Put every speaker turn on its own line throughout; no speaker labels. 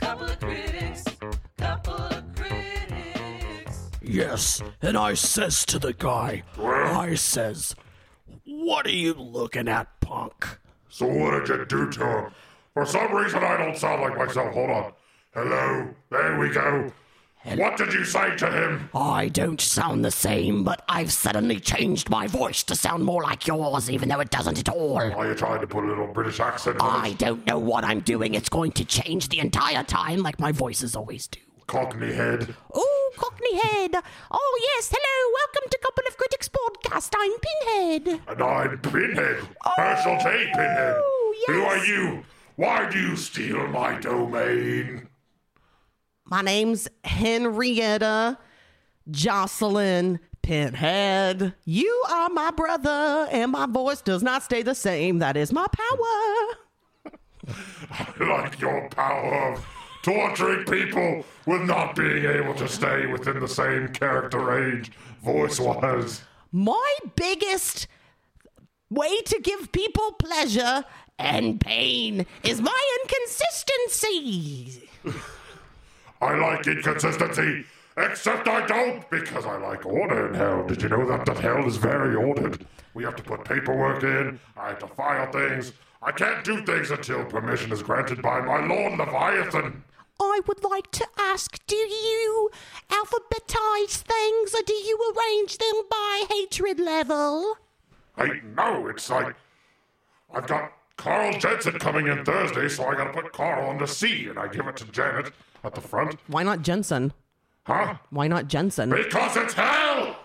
Couple of critics. Couple of critics.
Yes, and I says to the guy, I says, What are you looking at, punk?
So what did you do to him? For some reason, I don't sound like myself. Hold on. Hello. There we go. What did you say to him?
I don't sound the same, but I've suddenly changed my voice to sound more like yours, even though it doesn't at all.
Are you trying to put a little British accent on
I
it?
don't know what I'm doing. It's going to change the entire time, like my voices always do.
Cockney head.
Oh, Cockney Head. Oh, yes, hello. Welcome to Couple of Critics Podcast. I'm Pinhead.
And I'm Pinhead. Herschel T. Pinhead.
Oh,
Who
yes.
are you? Why do you steal my domain?
My name's Henrietta Jocelyn Pinhead. You are my brother, and my voice does not stay the same. That is my power.
like your power of torturing people with not being able to stay within the same character range voice wise.
My biggest way to give people pleasure and pain is my inconsistency.
I like inconsistency, except I don't because I like order in hell. Did you know that? That hell is very ordered. We have to put paperwork in, I have to file things. I can't do things until permission is granted by my Lord Leviathan.
I would like to ask do you alphabetize things or do you arrange them by hatred level?
I know, it's like I've got Carl Jensen coming in Thursday, so I gotta put Carl on the C and I give it to Janet at the front.
Why not Jensen?
Huh?
Why not Jensen?
Because it's hell!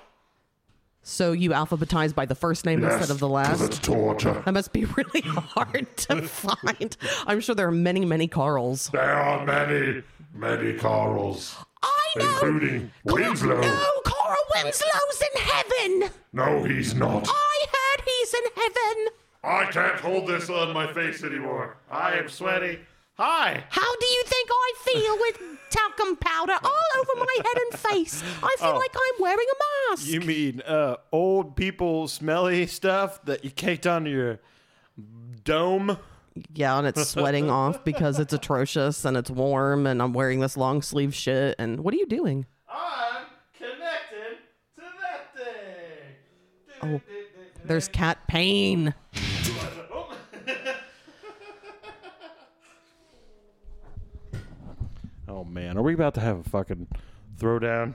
So you alphabetize by the first name
Yes,
instead of the
'cause
last?
It's torture.
That must be really hard to find. I'm sure there are many, many Carls.
There are many, many Carls,
I
including Winslow.
No, Carl Winslow's in heaven.
No, he's not.
I heard he's in heaven.
I can't hold this on my face anymore. I am sweaty.
Hi.
How do you think I feel with talcum powder all over my head and face? I
Oh.
feel like I'm wearing a mask.
You mean uh, old people smelly stuff that you caked onto your dome?
Yeah, and it's sweating off because it's atrocious and it's warm and I'm wearing this long sleeve shit. And what are you doing?
I'm connected to that thing.
Oh, there's cat pain.
Oh man, are we about to have a fucking throwdown?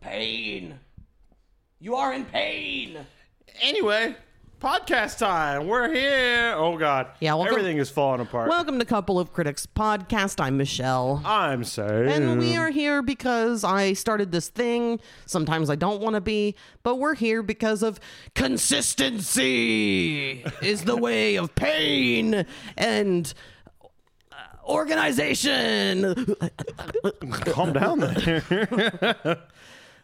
Pain. You are in pain.
Anyway, podcast time. We're here. Oh god.
Yeah, welcome-
everything is falling apart.
Welcome to Couple of Critics Podcast. I'm Michelle.
I'm sorry.
And we are here because I started this thing. Sometimes I don't want to be, but we're here because of
Consistency is the way of pain and uh, organization.
Calm down there.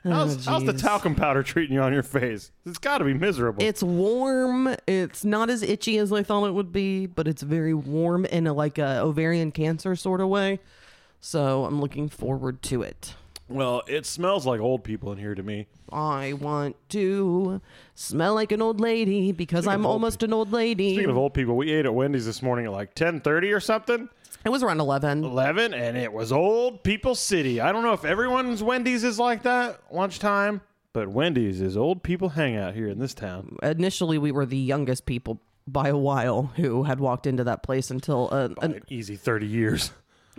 how's, how's the
Oh, jeez.
talcum powder treating you on your face? It's got to be miserable.
it's warm. It's not as itchy as I thought it would be, but it's very warm in a, like a ovarian cancer sort of way. So I'm looking forward to it.
well, it smells like old people in here to me.
I want to smell like an old lady because I'm
old
almost an old lady.
Speaking of old people, we ate at Wendy's this morning at like 10:30 or something,
It was around 11.
11, and it was old people city. I don't know if everyone's Wendy's is like that lunchtime, but Wendy's is old people hangout here in this town.
Initially, we were the youngest people by a while who had walked into that place until uh, an
An easy 30 years.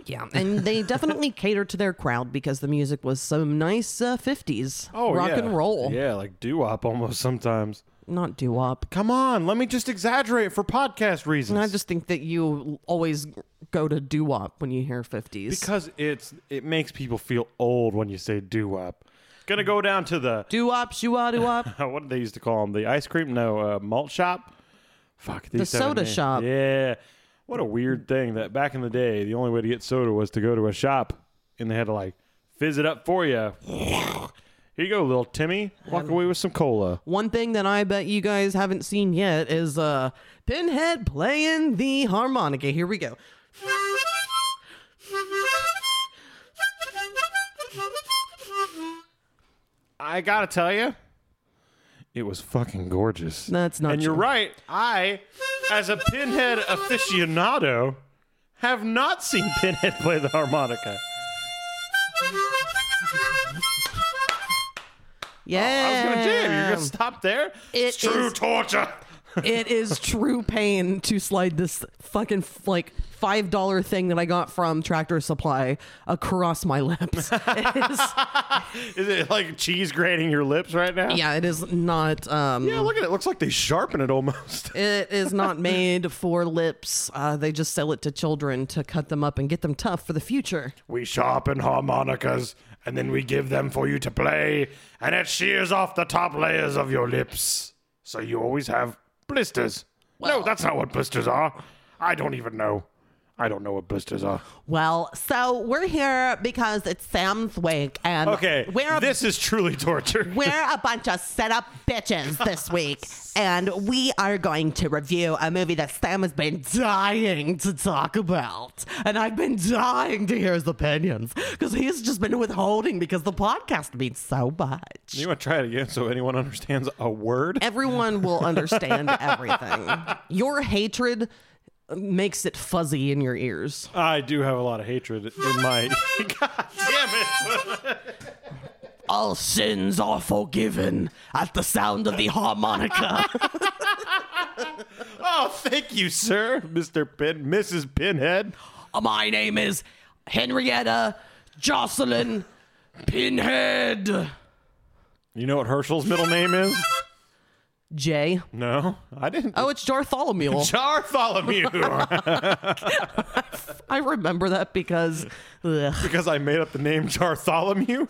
Yeah, and they definitely catered to their crowd because the music was some nice uh, 50s rock
Oh, yeah.
and roll.
Yeah, like doo-wop almost sometimes.
Not doo wop.
Come on, let me just exaggerate for podcast reasons.
I just think that you always go to doo wop when you hear 50s.
because it's it makes people feel old when you say doo-wop. Going to go down to the
doo wop, shua doo wop.
Uh, what did they used to call them? The ice cream? No, uh, malt shop. Fuck these
The
seven
soda
names.
shop.
Yeah, what a weird thing that back in the day, the only way to get soda was to go to a shop, and they had to like fizz it up for you. Here you go, little Timmy. Walk away with some cola.
One thing that I bet you guys haven't seen yet is uh, Pinhead playing the harmonica. Here we go.
Oh, I gotta tell you, it was fucking gorgeous.
That's not
And you're
true.
right. I, as a pinhead aficionado, have not seen Pinhead play the harmonica.
Yeah.
I was going to jam. You're going to stop there?
It
True
is-
torture.
it is true pain to slide this fucking like five dollar thing that I got from Tractor Supply across my lips. It is-
Is it like cheese grating your lips right now?
yeah, it is not. Um,
Yeah, look at it. Looks like they sharpen it almost.
It is not made for lips. Uh, they just sell it to children to cut them up and get them tough for the future.
we sharpen harmonicas and then we give them for you to play, and it shears off the top layers of your lips. So you always have blisters. no, that's not what blisters are. I don't even know. I don't know what blisters are.
Well, so we're here because it's Sam's week, and
Okay,
we're a
this is truly torture.
We're a bunch of set up bitches this week, and we are going to review a movie that Sam has been dying to talk about. And I've been dying to hear his opinions because he's just been withholding because the podcast means so much.
You want to try it again so anyone understands a word?
Everyone will understand everything. Your hatred makes it fuzzy in your ears.
I do have a lot of hatred in my. God damn it!
All sins are forgiven at the sound of the harmonica.
Oh, thank you, sir, Mister Pin, Mrs. Pinhead.
My name is Henrietta Jocelyn Pinhead.
You know what Herschel's middle name is?
Jay.
No, I didn't.
Oh, it's Jartholomew.
Jartholomew,
I remember that because, ugh.
because I made up the name Jartholomew.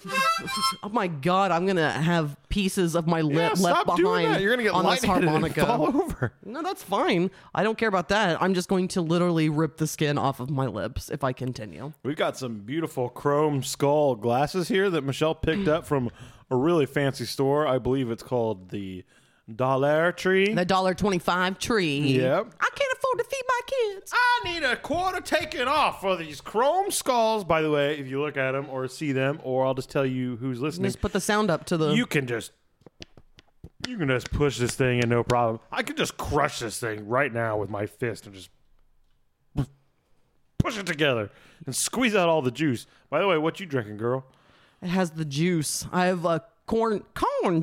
Oh my god, I'm gonna have pieces of my lip
Yeah,
left
stop
behind
doing that. You're gonna get
on this
lightheaded and
harmonica.
fall over.
No, that's fine. I don't care about that. I'm just going to literally rip the skin off of my lips if I continue.
We've got some beautiful chrome skull glasses here that Michelle picked up from a really fancy store. I believe it's called the Dollar Tree.
The dollar twenty-five tree.
Yep.
I can't afford to feed my kids.
I need a quarter taken off for these chrome skulls. By the way, if you look at them or see them, or I'll just tell you who's listening,
Just put the sound up to the.
you can just you can just push this thing and no problem. I could just crush this thing right now with my fist and just push it together and squeeze out all the juice. By the way, what you drinking, girl?
It has the juice. I have a corn corn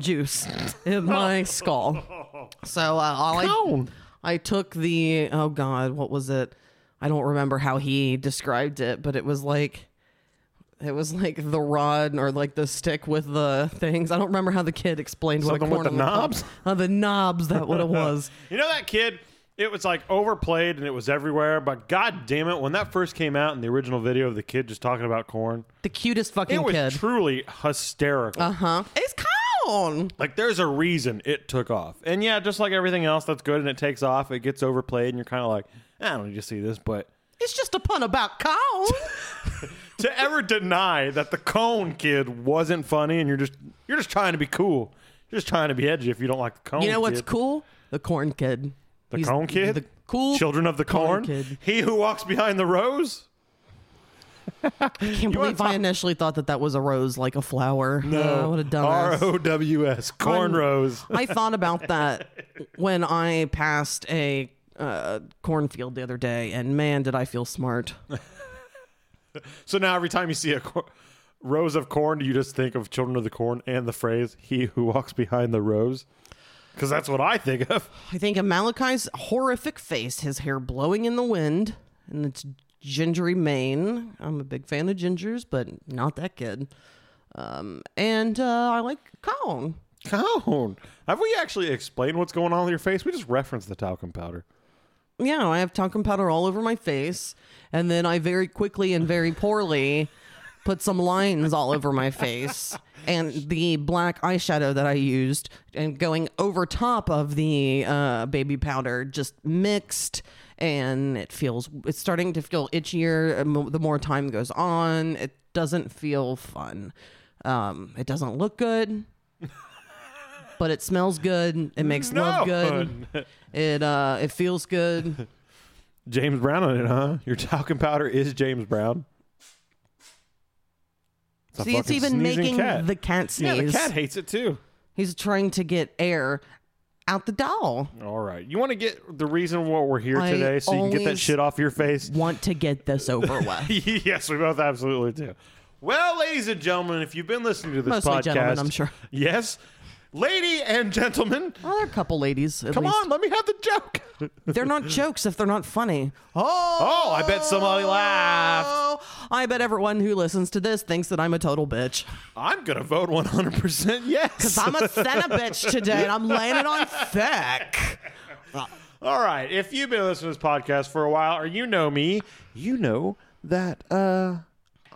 juice in my skull. So uh, all
Corn.
I I took the oh god, what was it? I don't remember how he described it, but it was like it was like the rod or like the stick with the things. I don't remember how the kid explained what
Something
a
with
corn
the
on cob-
knobs?
Uh, the knobs that what it was.
You know that kid? It was like overplayed and it was everywhere, but god damn it, when that first came out in the original video of the kid just talking about corn,
The cutest
it
fucking
was
kid.
truly hysterical.
uh huh. It's corn.
Like there's a reason it took off. And yeah, just like everything else that's good and it takes off, it gets overplayed and you're kind of like, I don't need to see this, but
It's just a pun about corn.
to ever deny that the cone kid wasn't funny and you're just you're just trying to be cool. You're just trying to be edgy if you don't like the cone
You know what's
Kid.
cool? The corn kid.
The
He's
cone kid?
The cool
Children of the corn?
corn kid.
He who walks behind the rose?
can't
You wanna
believe I
talk-
initially thought that that was a rose, like a flower. Uh, what a
R
dumbass.
O W S. Corn
I'm-
rose.
I thought about that when I passed a uh, cornfield the other day, and man, did I feel smart.
So now every time you see a cor- rose of corn, do you just think of Children of the Corn and the phrase "He who walks behind the rose"? Because that's what I think of.
I think of Malachi's horrific face, his hair blowing in the wind, and its gingery mane. I'm a big fan of gingers, but not that kid. Um, and uh, I like cone.
Cone. Have we actually explained what's going on with your face? We just referenced the talcum powder.
yeah, I have talcum powder all over my face, and then I very quickly and very poorly put some lines all over my face and the black eyeshadow that I used and going over top of the uh, baby powder just mixed and it feels it's starting to feel itchier um, the more time goes on it doesn't feel fun um, it doesn't look good but it smells good it makes love good it uh it feels good.
James Brown on it, huh? Your talcum powder is James Brown. It's a
See, it's
fucking
even
sneezing
making
cat.
the cat
yeah, the
sneeze.
cat hates it too.
He's trying to get air out the doll.
All right. You want to get the reason what we're here
I
today so you can get that
always-
shit off your face?
Want to get this over with.
yes, we both absolutely do. Well, ladies and gentlemen, if you've been listening to this
Mostly
podcast,
gentlemen, I'm sure.
Yes, lady and gentlemen,
Well, there are a couple ladies. At
come
least. Oh.
on, let me have the joke.
They're not jokes if they're not funny. Oh,
Oh, I bet somebody laughed.
I bet everyone who listens to this thinks that I'm a total bitch.
I'm gonna vote 100 percent yes.
I'm a Senna bitch today, and I'm laying it on thick.
All right, if you've been listening to this podcast for a while, or you know me, you know that uh,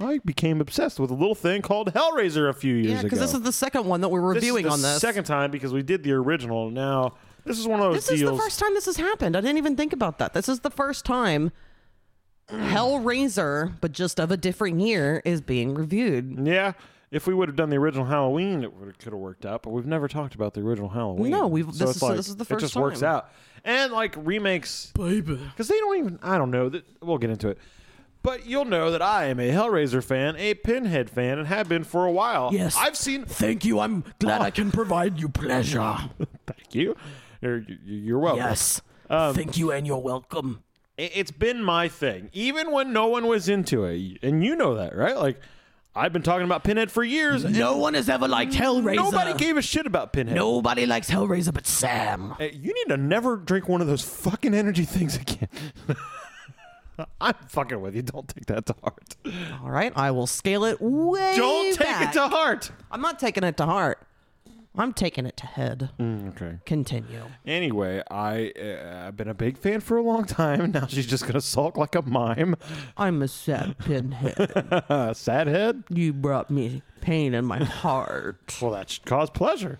I became obsessed with a little thing called Hellraiser a few years
Yeah,
ago.
because this is the second one that we're
This is
reviewing
the
on this.
second time because we did the original. Now this is one of those
this is
deals.
the first time this has happened. I didn't even think about that. This is the first time
Mm.
Hellraiser, but just of a different year, is being reviewed.
Yeah. If we would have done the original Halloween, it would could have worked out. But we've never talked about the original Halloween.
No, we've-
So
this
it's
is- so
like,
this is the
It
first
just works
time.
out. And like remakes,
Baby.
because they don't even. I don't know. Th- We'll get into it. But you'll know that I am a Hellraiser fan, a Pinhead fan, and have been for a while.
Yes.
I've seen.
Thank you. I'm glad
Oh.
I can provide you pleasure.
Thank you. You're, you're- you're welcome.
Yes. Thank you, and you're welcome.
it- it's been my thing even when no one was into it and you know that right like i've been talking about pinhead for years and
No one has ever liked Hellraiser.
nobody gave a shit about pinhead
Nobody likes Hellraiser but Sam.
Uh, you need to never drink one of those fucking energy things again i'm fucking with you don't take that to heart
All right, I will scale it way.
don't take
back.
it to heart
I'm not taking it to heart. I'm taking it to head.
okay
Continue.
anyway i uh, i've been a big fan for a long time now she's just gonna sulk like a mime
I'm a sad pinhead.
uh, sad head
you brought me pain in my heart
well that should cause pleasure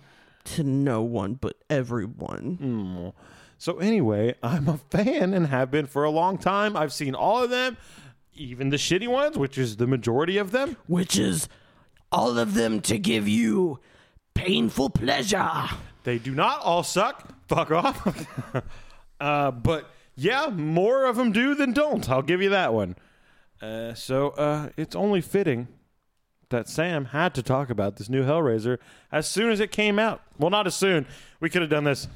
to no one but everyone.
Mm. So anyway, I'm a fan and have been for a long time. I've seen all of them, even the shitty ones, which is the majority of them.
Which is all of them to give you painful pleasure.
They do not all suck. Fuck off. uh, but yeah, more of them do than don't. I'll give you that one. Uh, so uh, it's only fitting that Sam had to talk about this new Hellraiser as soon as it came out. Well, not as soon. We could have done this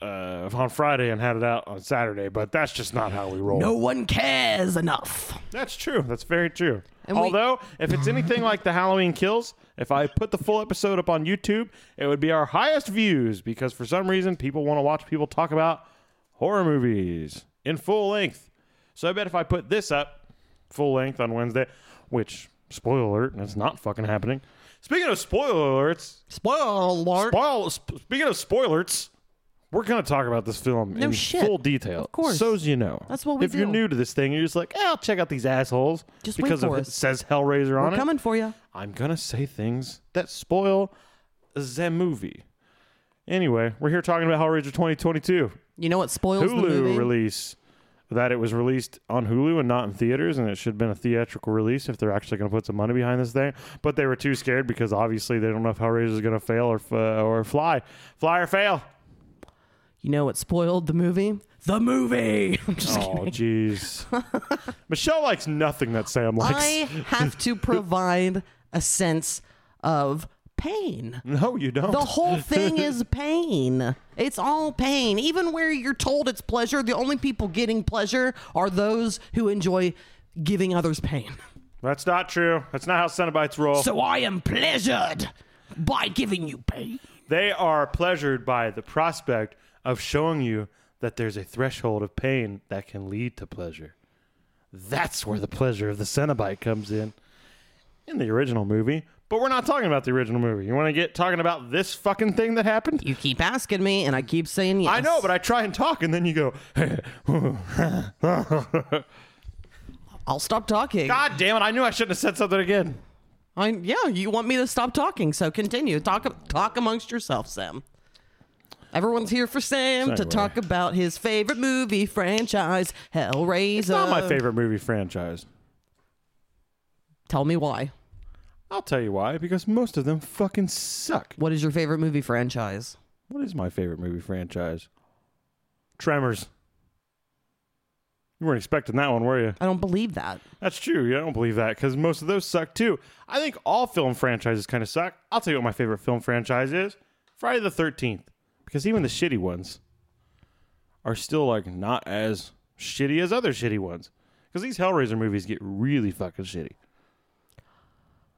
uh, on Friday and had it out on Saturday, but that's just not how we roll.
No one cares enough.
That's true. That's very true.
And we-
Although, if it's anything like the Halloween Kills, if I put the full episode up on YouTube, it would be our highest views because for some reason people want to watch people talk about horror movies in full length. So I bet if I put this up full length on Wednesday, which spoiler alert, it's not fucking happening. Speaking of spoiler alerts,
Spoiler alert.
spoil, sp- speaking of spoilers, we're gonna talk about this film in
shit.
full detail,
Of course.
So as you know,
That's what we
If you're
do.
new to this thing, you're just like, eh, I'll check out these assholes
Just wait
because
for
of
us.
it says Hellraiser on
We're
it.
coming for you.
I'm gonna say things that spoil the movie. Anyway, we're here talking about Hellraiser 2022
You know what spoils the
Hulu
movie?
release. That it was released on Hulu and not in theaters, and it should have been a theatrical release if they're actually going to put some money behind this thing. But they were too scared because obviously they don't know if Hellraiser is going to fail or f- uh, or fly, fly or fail.
You know what spoiled the movie?
The movie.
Oh, jeez. Michelle likes nothing that Sam likes.
I have to provide a sense of pain.
No, you don't.
The whole thing is pain. It's all pain. Even where you're told it's pleasure, the only people getting pleasure are those who enjoy giving others pain.
That's not true. That's not how Cenobites roll.
so I am pleasured by giving you pain.
they are pleasured by the prospect of showing you that there's a threshold of pain that can lead to pleasure. That's where the pleasure of the Cenobite comes in. In the original movie. But we're not talking about the original movie. You want to get talking about this fucking thing that happened?
You keep asking me, and I keep saying yes.
I know, but I try and talk, and then you go,
I'll stop talking.
God damn it, I knew I shouldn't have said something again.
I, yeah, you want me to stop talking, so continue. Talk talk amongst yourself, Sam. Everyone's here for Sam to
Anyway.
talk about his favorite movie franchise, Hellraiser.
It's not my favorite movie franchise.
Tell me why.
I'll tell you why, because most of them fucking suck.
What is your favorite movie franchise?
What is my favorite movie franchise? Tremors. You weren't expecting that one, were you?
I don't believe that.
That's true. Yeah, I don't believe that because most of those suck too. I think all film franchises kind of suck. I'll tell you what my favorite film franchise is Friday the 13th. Because even the shitty ones are still like not as shitty as other shitty ones. Because these Hellraiser movies get really fucking shitty.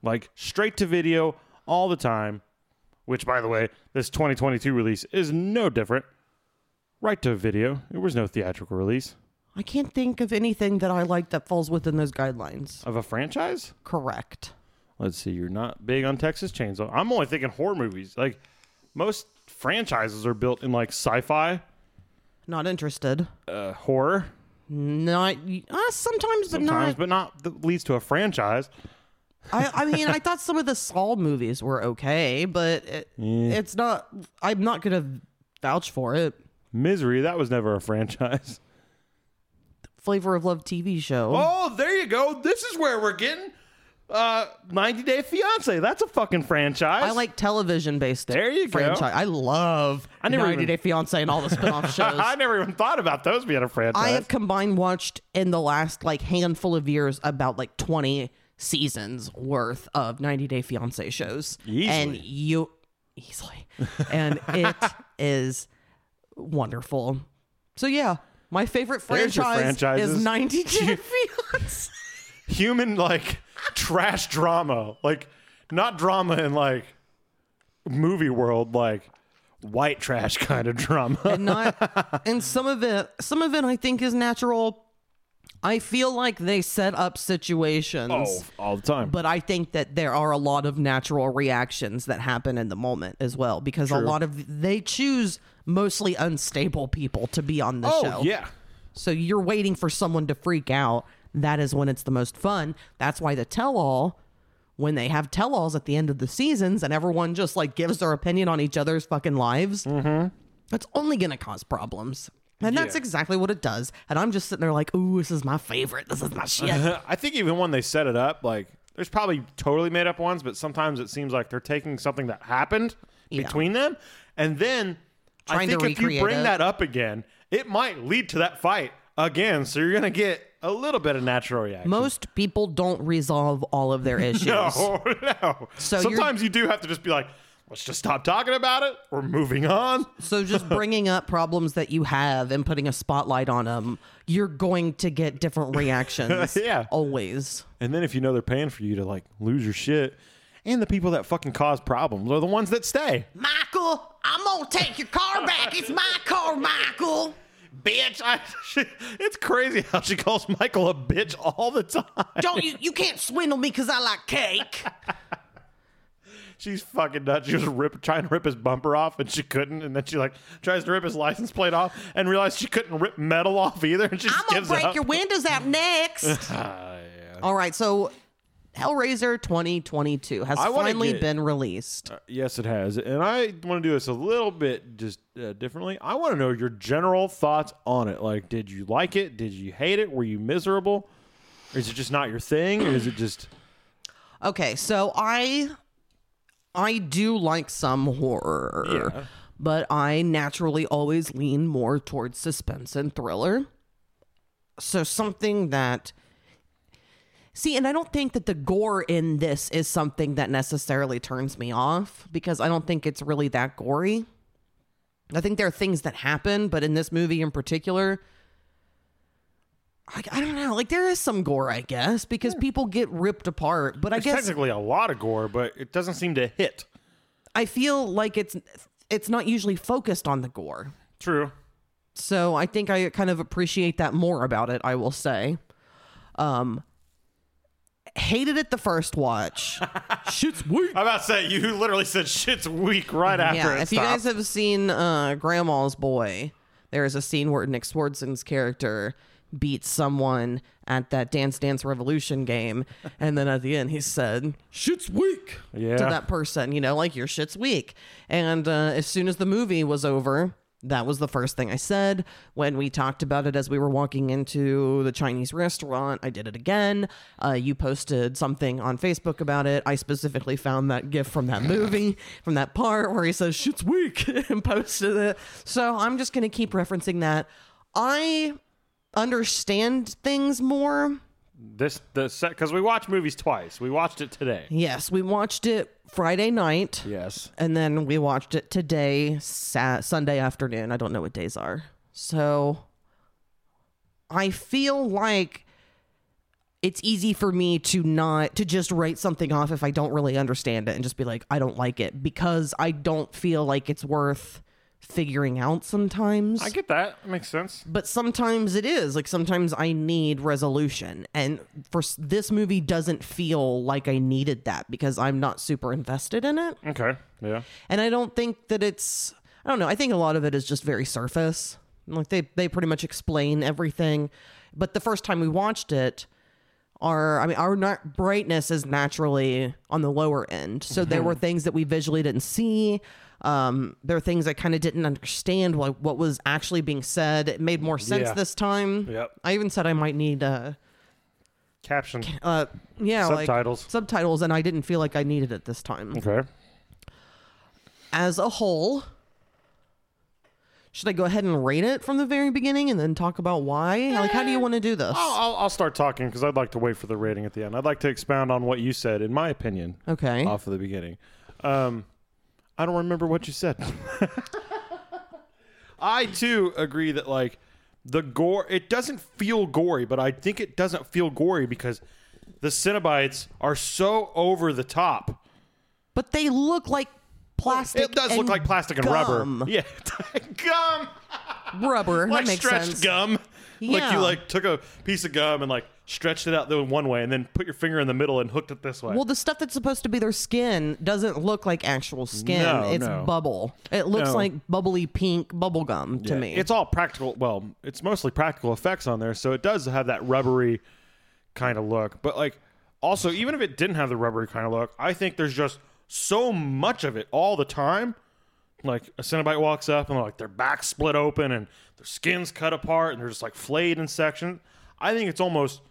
Like straight to video all the time, which by the way, this 2022 release is no different. Right to video. There was no theatrical release
I can't think of anything that I like that falls within those guidelines.
of a franchise.
Correct.
Let's see, you're not big on Texas Chainsaw. I'm only thinking horror movies. Like most franchises are built in like sci-fi,
Not interested.
uh, horror,
Not uh, sometimes, but
sometimes,
not.
but not that leads to a franchise.
I, I mean, I thought some of the Saw movies were okay, but it, it's not. I'm not gonna vouch for it.
Misery, that was never a franchise.
Flavor of Love TV show.
Oh, there you go. This is where we're getting uh 90 Day Fiance. That's a fucking franchise.
I like television based.
There you go.
franchise. I love
I never
90
even-
Day Fiance and all the spin off shows.
I never even thought about those being a franchise.
I have combined watched in the last like handful of years about like 20 seasons worth of 90 Day Fiance shows.
Easily.
And you easily. And it is wonderful. So yeah, my favorite
There's your
franchise
franchises.
is 90 Day Fiance.
human like trash drama like not drama in like movie world like white trash kind of drama
and not and some of it some of it I think is natural. I feel like they set up situations.
all the time
but I think that there are a lot of natural reactions that happen in the moment as well because a lot of they choose mostly unstable people to be on the
oh
show.
yeah
So you're waiting for someone to freak out. That is when it's the most fun. That's why the tell all when they have tell alls at the end of the seasons and everyone just like gives their opinion on each other's fucking lives. Mm-hmm. That's only going to cause problems. And that's exactly what it does. And I'm just sitting there like, ooh, this is my favorite. This is my shit.
i think even when they set it up like there's probably totally made up ones but sometimes it seems like they're taking something that happened
Yeah.
between them and then i
Trying to
think if you
recreate
bring
it.
that up again it might lead to that fight again so you're gonna get a little bit of natural reaction
Most people don't resolve all of their issues.
No, no.
So you're-
Sometimes you do have to just be like, let's just stop talking about it. We're moving on.
So just bringing up problems that you have and putting a spotlight on them, you're going to get different reactions.
Yeah.
always.
And then if you know they're paying for you to like lose your shit, and the people that fucking cause problems are the ones that stay.
Michael, I'm gonna take your car back. It's my car, Michael.
Bitch, I, it's crazy how she calls Michael a bitch all the time.
Don't you? You can't swindle me because I like cake.
She's fucking nuts. She was rip, trying to rip his bumper off, and she couldn't. And then she like tries to rip his license plate off, and realized she couldn't rip metal off either. And she just
I'm gonna
gives
break
up. Ah,
your windows out next. All right, so Hellraiser 2022 has
I wanna
finally
get-
been released.
Yes, it has. And I want to do this a little bit just uh, differently. I want to know your general thoughts on it. Like, did you like it? Did you hate it? Were you miserable? Or is it just not your thing? Or is it just. Uh.
Okay, so I I do like some horror, but I naturally always lean more towards suspense and thriller. So something that See, and I don't think that the gore in this is something that necessarily turns me off because I don't think it's really that gory. I think there are things that happen, but in this movie in particular, I, I don't know. Like there is some gore, I guess, because people get ripped apart. But I guess
Technically, a lot of gore, but it doesn't seem to hit.
I feel like it's it's not usually focused on the gore.
True.
So I think I kind of appreciate that more about it, I will say. Um hated it the first watch. Shit's weak.
I'm about to say, you literally said shit's weak right after
Yeah,
it
if you guys
stopped.
have seen uh Grandma's Boy, there is a scene where Nick Swardson's character beats someone at that Dance Dance Revolution game and then at the end he said, "Shit's weak."
yeah.
to that person, you know, like your shit's weak. And uh, as soon as the movie was over, that was the first thing I said when we talked about it as we were walking into the Chinese restaurant. I did it again. Uh, you posted something on Facebook about it. I specifically found that gif from that movie, from that part where he says shit's weak and posted it. So I'm just going to keep referencing that. I understand things more
This the set because we watch movies twice. We watched it today.
Yes, we watched it Friday night,
Yes.
and then we watched it today, Sa- Sunday afternoon. I don't know what days are. So I feel like it's easy for me to not to just write something off if I don't really understand it and just be like, I don't like it because I don't feel like it's worth figuring out sometimes.
I get that. Makes sense.
but sometimes it is like sometimes i need resolution and for s- this movie doesn't feel like i needed that because i'm not super invested in it
Okay. Yeah.
and i don't think that it's i don't know i think a lot of it is just very surface like they they pretty much explain everything but the first time we watched it our i mean our not brightness is naturally on the lower end so there
Mm-hmm.
were things that we visually didn't see um there are things i kind of didn't understand like what was actually being said it made more sense
Yeah.
this time
Yep.
i even said i might need uh
Caption.
uh yeah like,
Subtitles.
subtitles and i didn't feel like i needed it this time
Okay.
as a whole. Should I go ahead and rate it from the very beginning and then talk about why? Like, how do you
Eh.
want to do this?
I'll, I'll, I'll start talking because I'd like to wait for the rating at the end. I'd like to expound on what you said, in my opinion,
Okay.
off of the beginning. Um, I don't remember what you said. I too agree that like the gore, it doesn't feel gory, but I think it doesn't feel gory because the Cenobites are so over the top.
But they look like plastic.
It does look
and
like plastic and
gum.
rubber. Yeah, gum.
Rubber.
like
that makes
stretched
sense.
gum. Like
Yeah.
you like took a piece of gum and like stretched it out the one way and then put your finger in the middle and hooked it this way.
Well, the stuff that's supposed to be their skin doesn't look like actual skin.
No,
it's
no.
bubble. It looks
No.
like bubbly pink bubble gum to
Yeah,
me.
It's all practical. Well, it's mostly practical effects on there, so it does have that rubbery kind of look. But like, also, even if it didn't have the rubbery kind of look, I think there's just so much of it all the time. Like a Cenobite walks up and like their back's split open and their skin's cut apart and they're just like flayed in sections. I think it's almost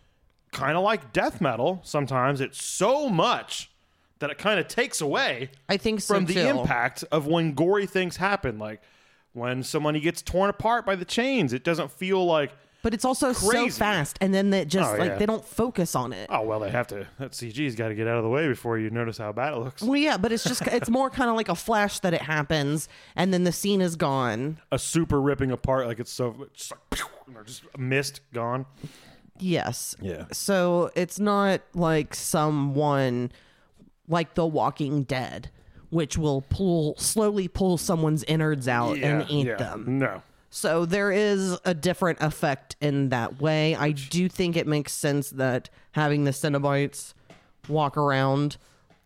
kind of like death metal. Sometimes it's so much that it kind of takes away
I think so
from the
too.
impact of when gory things happen, like when somebody gets torn apart by the chains. It doesn't feel like
But it's also so
Crazy.
fast, and then they just
Oh,
like
yeah.
they don't focus on it.
oh well, they have to. That CG's got to get out of the way before you notice how bad it looks.
Well, yeah, but it's just it's more kind of like a flash that it happens, and then the scene is gone.
A super ripping apart, like it's so it's just like, pew, and they're just mist gone.
Yes.
Yeah.
So it's not like someone like The Walking Dead, which will pull slowly pull someone's innards out and eat them.
No,
So there is a different effect in that way. I do think it makes sense that having the Cenobites walk around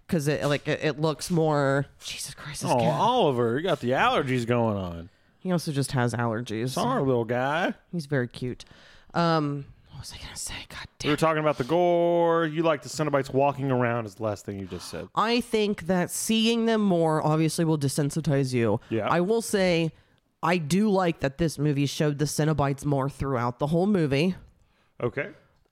because it like it, it looks more. Jesus Christ! This
oh
cat.
Oliver, you got the allergies going on.
He also just has allergies.
Sorry, little guy.
He's very cute. Um, what was I gonna say? God damn.
We were talking about the gore. You like the Cenobites walking around is the last thing you just said.
I think that seeing them more obviously will desensitize you.
Yeah.
I will say I do like that this movie showed the Cenobites more throughout the whole movie.
Okay.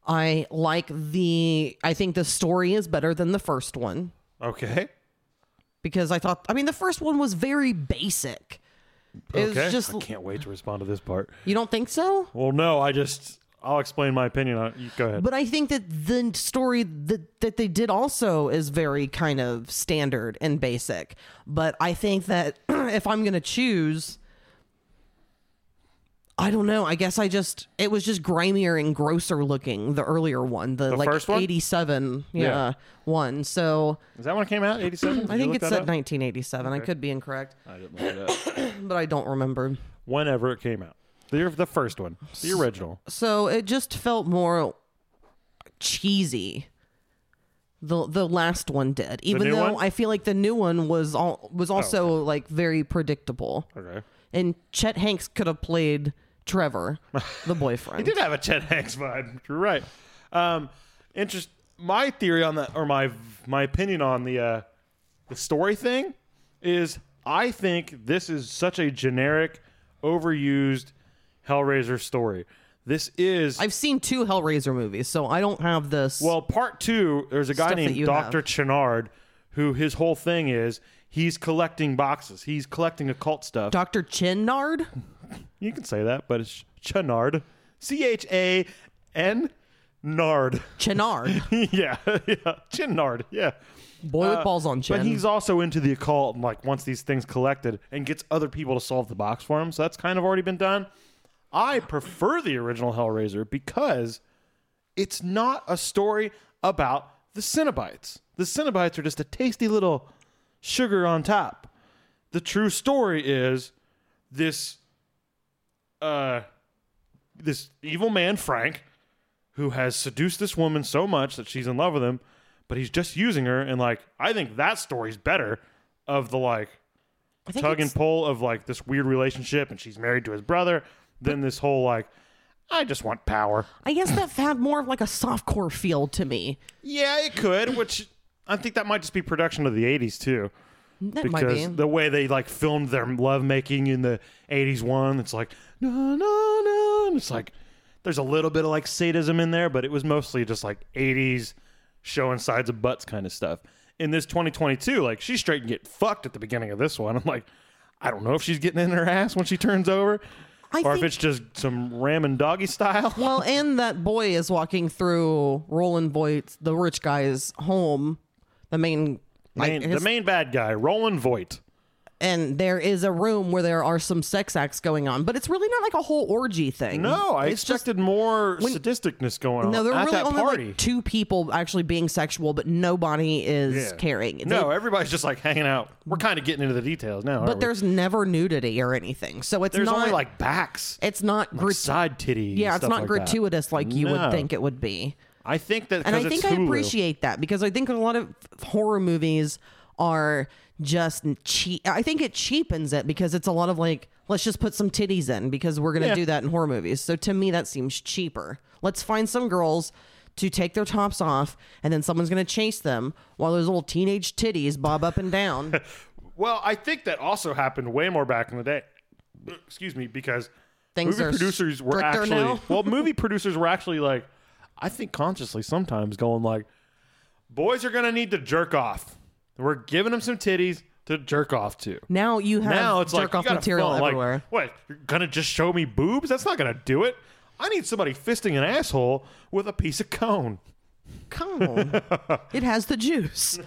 I like the I think the story is better than the first one
Okay.
because I thought I mean the first one was very basic. It
Okay.
was just
I can't wait to respond to this part.
you don't think so?
Well, no, I just I'll explain my opinion on it. You go ahead.
But I think that the story that that they did also is very kind of standard and basic. But I think that if I'm going to choose I don't know. I guess I just it was just grimier and grosser looking the earlier one, the, like
first one?
87 yeah,
Yeah.
one. So
Is that when it came out? Eighty seven.
I think it said 1987. I could be incorrect,
I didn't look it up.
but I don't remember.
Whenever it came out, the the first one, the original.
so it just felt more cheesy the the last one did even
new
though
one? Oh,
i feel like the new one was all was also like very predictable
Okay.
and chet hanks could have played trevor the boyfriend
Did have a Chet Hanks vibe. You're right. Um, interest. My theory on that, or my my opinion on the uh, the story thing, is I think this is such a generic, overused Hellraiser story. This is
i've seen two hellraiser movies so i don't have this
Well, part two, there's a guy
Stuff that
named
you
Dr.
have.
Chenard who his whole thing is he's collecting boxes. He's collecting occult stuff.
dr chinnard
you can say that, but it's Chenard. C H A N Nard.
Chenard.
yeah, yeah. Chin Nard, yeah.
Boy with balls on chin.
Uh, But he's also into the occult and like wants these things collected and gets other people to solve the box for him. So that's kind of already been done. I prefer the original Hellraiser because it's not a story about the Cenobites. The Cenobites are just a tasty little sugar on top. The true story is this uh this evil man Frank who has seduced this woman so much that she's in love with him, but he's just using her. And like, I think that story's better of the like
I think
tug and
it's-
pull of like this weird relationship, and she's married to his brother. Then this whole like, I just want power.
I guess that had more of like a softcore feel to me.
Yeah, it could. Which I think that might just be production of the '80s too,
That might be.
because the way they like filmed their lovemaking in the '80s one, it's like no, no, no. and It's like there's a little bit of like sadism in there, but it was mostly just like '80s showing sides of butts kind of stuff. In this 2022, like she's straight and get fucked at the beginning of this one. I'm like, I don't know if she's getting in her ass when she turns over,
I
or if
think-
it's just some ramming doggy style.
well, and that boy is walking through Roland Voigt, the rich guy's home, the main, like,
Main- the
his-
main bad guy, Roland Voigt.
and there is a room where there are some sex acts going on, but it's really not like a whole orgy thing.
No, I
It's just-
expected more
when-
sadisticness going on
no, there
at
are really
that
only
party.
like two people actually being sexual, but nobody is
Yeah.
caring. They-
no, everybody's just like hanging out. We're kind of getting into the details now. aren't
but
we?
there's never nudity or anything, so it's
there's
not
only like backs,
it's not
like
grat-
side titty.
yeah,
and
it's
stuff
not
like that.
gratuitous like you
No.
would think it would be.
I think that
and I
'cause it's
think I
Hulu.
appreciate that because I think a lot of horror movies are just cheap. I think it cheapens it because it's a lot of like, let's just put some titties in because we're going to
Yeah.
do that in horror movies. So to me, that seems cheaper. Let's find some girls to take their tops off and then someone's going to chase them while those little teenage titties bob up and down.
Well, I think that also happened way more back in the day. Excuse me, because
Things
movie
are
producers were
stricter
actually
now?
well, movie producers were actually like, I think consciously sometimes going like, boys are gonna need to jerk off. We're giving them some titties to jerk off to.
now you have
now it's like
jerk
you
off
gotta
material
film, like,
everywhere.
what you're gonna just show me boobs? That's not gonna do it. I need somebody fisting an asshole with a piece of cone.
Come on. it has the juice.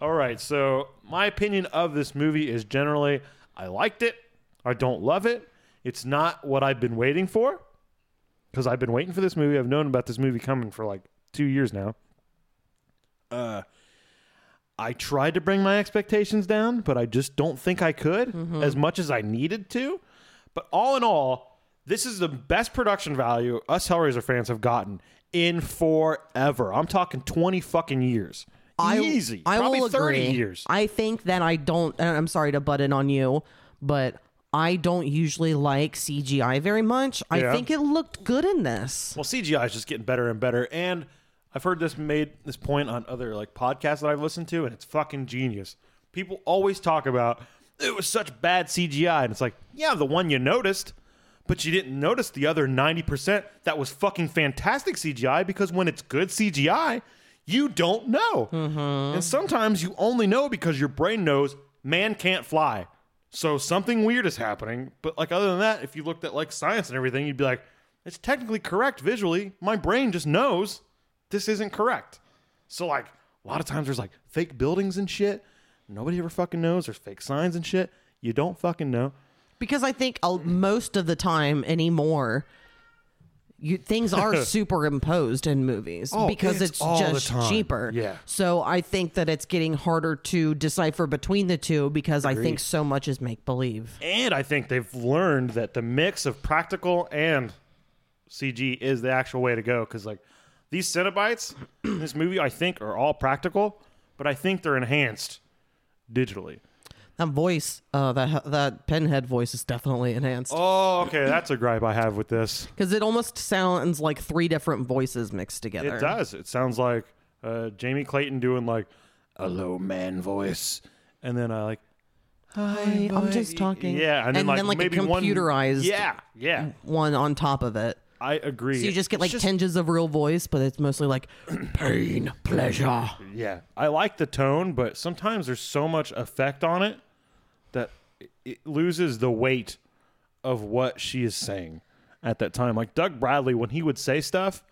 All right, so my opinion of this movie is generally I liked it. I don't love it. It's not what I've been waiting for because I've been waiting for this movie. I've known about this movie coming for like 2 years now. Uh I tried to bring my expectations down, but I just don't think I could
Mm-hmm.
as much as I needed to. But all in all, this is the best production value us Hellraiser fans have gotten in forever. I'm talking 20 fucking years.
I,
Easy.
I
Probably
will
30
agree.
years.
I think that I don't. And I'm sorry to butt in on you, but I don't usually like CGI very much. I
Yeah.
think it looked good in this.
Well, CGI is just getting better and better, and I've heard this made this point on other like podcasts that I've listened to, and it's fucking genius. People always talk about it was such bad CGI, and it's like, yeah, the one you noticed, but you didn't notice the other ninety percent that was fucking fantastic CGI because when it's good CGI, you don't know, and sometimes you only know because your brain knows man can't fly. So something weird is happening, but like other than that, if you looked at like science and everything, you'd be like, it's technically correct visually. My brain just knows this isn't correct. So like a lot of times there's like fake buildings and shit. Nobody ever fucking knows. There's fake signs and shit. You don't fucking know.
Because I think uh, most of the time anymore, you, things are superimposed in movies
Oh,
because
it's
it's,
all the
just
time.
cheaper.
Yeah.
So I think that it's getting harder to decipher between the two because I think so much is make believe.
And I think they've learned that the mix of practical and CG is the actual way to go. Because like these Cenobites in this movie, I think are all practical, but I think they're enhanced digitally.
That voice, uh, that that pinhead voice is definitely enhanced.
Oh, okay. That's a gripe I have with this.
Because it almost sounds like three different voices mixed together.
It does. It sounds like uh, Jamie Clayton doing like a low man voice, and then I like
I, am just talking.
yeah, and then like, maybe
a computerized
one, yeah, yeah.
one on top of it.
I agree.
So you just get
It's
like tinges of real voice, but it's mostly like
Pain, pleasure.
Yeah, I like the tone, but sometimes there's so much effect on it that it- it loses the weight of what she is saying, at that time. Like Doug Bradley, when he would say stuff,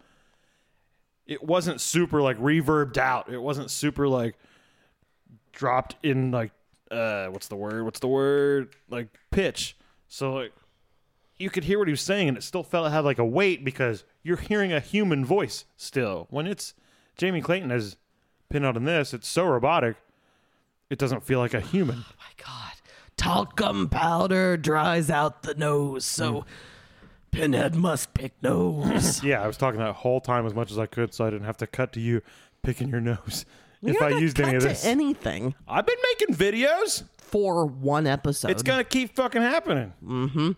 it wasn't super like reverbed out. It wasn't super like dropped in like uh what's the word? What's the word? Like pitch. So like you could hear what he was saying and it still felt it had like a weight because you're hearing a human voice still. When it's Jamie Clayton as pinned out in this, it's so robotic it doesn't feel like a human.
God, talcum powder dries out the nose, so Pinhead must pick nose.
Yeah, I was talking that whole time as much as I could, so I didn't have to cut to you picking your nose. if
You're
I
not
used any
cut
of
to
this,
anything
I've been making videos.
for one episode.
It's gonna keep fucking happening. Mm-hmm.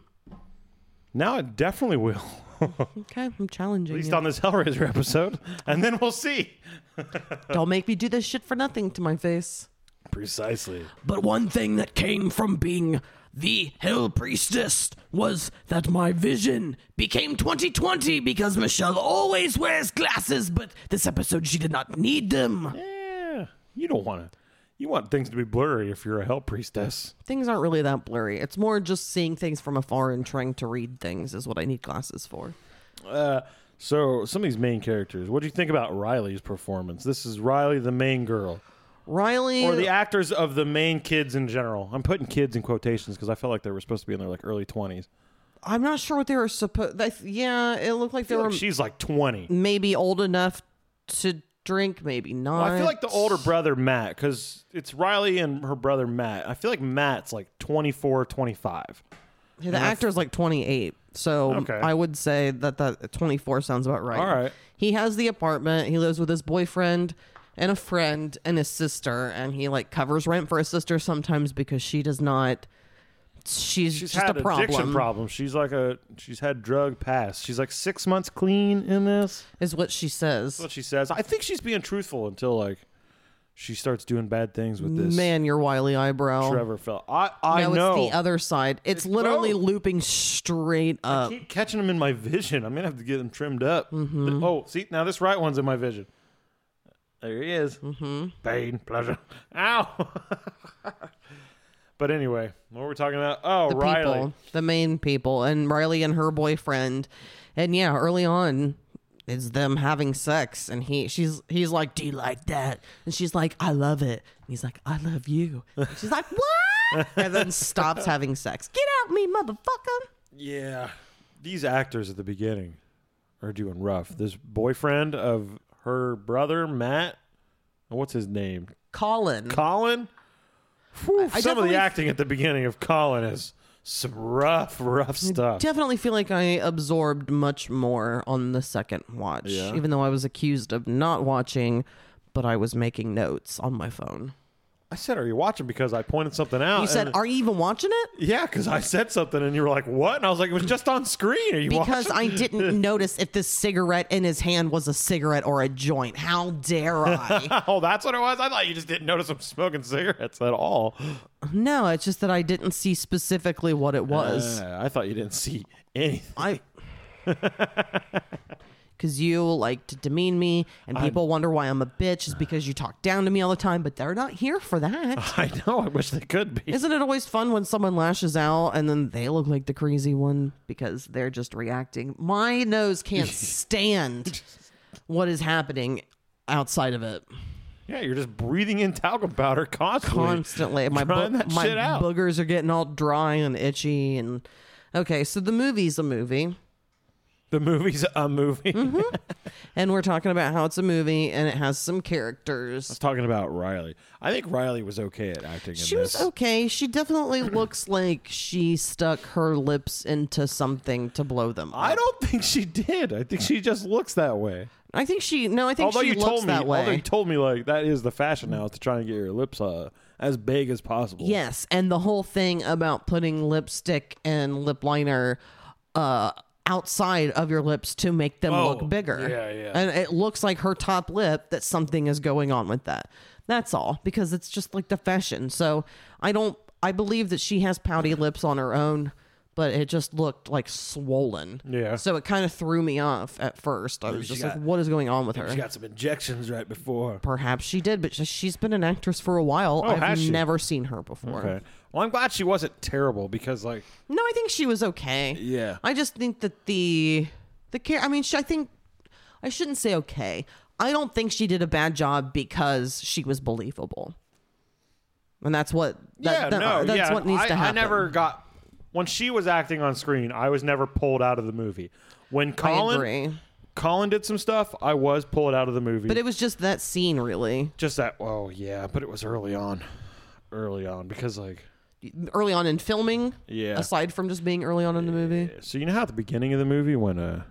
Now it definitely will. At
okay. I'm challenging
least
you.
on this Hellraiser episode, and then we'll see.
Don't make me do this shit for nothing to my face.
Precisely.
but one thing that came from being the Hell Priestess was that my vision became 2020 because Michelle always wears glasses, but this episode she did not need them.
Yeah, you don't want to. You want things to be blurry if you're a hell priestess.
Things aren't really that blurry. It's more just seeing things from afar and trying to read things is what I need glasses for.
So some of these main characters. What do you think about Riley's performance? This is Riley, the main girl.
Riley
or the actors of the main kids in general. I'm putting kids in quotations because I felt like they were supposed to be in their like early 20s.
I'm not sure what they were supposed. Yeah, it looked like they were
Like, she's like 20.
maybe old enough to drink, maybe not.
Well, I feel like the older brother Matt because it's Riley and her brother Matt. I feel like Matt's like 24, 25.
the actor's like 28, so
Okay.
I would say that that 24 sounds about right.
All right.
He has the apartment. He lives with his boyfriend and a friend and his sister, and he like covers rent for his sister sometimes because she does not. She's,
She's
just
had
a
addiction
problem.
problems. She's like a she's had drug past. She's like six months clean in this.
is what she says.
That's what she says. I think she's being truthful until like she starts doing bad things with this
Man, your wily eyebrow.
Trevor fell. I I
no,
know.
it's the other side. It's, literally looping straight up.
keep catching them in my vision. I'm gonna have to get them trimmed up.
Mm-hmm.
Th- Oh, see now this right one's in my vision. There he is. Mm-hmm. Pain, pleasure. Ow. but anyway, what were we talking about? Oh,
the
Riley.
people, the main people, and Riley and her boyfriend. And yeah, early on, it's them having sex, and he, she's, he's like, "Do you like that?" And she's like, "I love it." And he's like, "I love you." And she's like, "What?" and then stops having sex. Get out me, motherfucker!
Yeah, these actors at the beginning are doing rough. This boyfriend of her brother Matt. What's his name?
Colin.
Colin. Whew,
Mm. I
some of
definitely
the
f-
acting at the beginning of Colin is some rough, rough stuff.
Definitely feel like I absorbed much more on the second watch,
Yeah.
even though I was accused of not watching, but I was making notes on my phone.
I said, "Are you watching?" Because I pointed something out.
You
Uh,
said,
and-
"Are you even watching it?"
Yeah, because I said something and you were like, "What?" And I was like, "It was just on screen." Are you
because
watching?
I didn't notice if this cigarette in his hand was a cigarette or a joint. How dare I?
oh, that's what it was. I thought you just didn't notice I'm smoking cigarettes at all.
Uh, no, it's just that I didn't see specifically what it was.
Uh, I thought you didn't see anything.
I because you like to demean me, and people wonder why I'm a bitch is because you talk down to me all the time. But they're not here for that.
I know. I wish they could be.
Isn't it always fun when someone lashes out and then they look like the crazy one because they're just reacting? My nose can't stand what is happening outside of it.
Yeah, you're just breathing in talcum powder constantly.
constantly. My
Trying
bo-
that
my
shit out.
boogers are getting all dry and itchy. And okay, so the movie's a movie,
the movie's a movie.
Mm-hmm.
I
and we're talking about how it's a movie and it has some
was
characters.
talking about Riley. I think Riley was okay at acting.
She
in
was
this.
okay. She definitely looks like she stuck her lips into something to blow them.
I
up.
don't think she did. I think she just looks that way.
I think she. No, I think
although
she
you
looks
told me,
that way.
although you told me, like that is the fashion now is to try and get your lips uh, as big as possible.
Yes, and the whole thing about putting lipstick and lip liner uh outside of your lips to make them
Oh,
look bigger.
yeah, yeah.
And it looks like her top lip that something is going on with that. That's all because it's just like the fashion. So I don't I believe that she has pouty lips on her own, but it just looked like swollen.
Yeah.
So it kind of threw me off at first. I was
she
just
got-
like, what is going on with her?
She got some injections right before.
Perhaps she did, but sh- she's been an actress for a while.
Oh,
I've
has she?
never seen her before.
Okay. Well, I'm glad she wasn't terrible because, like,
No, I think she was okay.
Yeah.
I just think that the the care. I mean, sh- I think I shouldn't say okay. I don't think she did a bad job because she was believable, and that's what. That,
yeah,
that-
no,
that's
yeah.
what needs
I,
to
I
happen.
never got when she was acting on screen. I was never pulled out of the movie. When
I
Colin
agree.
Colin did some stuff, I was pulled out of the movie.
But it was just that scene, really,
just that. Oh yeah, but it was early on, early on because like
early on in filming.
Yeah.
Aside from just being early on in the movie,
so you know how at the beginning of the movie when uh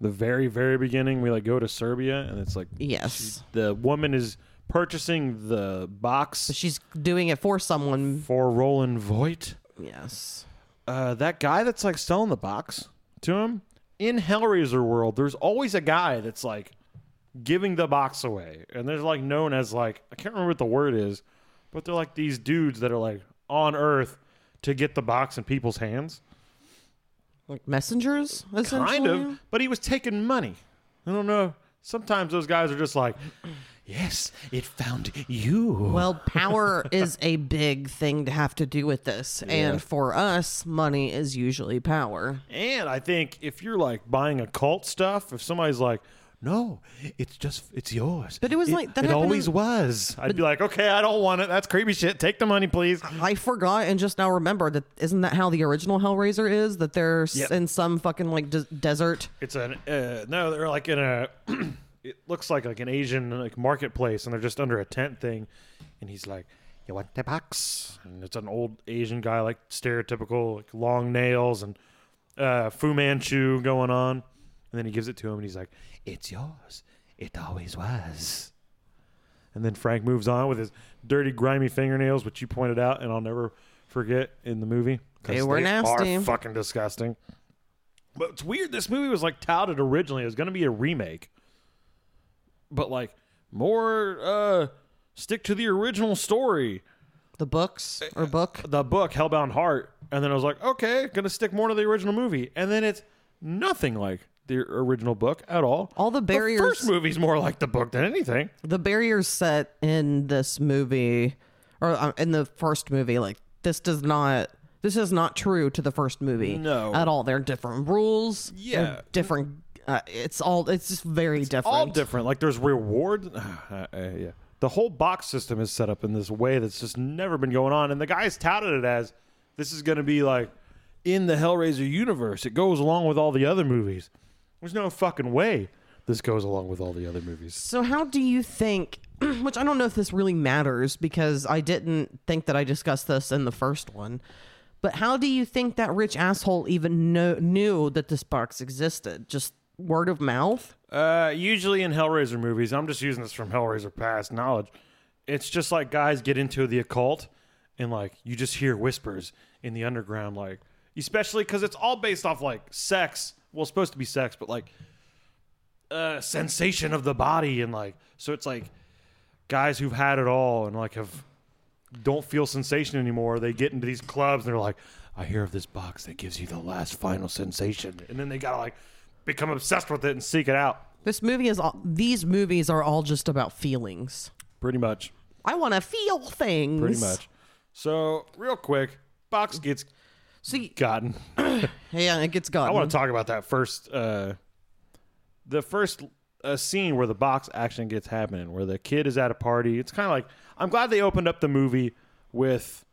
the very very beginning we like go to Serbia and it's like
E yes,
the woman is purchasing the box
she's doing it for someone.
for Roland Voight.
Yes.
uh, that guy that's like selling the box to him in Hellraiser world. There's always a guy that's like giving the box away, and there's like known as like I can't remember what the word is, but they're like these dudes that are like on Earth to get the box in people's hands,
Like messengers, essentially.
kind of. But he was taking money. I don't know. Sometimes those guys are just like, yes, it found you.
Well, power is a big thing to have to do with this. And for us, money is usually power.
And I think if you're like buying occult stuff, if somebody's like, "No, it's just it's yours,"
But it was like- that
it
happened
always
in-
was. I'd be like, "Okay, I don't want it. That's creepy shit. Take the money, please."
I forgot and just now remembered that isn't that how the original Hellraiser is? That they're s
Yep.
in some fucking like des desert.
It's an uh, no. They're like in a. it looks like like an Asian like marketplace, and they're just under a tent thing, and he's like. You want the box? And it's an old Asian guy, like stereotypical, like long nails and uh, Fu Manchu going on. And then he gives it to him, and he's like, "It's yours. It always was." And then Frank moves on with his dirty, grimy fingernails, which you pointed out, and I'll never forget in the movie. 'cause
They were nasty.
Are fucking disgusting. But it's weird. This movie was like touted originally as going to be a remake, but like more uh stick to the original story,
The books or
Uh-huh.
book.
the book Hellbound Heart. And then I was like, okay, going to stick more to the original movie. And then it's nothing like the original book at all.
All the barriers-
The first movie's more like the book than anything.
The barriers set in this movie or uh, in the first movie, like this does not. This is not true to the first movie.
No.
At all. There are different rules.
Yeah.
they're Different. Uh, it's all. It's just very different.
all different. Like there's rewards. Uh, uh, yeah, the whole box system is set up in this way that's just never been going on. And the guys touted it as this is going to be like in the Hellraiser universe. It goes along with all the other movies. There's no fucking way this goes along with all the other movies.
So how do you think which I don't know if this really matters because I didn't think that I discussed this in the first one. But how do you think that rich asshole even know, knew that this box existed? Just word of mouth?
Uh, usually in Hellraiser movies, I'm just using this from Hellraiser past knowledge. It's just like guys get into the occult and like you just hear whispers in the underground, like especially because it's all based off like sex. Well, it's supposed to be sex, but like uh, sensation of the body and like so it's like guys who've had it all and like have don't feel sensation anymore. They get into these clubs and they're like, I hear of this box that gives you the last final sensation, and then they gotta like become obsessed with it and seek it out.
This movie is all, these movies are all just about feelings.
Pretty much.
I want to feel things.
Pretty much. So, real quick, box gets
See,
gotten.
yeah, it gets
I
gotten.
want to talk about that first. Uh, the first uh, scene where the box action gets happening, where the kid is at a party. It's kind of like I'm glad they opened up the movie with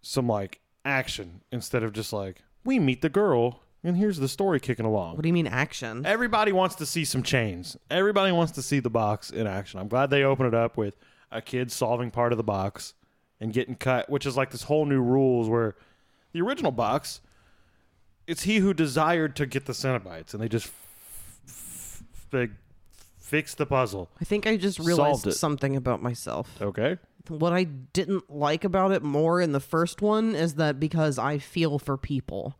some like action instead of just like we meet the girl and here's the story kicking along.
what do you mean
Eh,
action?
Everybody wants to see some chains. Everybody wants to see the box in action. I'm glad they opened it up with a kid solving part of the box and getting cut, which is like this whole new rules where the original box, it's he who desired to get the Cenobites, and they just f- f- f- they fix the puzzle.
I think I just
Solved
realized
it.
something about myself.
Okay.
what I didn't like about it more in the first one is that because I feel for people,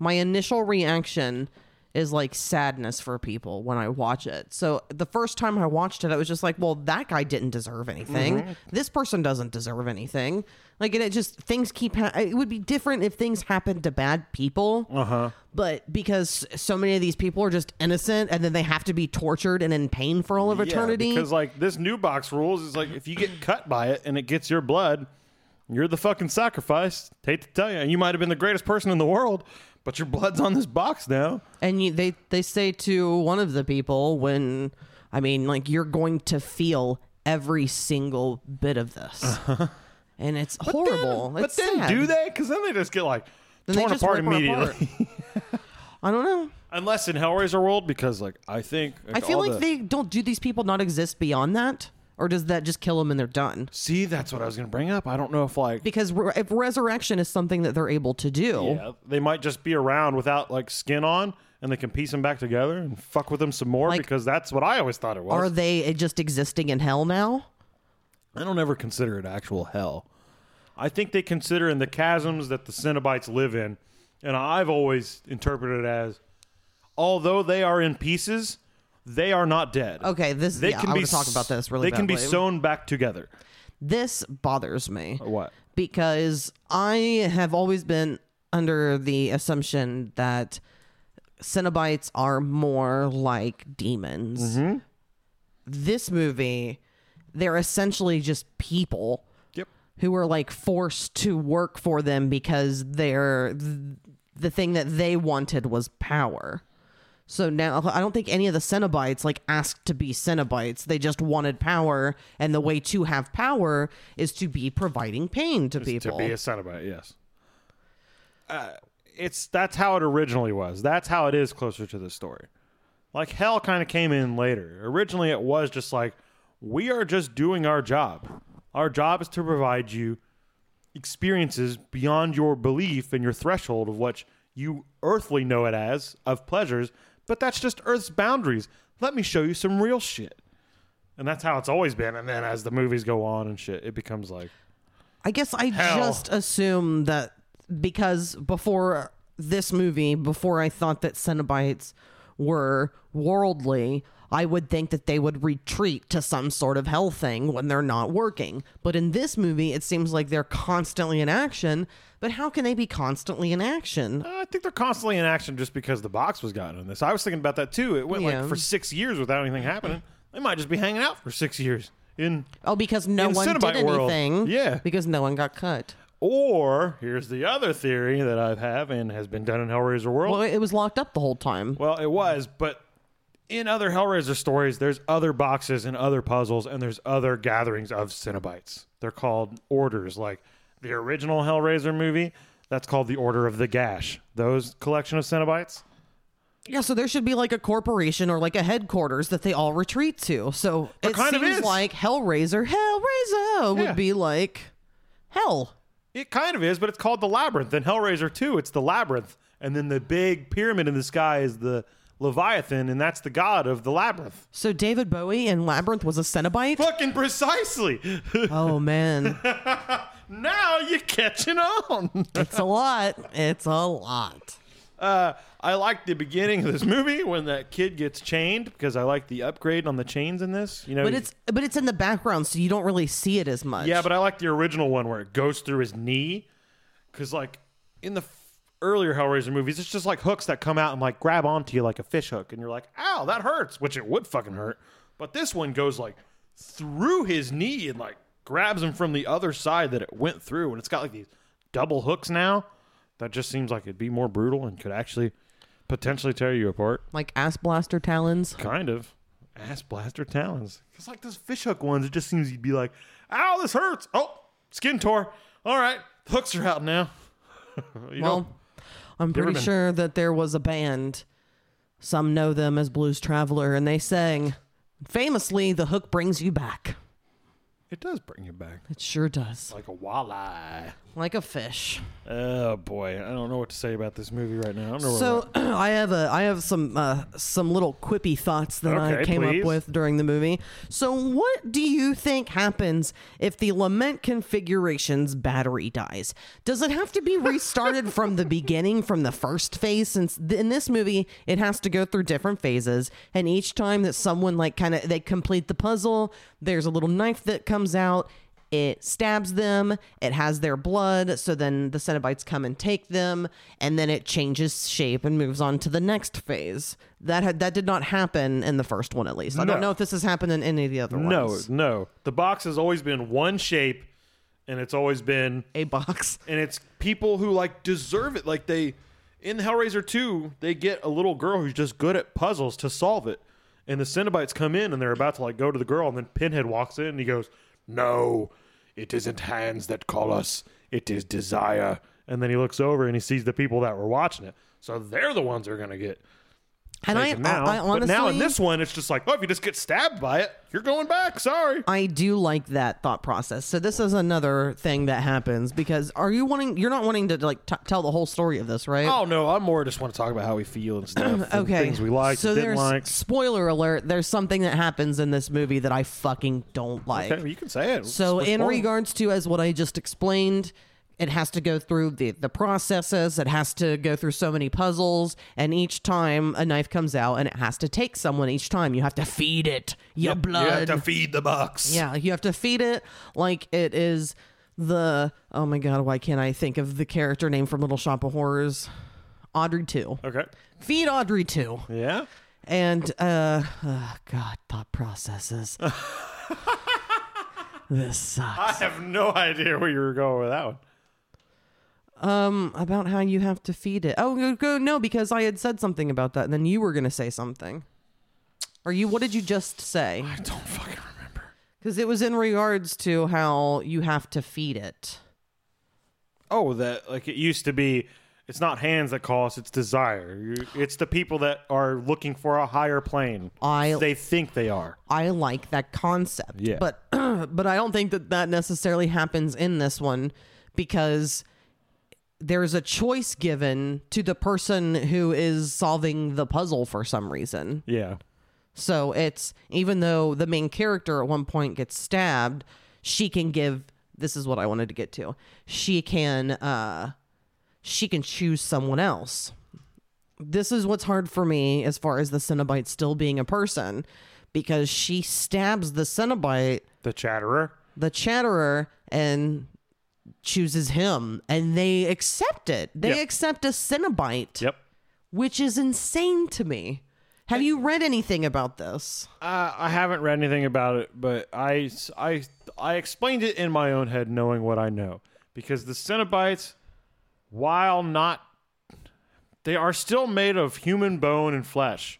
my initial reaction is like sadness for people when I watch it. So the first time I watched it, I was just like, well, that guy didn't deserve anything. This person doesn't deserve anything. Like, and it just things keep. Ha- it would be different if things happened to bad people. Uh huh. But because so many of these people are just innocent, and then they have to be tortured and in pain for all of eternity.
because like this new box rules is like if you get cut by it and it gets your blood, you're the fucking sacrifice. Hate to tell you, and you might have been the greatest person in the world, but your blood's on this box now.
And you, they they say to one of the people when I mean like you're going to feel every single bit of this. And it's horrible.
Uh-huh. But
It's
then
sad.
do they? Because then they just get like
Then they
torn
just
apart
rip her
immediately.
apart. I don't know.
Unless in Hellraiser world, because like I think
I feel
all
like
the-
they don't do these people not exist beyond that or does that just kill them and they're done?
see that's what I was gonna bring up. I don't know if like
Because re- if resurrection is something that they're able to do,
yeah, they might just be around without like skin on, and they can piece them back together and fuck with them some more
Like-
because that's what I always thought it was.
are they just existing in hell now?
I don't ever consider it actual hell. I think they consider in the chasms that the Cenobites live in, and I've always interpreted it as, although they are in pieces, they are not dead.
Okay, this
they
yeah,
can
I
be
want to talk about this really
They can be
badly.
sewn back together.
This bothers me.
What?
because I have always been under the assumption that Cenobites are more like demons. This movie, they're essentially just people
Yep.
who are like forced to work for them because they're th- the thing that they wanted was power. So now I don't think any of the Cenobites like asked to be Cenobites. They just wanted power, and the way to have power is to be providing pain to people.
To be a Cenobite, yes. Uh, it's that's how it originally was. That's how it is closer to the story. Like hell kind of came in later. Originally, it was just like we are just doing our job. Our job is to provide you experiences beyond your belief and your threshold of what you earthly know it as of pleasures, but that's just Earth's boundaries. Let me show you some real shit. And that's how it's always been. And then as the movies go on and shit, it becomes like
I guess I
Hell.
just assume that because before this movie, before I thought that Cenobites were worldly, I would think that they would retreat to some sort of hell thing when they're not working. But in this movie, it seems like they're constantly in action. But how can they be constantly in action?
I think they're constantly in action just because the box was gotten on this. I was thinking about that too. It went
Yeah.
like for six years without anything happening. They might just be hanging out for six years in
Oh, because no
In
one did
Cenobite world,
anything.
yeah.
Because no one got cut.
or here's the other theory that I have and has been done in Hellraiser World.
Well, it was locked up the whole time.
Well, it was, but in other Hellraiser stories, there's other boxes and other puzzles, and there's other gatherings of Cenobites. They're called orders. Like the original Hellraiser movie, that's called the Order of the Gash. Those collection of Cenobites.
Yeah, so there should be like a corporation or like a headquarters that they all retreat to. So it
kind of
seems
is.
like Hellraiser, Hellraiser would
Yeah.
be like hell.
It kind of is, but it's called the Labyrinth. In Hellraiser 2, it's the Labyrinth. And then the big pyramid in the sky is the Leviathan, and that's the god of the Labyrinth.
So David Bowie in Labyrinth was a Cenobite.
Fucking precisely.
Oh man,
now you're catching on.
it's a lot. It's a lot.
Uh, I like the beginning of this movie when that kid gets chained because I like the upgrade on the chains in this. You know,
But
you-
it's but it's in the background, so you don't really see it as much.
Yeah, but I like the original one where it goes through his knee. Because, like, in the f- earlier Hellraiser movies, it's just like hooks that come out and, like, grab onto you like a fish hook. And you're like, ow, that hurts, which it would fucking hurt. But this one goes, like, through his knee and, like, grabs him from the other side that it went through. And it's got, like, these double hooks now. That just seems like it'd be more brutal and could actually potentially tear you apart.
like ass blaster talons.
Kind of. Ass blaster talons. It's like those fishhook ones. It just seems you'd be like, ow, this hurts. Oh, skin tore. All right. The hooks are out now. you know,
Well, I'm
ever
pretty
been-
sure that there was a band. Some know them as Blues Traveler, and they sang famously, "The hook brings you back."
It does bring you back.
It sure does.
Like a walleye.
Like a fish.
Oh boy, I don't know what to say about this movie right now. I don't know
So I have a I have some uh, some little quippy thoughts that I
Okay,
came
please.
up with during the movie. So what do you think happens if the lament configuration's battery dies? Does it have to be restarted from the beginning from the first phase? Since th- in this movie it has to go through different phases, and each time that someone like kind of they complete the puzzle, there's a little knife that comes out it stabs them it has their blood so then the cenobites come and take them and then it changes shape and moves on to the next phase that had that did not happen in the first one at least i don't
No.
know if this has happened in any of the other
No,
ones
no. The box has always been one shape, and it's always been,
a box
and it's
People who like deserve it, like they in Hellraiser two, they get a little girl who's just good at
puzzles to solve it. And the Cenobites come in, and they're about to like go to the girl, and then Pinhead walks in, and he goes, "No, it isn't hands that call us; it is desire." And then he looks over, and he sees the people that were watching it, so they're the ones they're gonna get.
and I,
taken now.
I, I honestly
but now in this one, it's just like, oh, if you just get stabbed by it, you're going back. Sorry.
I do like that thought process. So this is another thing that happens because are you wanting? You're not wanting to like t- tell the whole story of this, right?
Oh no, I more just want to talk about how we feel and stuff. and
okay.
things we liked,
So
didn't
there's
like.
spoiler alert. There's something that happens in this movie that I fucking don't like.
Okay, you can say it.
So
It's
in
spoiled.
regards to as what I just explained, it has to go through the the processes. It has to go through so many puzzles, and each time a knife comes out, and it has to take someone each time. You have to feed it your blood.
you have to feed the box.
Yeah, you have to feed it like it is the oh my god, why can't I think of the character name from Little Shop of Horrors? Audrey 2.
Okay.
Feed Audrey 2.
Yeah.
And uh, oh god, thought processes. this sucks.
I have no idea where you were going with that one.
Um about how you have to feed it. Oh, go- go no because I had said something about that and then you were going to say something. Are you what did you just say?
I don't fucking remember.
Cuz it was in regards to how you have to feed it.
Oh, that like it used to be. It's not hands that call us; it's desire. You- It's the people that are looking for a higher plane.
I-
they think they are.
I like that concept.
Yeah.
But but I don't think that that necessarily happens in this one because there's a choice given to the person who is solving the puzzle for some reason.
Yeah.
So it's even though the main character at one point gets stabbed, she can give this is what I wanted to get to. She can uh she can choose someone else. This is what's hard for me as far as the Cenobite still being a person because she stabs the Cenobite,
The chatterer.
the chatterer, and chooses him and they accept it. They
Yep.
accept a Cenobite,
Yep.
which is insane to me. Have you read anything about this?
Uh, I haven't read anything about it, but I, s- I, I explained it in my own head, knowing what I know, because the Cenobites, while not, they are still made of human bone and flesh,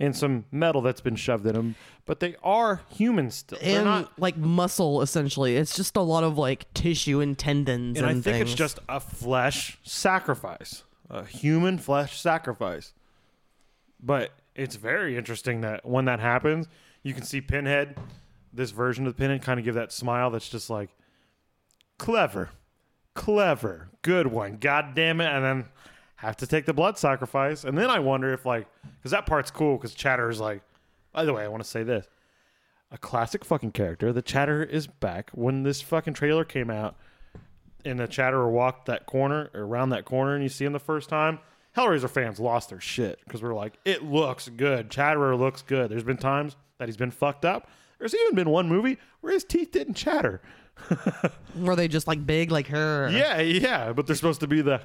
and some metal that's been shoved in them, but they are human still. They're
and
not.
like muscle essentially it's just a lot of like tissue and tendons
And
and,
I think
things.
it's just a flesh sacrifice, a human flesh sacrifice. But it's very interesting that when that happens, you can see Pinhead, this version of Pinhead, kind of give that smile that's just like, clever, clever, good one, god damn it. And then have to take the blood sacrifice. And then I wonder if, like, because that part's cool because Chatter is like, by the way, I want to say this. A classic fucking character. The Chatter is back. When this fucking trailer came out, and the chatterer walked that corner around that corner and you see him the first time hellraiser fans lost their shit because we're like it looks good chatterer looks good there's been times that he's been fucked up there's even been one movie where his teeth didn't chatter
were they just like big like her
yeah yeah but they're supposed to be the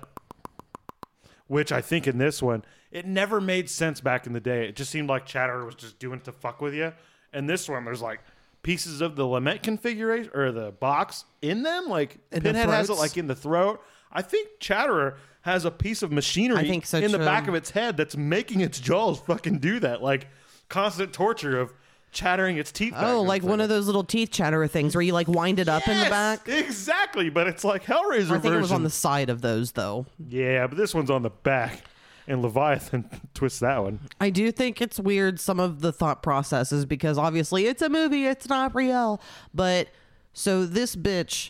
which i think in this one it never made sense back in the day it just seemed like chatterer was just doing it to fuck with you and this one there's like pieces of the lament configuration or the box in them like
In the
pinhead has it
throats?
like in the throat i think chatterer has a piece of machinery
I think um, so,
in the
too.
back of its head that's making its jaws fucking do that like constant torture of chattering its teeth
oh like one of those little teeth chatterer things where you like wind it up in the back
exactly but it's like hellraiser
i think it was
version.
on the side of those though
Yeah, but this one's on the back. and Leviathan twists that one.
I do think it's weird some of the thought processes because obviously it's a movie, it's not real. But so this bitch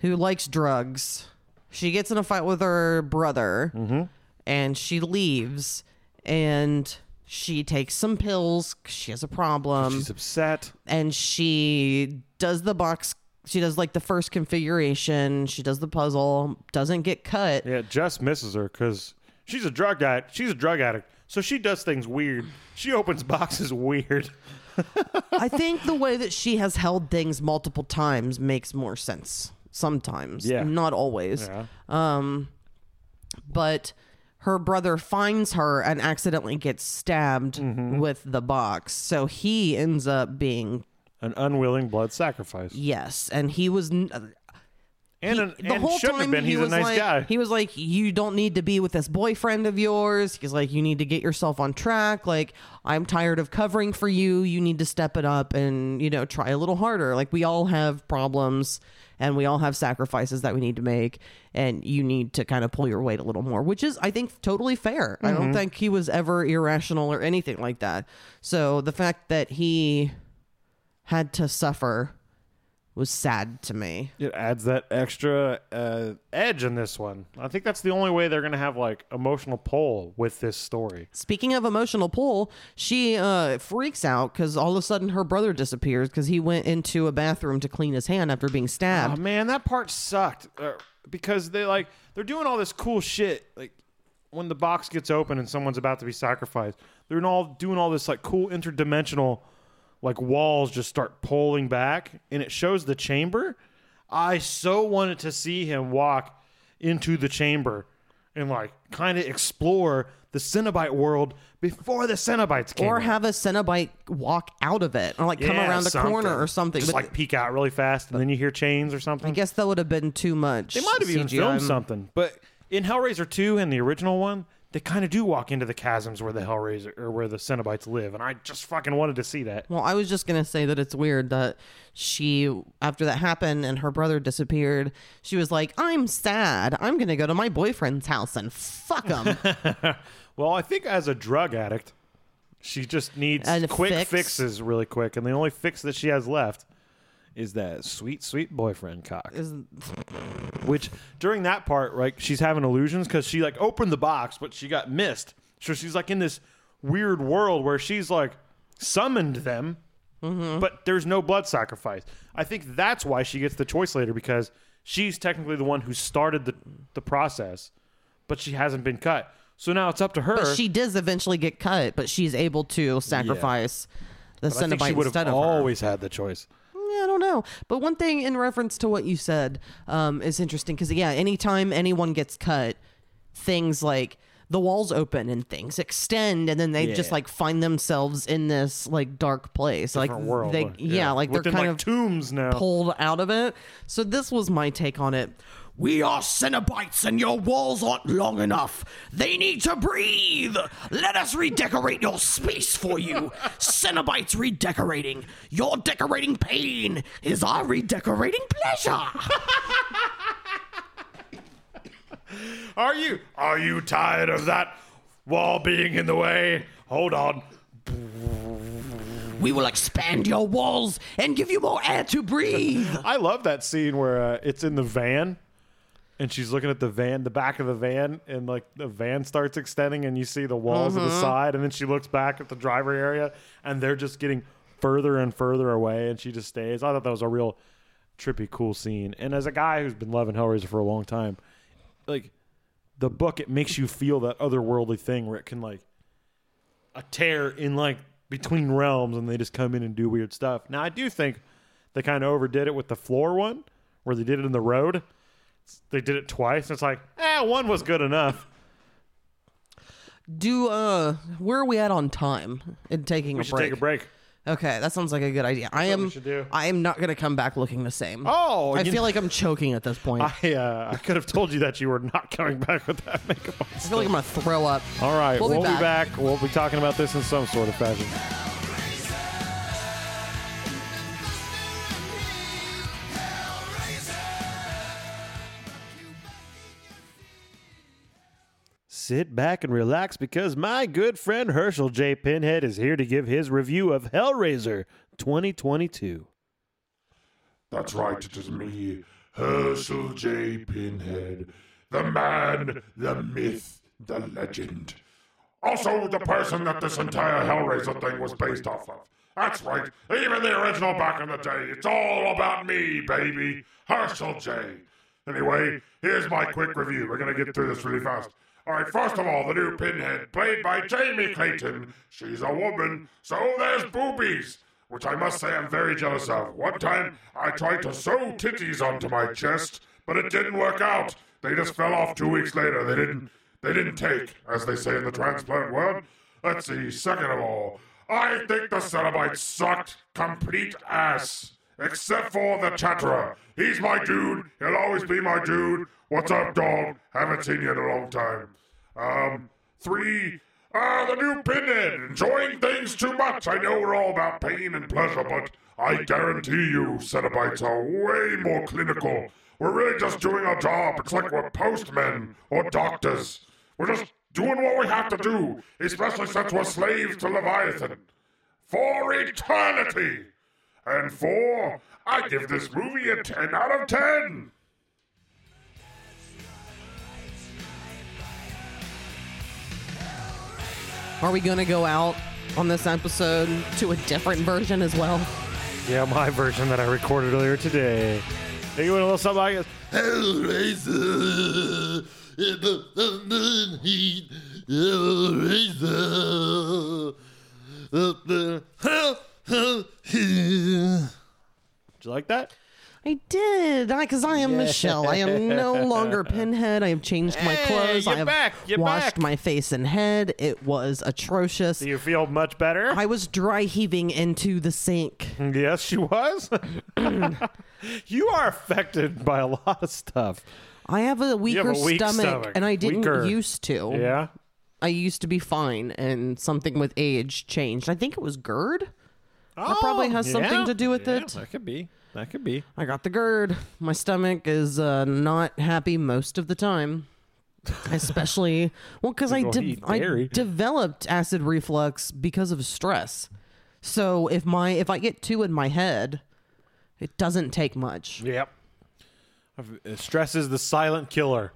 who likes drugs, she gets in a fight with her brother and she leaves and she takes some pills 'cause she has a problem
She's upset.
and she does the box she does like the first configuration she does the puzzle doesn't get cut
Yeah, Jess misses her because she's a drug addict. She's a drug addict, so she does things weird. She opens boxes weird.
i think the way that she has held things multiple times makes more sense sometimes
Yeah.
not always Um, but her brother finds her and accidentally gets stabbed
Mm-hmm.
with the box so he ends up being
An unwilling blood sacrifice.
yes and he was n-
And, an,
the
and
whole
shouldn't
time
have been.
he
He's a
was
nice
like,
guy.
He was like, "You don't need to be with this boyfriend of yours." He's like, "You need to get yourself on track. Like, I'm tired of covering for you. You need to step it up and you know try a little harder. Like, we all have problems and we all have sacrifices that we need to make, and you need to kind of pull your weight a little more, which is, I think, totally fair. I
Mm-hmm.
don't think he was ever irrational or anything like that. So the fact that he had to suffer was sad to me.
it adds that extra uh, edge in this one. I think that's the only way they're going to have like emotional pull with this story.
Speaking of emotional pull, she uh, freaks out because all of a sudden her brother disappears because he went into a bathroom to clean his hand after being
Oh
stabbed.
man, that part sucked uh, because they like they're doing all this cool shit. Like when the box gets open and someone's about to be sacrificed, they're in all doing all this like cool interdimensional like walls just start pulling back and it shows the chamber. I so wanted to see him walk into the chamber and like kind of explore the Cenobite world before the Cenobites came.
or
out.
have a Cenobite walk out of it or like come
Yeah,
around a
something.
corner or something.
Just
but
like peek out really fast and then you hear chains or something.
I guess that would have been too much.
They might have even
CGI.
filmed something, but in Hellraiser two and the original one, they kind of do walk into the chasms where the Hellraiser or where the Cenobites live, and I just fucking wanted to see that.
Well, I was just gonna say that it's weird that she, after that happened and her brother disappeared, she was like, "I'm sad. I'm gonna go to my boyfriend's house and fuck him."
Well, I think as a drug addict, she just needs
And a
quick
fix.
fixes really quick, and the only fix that she has left is that sweet, sweet boyfriend cock. Which during that part, right, she's having illusions because she like opened the box, but she got missed. So she's like in this weird world where she's like summoned them,
Mm-hmm.
but there's no blood sacrifice. I think that's why she gets the choice later because she's technically the one who started the the process, but she hasn't been cut. So now it's up to her.
But she does eventually get cut, but she's able to sacrifice the
I think she
Cenobite
would
instead
have
of
always had the choice.
her. Yeah, I don't know. But one thing in reference to what you said um, is interesting because, yeah, anytime anyone gets cut, things like the walls open and things extend and then they just like find themselves in this like dark place like
Different world.
they yeah, like they're
Within,
kind
like
of
tombs now.
pulled out of it so this was my take on it
We are Cenobites, and your walls aren't long enough. They need to breathe. Let us redecorate your space for you. Cenobites redecorating. Your decorating pain is our redecorating pleasure.
Are you? Are you tired of that wall being in the way? Hold on.
We will expand your walls and give you more air to breathe.
I love that scene where uh, it's in the van, and she's looking at the van, the back of the van, and like the van starts extending, and you see the walls of the side, and then she looks back at the driver area, and they're just getting further and further away, and she just stays. I thought that was a real trippy, cool scene. And as a guy who's been loving Hellraiser for a long time, like the book, it makes you feel that otherworldly thing where it can like a tear in like between realms, and they just come in and do weird stuff. Now I do think they kind of overdid it with the floor one where they did it in the road they did it twice it's like eh one was good enough
do uh where are we at on time in taking
we
a
should
break
take a break
Okay, that sounds like a good idea. I am.
should do.
I am not gonna come back looking the same.
Oh,
I
you-
feel like I'm choking at this point. I,
i, uh, I could have told you that you were not coming back with that makeup on
feel like I'm gonna throw up.
all right
We'll be
be
back.
back we'll be talking about this in some sort of fashion sit back and relax because my good friend Herschel J. Pinhead is here to give his review of Hellraiser 2022.
That's right, it is me, Herschel J. Pinhead, the man, the myth, the legend. Also, the person that this entire Hellraiser thing was based off of. That's right, even the original back in the day, it's all about me, baby, Herschel J. Anyway, here's my quick review. We're gonna get through this really fast. Alright, first of all, the new Pinhead, played by Jamie Clayton. She's a woman, so there's boobies which I must say I'm very jealous of. One time, I tried to sew titties onto my chest, but it didn't work out. They just fell off two weeks later. They didn't. They didn't take, as they say in the transplant world. Let's see. Second of all, I think the Cenobites sucked complete ass, except for the Chatterer. He's my dude. He'll always be my dude. What's up, dog? Haven't seen you in a long time. Um, three. Ah, the new pinhead, enjoying things too much. I know we're all about pain and pleasure, but I guarantee you, Cenobites are way more clinical. We're really just doing our job. It's like we're postmen or doctors. We're just doing what we have to do, especially since we're slaves to Leviathan. For eternity! And for, I give this movie a 10 out of 10!
Are we going to go out on this episode to a different version as well?
Yeah, my version that I recorded earlier today. Think it went a little something like this.
Hellraiser, in the thunder and heat, Hellraiser, up there, hell, hell, yeah.
Did you like that?
I did. I because I am Michelle. I am no longer Pinhead. I have changed my
Hey,
clothes.
you're
I have
back, you're
washed
back.
my face and head. It was atrocious.
Do you feel much better?
I was dry heaving into the sink.
yes, she was. you are affected by a lot of stuff.
I have a weaker
have a weak
stomach,
stomach.
and I didn't
Weaker.
used to.
Yeah.
I used to be fine, and something with age changed. I think it was GERD. that probably has something to do with it.
Oh, That could be. That could be.
I got the GERD. My stomach is uh, not happy most of the time. Especially, well, because I,
gonna
de-
eat
I
dairy.
developed acid reflux because of stress. So if my if I get two in my head, it doesn't take much.
Yep. uh, Stress is the silent killer.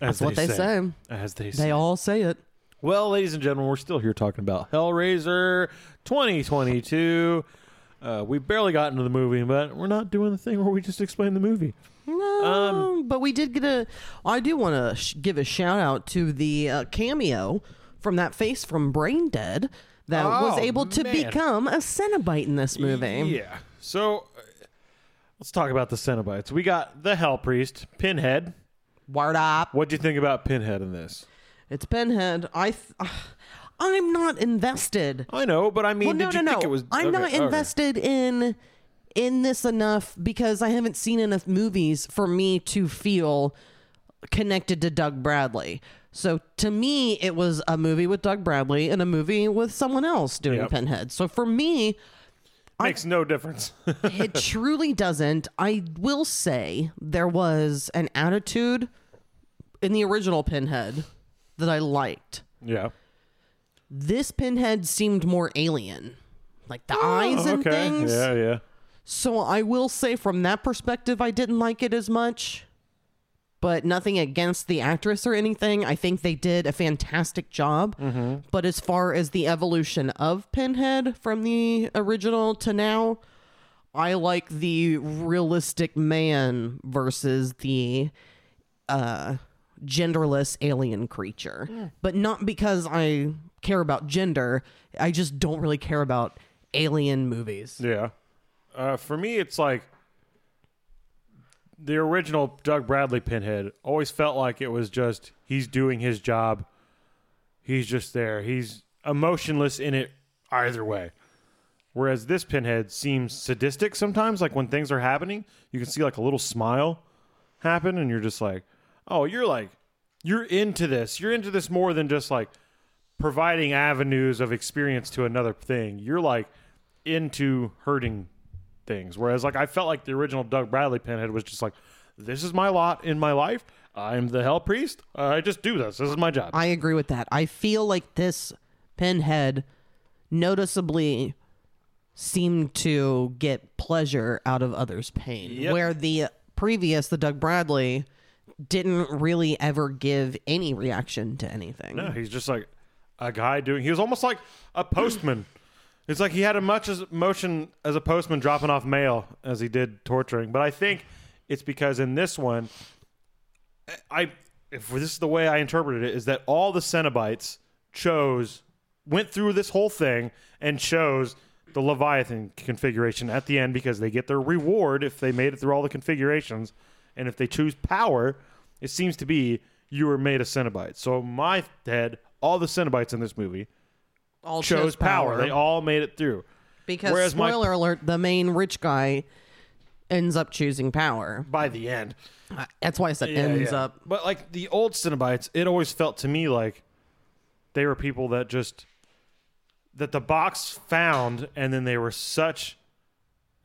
as
That's what they say.
As they say.
They all say it.
Well, ladies and gentlemen, we're still here talking about Hellraiser 2022. Uh, we barely got into the movie, but we're not doing the thing where we just explain the movie. Um,
No, Oh, but we did get a. I do want to sh- give a shout out to the uh, cameo from that face from Brain Dead that was
Oh,
able to
man.
become a Cenobite in this movie.
Yeah. So uh, let's talk about the Cenobites. We got the Hell Priest, Pinhead.
Word up.
What'd you think about Pinhead in this?
It's Pinhead. I. Th- I'm not invested.
I know, but I mean,
well, no,
did
no,
you
no.
think it was?
I'm
okay,
not
okay.
invested in in this enough because I haven't seen enough movies for me to feel connected to Doug Bradley. So to me, it was a movie with Doug Bradley and a movie with someone else doing
Yep.
Pinhead. So for me,
Makes no difference.
it truly doesn't. I will say there was an attitude in the original Pinhead that I liked.
yeah.
This Pinhead seemed more alien. Like the eyes and
Oh, okay.
things.
Yeah, yeah.
So I will say from that perspective, I didn't like it as much, but nothing against the actress or anything. I think they did a fantastic job. But as far as the evolution of Pinhead from the original to now, I like the realistic man versus the uh, genderless alien creature. But not because I care about gender, I just don't really care about alien movies.
Yeah. Uh, for me, it's like the original Doug Bradley Pinhead always felt like it was just he's doing his job. He's just there. He's emotionless in it either way. Whereas this Pinhead seems sadistic sometimes. Like when things are happening, you can see like a little smile happen, and you're just like, oh, you're like, you're into this. You're into this more than just like providing avenues of experience to another thing. You're like into hurting things. Whereas like I felt like the original Doug Bradley pinhead was just like, this is my lot in my life, I'm the hell priest. I just do this. This is my job.
I agree with that. I feel like this pinhead noticeably seemed to get pleasure out of others' pain, where the previous, the Doug Bradley, didn't really ever give any reaction to anything.
No, he's just like a guy doing. He was almost like a postman. it's like he had as much as motion as a postman dropping off mail as he did torturing. But I think it's because in this one, I if this is the way I interpreted it is that all the Cenobites chose went through this whole thing and chose the Leviathan configuration at the end because they get their reward if they made it through all the configurations, and if they choose power, it seems to be you were made a Cenobite. So in my head, all the Cenobites in this movie
All
chose power. They all made it through.
because
whereas my-
spoiler alert, the main rich guy ends up choosing power.
By the end,
That's why I said
Yeah,
ends
yeah.
up.
But like the old Cenobites, it always felt to me like they were people that just that the box found, and then they were such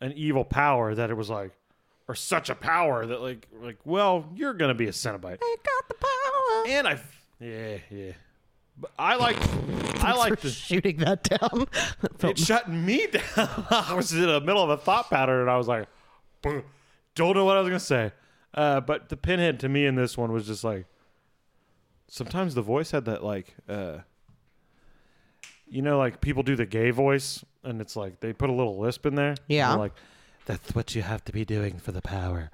an evil power that it was like, or such a power that like, like, well, you're gonna be a Cenobite,
They got the power.
and I, yeah, yeah. But I like, I like the.
Shooting that down. That
It
felt
shut me down. I was in the middle of a thought pattern, and I was like, "Buh." "Don't know what I was gonna say." Uh, but the pinhead to me in this one was just like. Sometimes the voice had that like, uh, you know, like people do the gay voice, and it's like they put a little lisp in there.
Yeah.
They're like that's what you have to be doing for the power.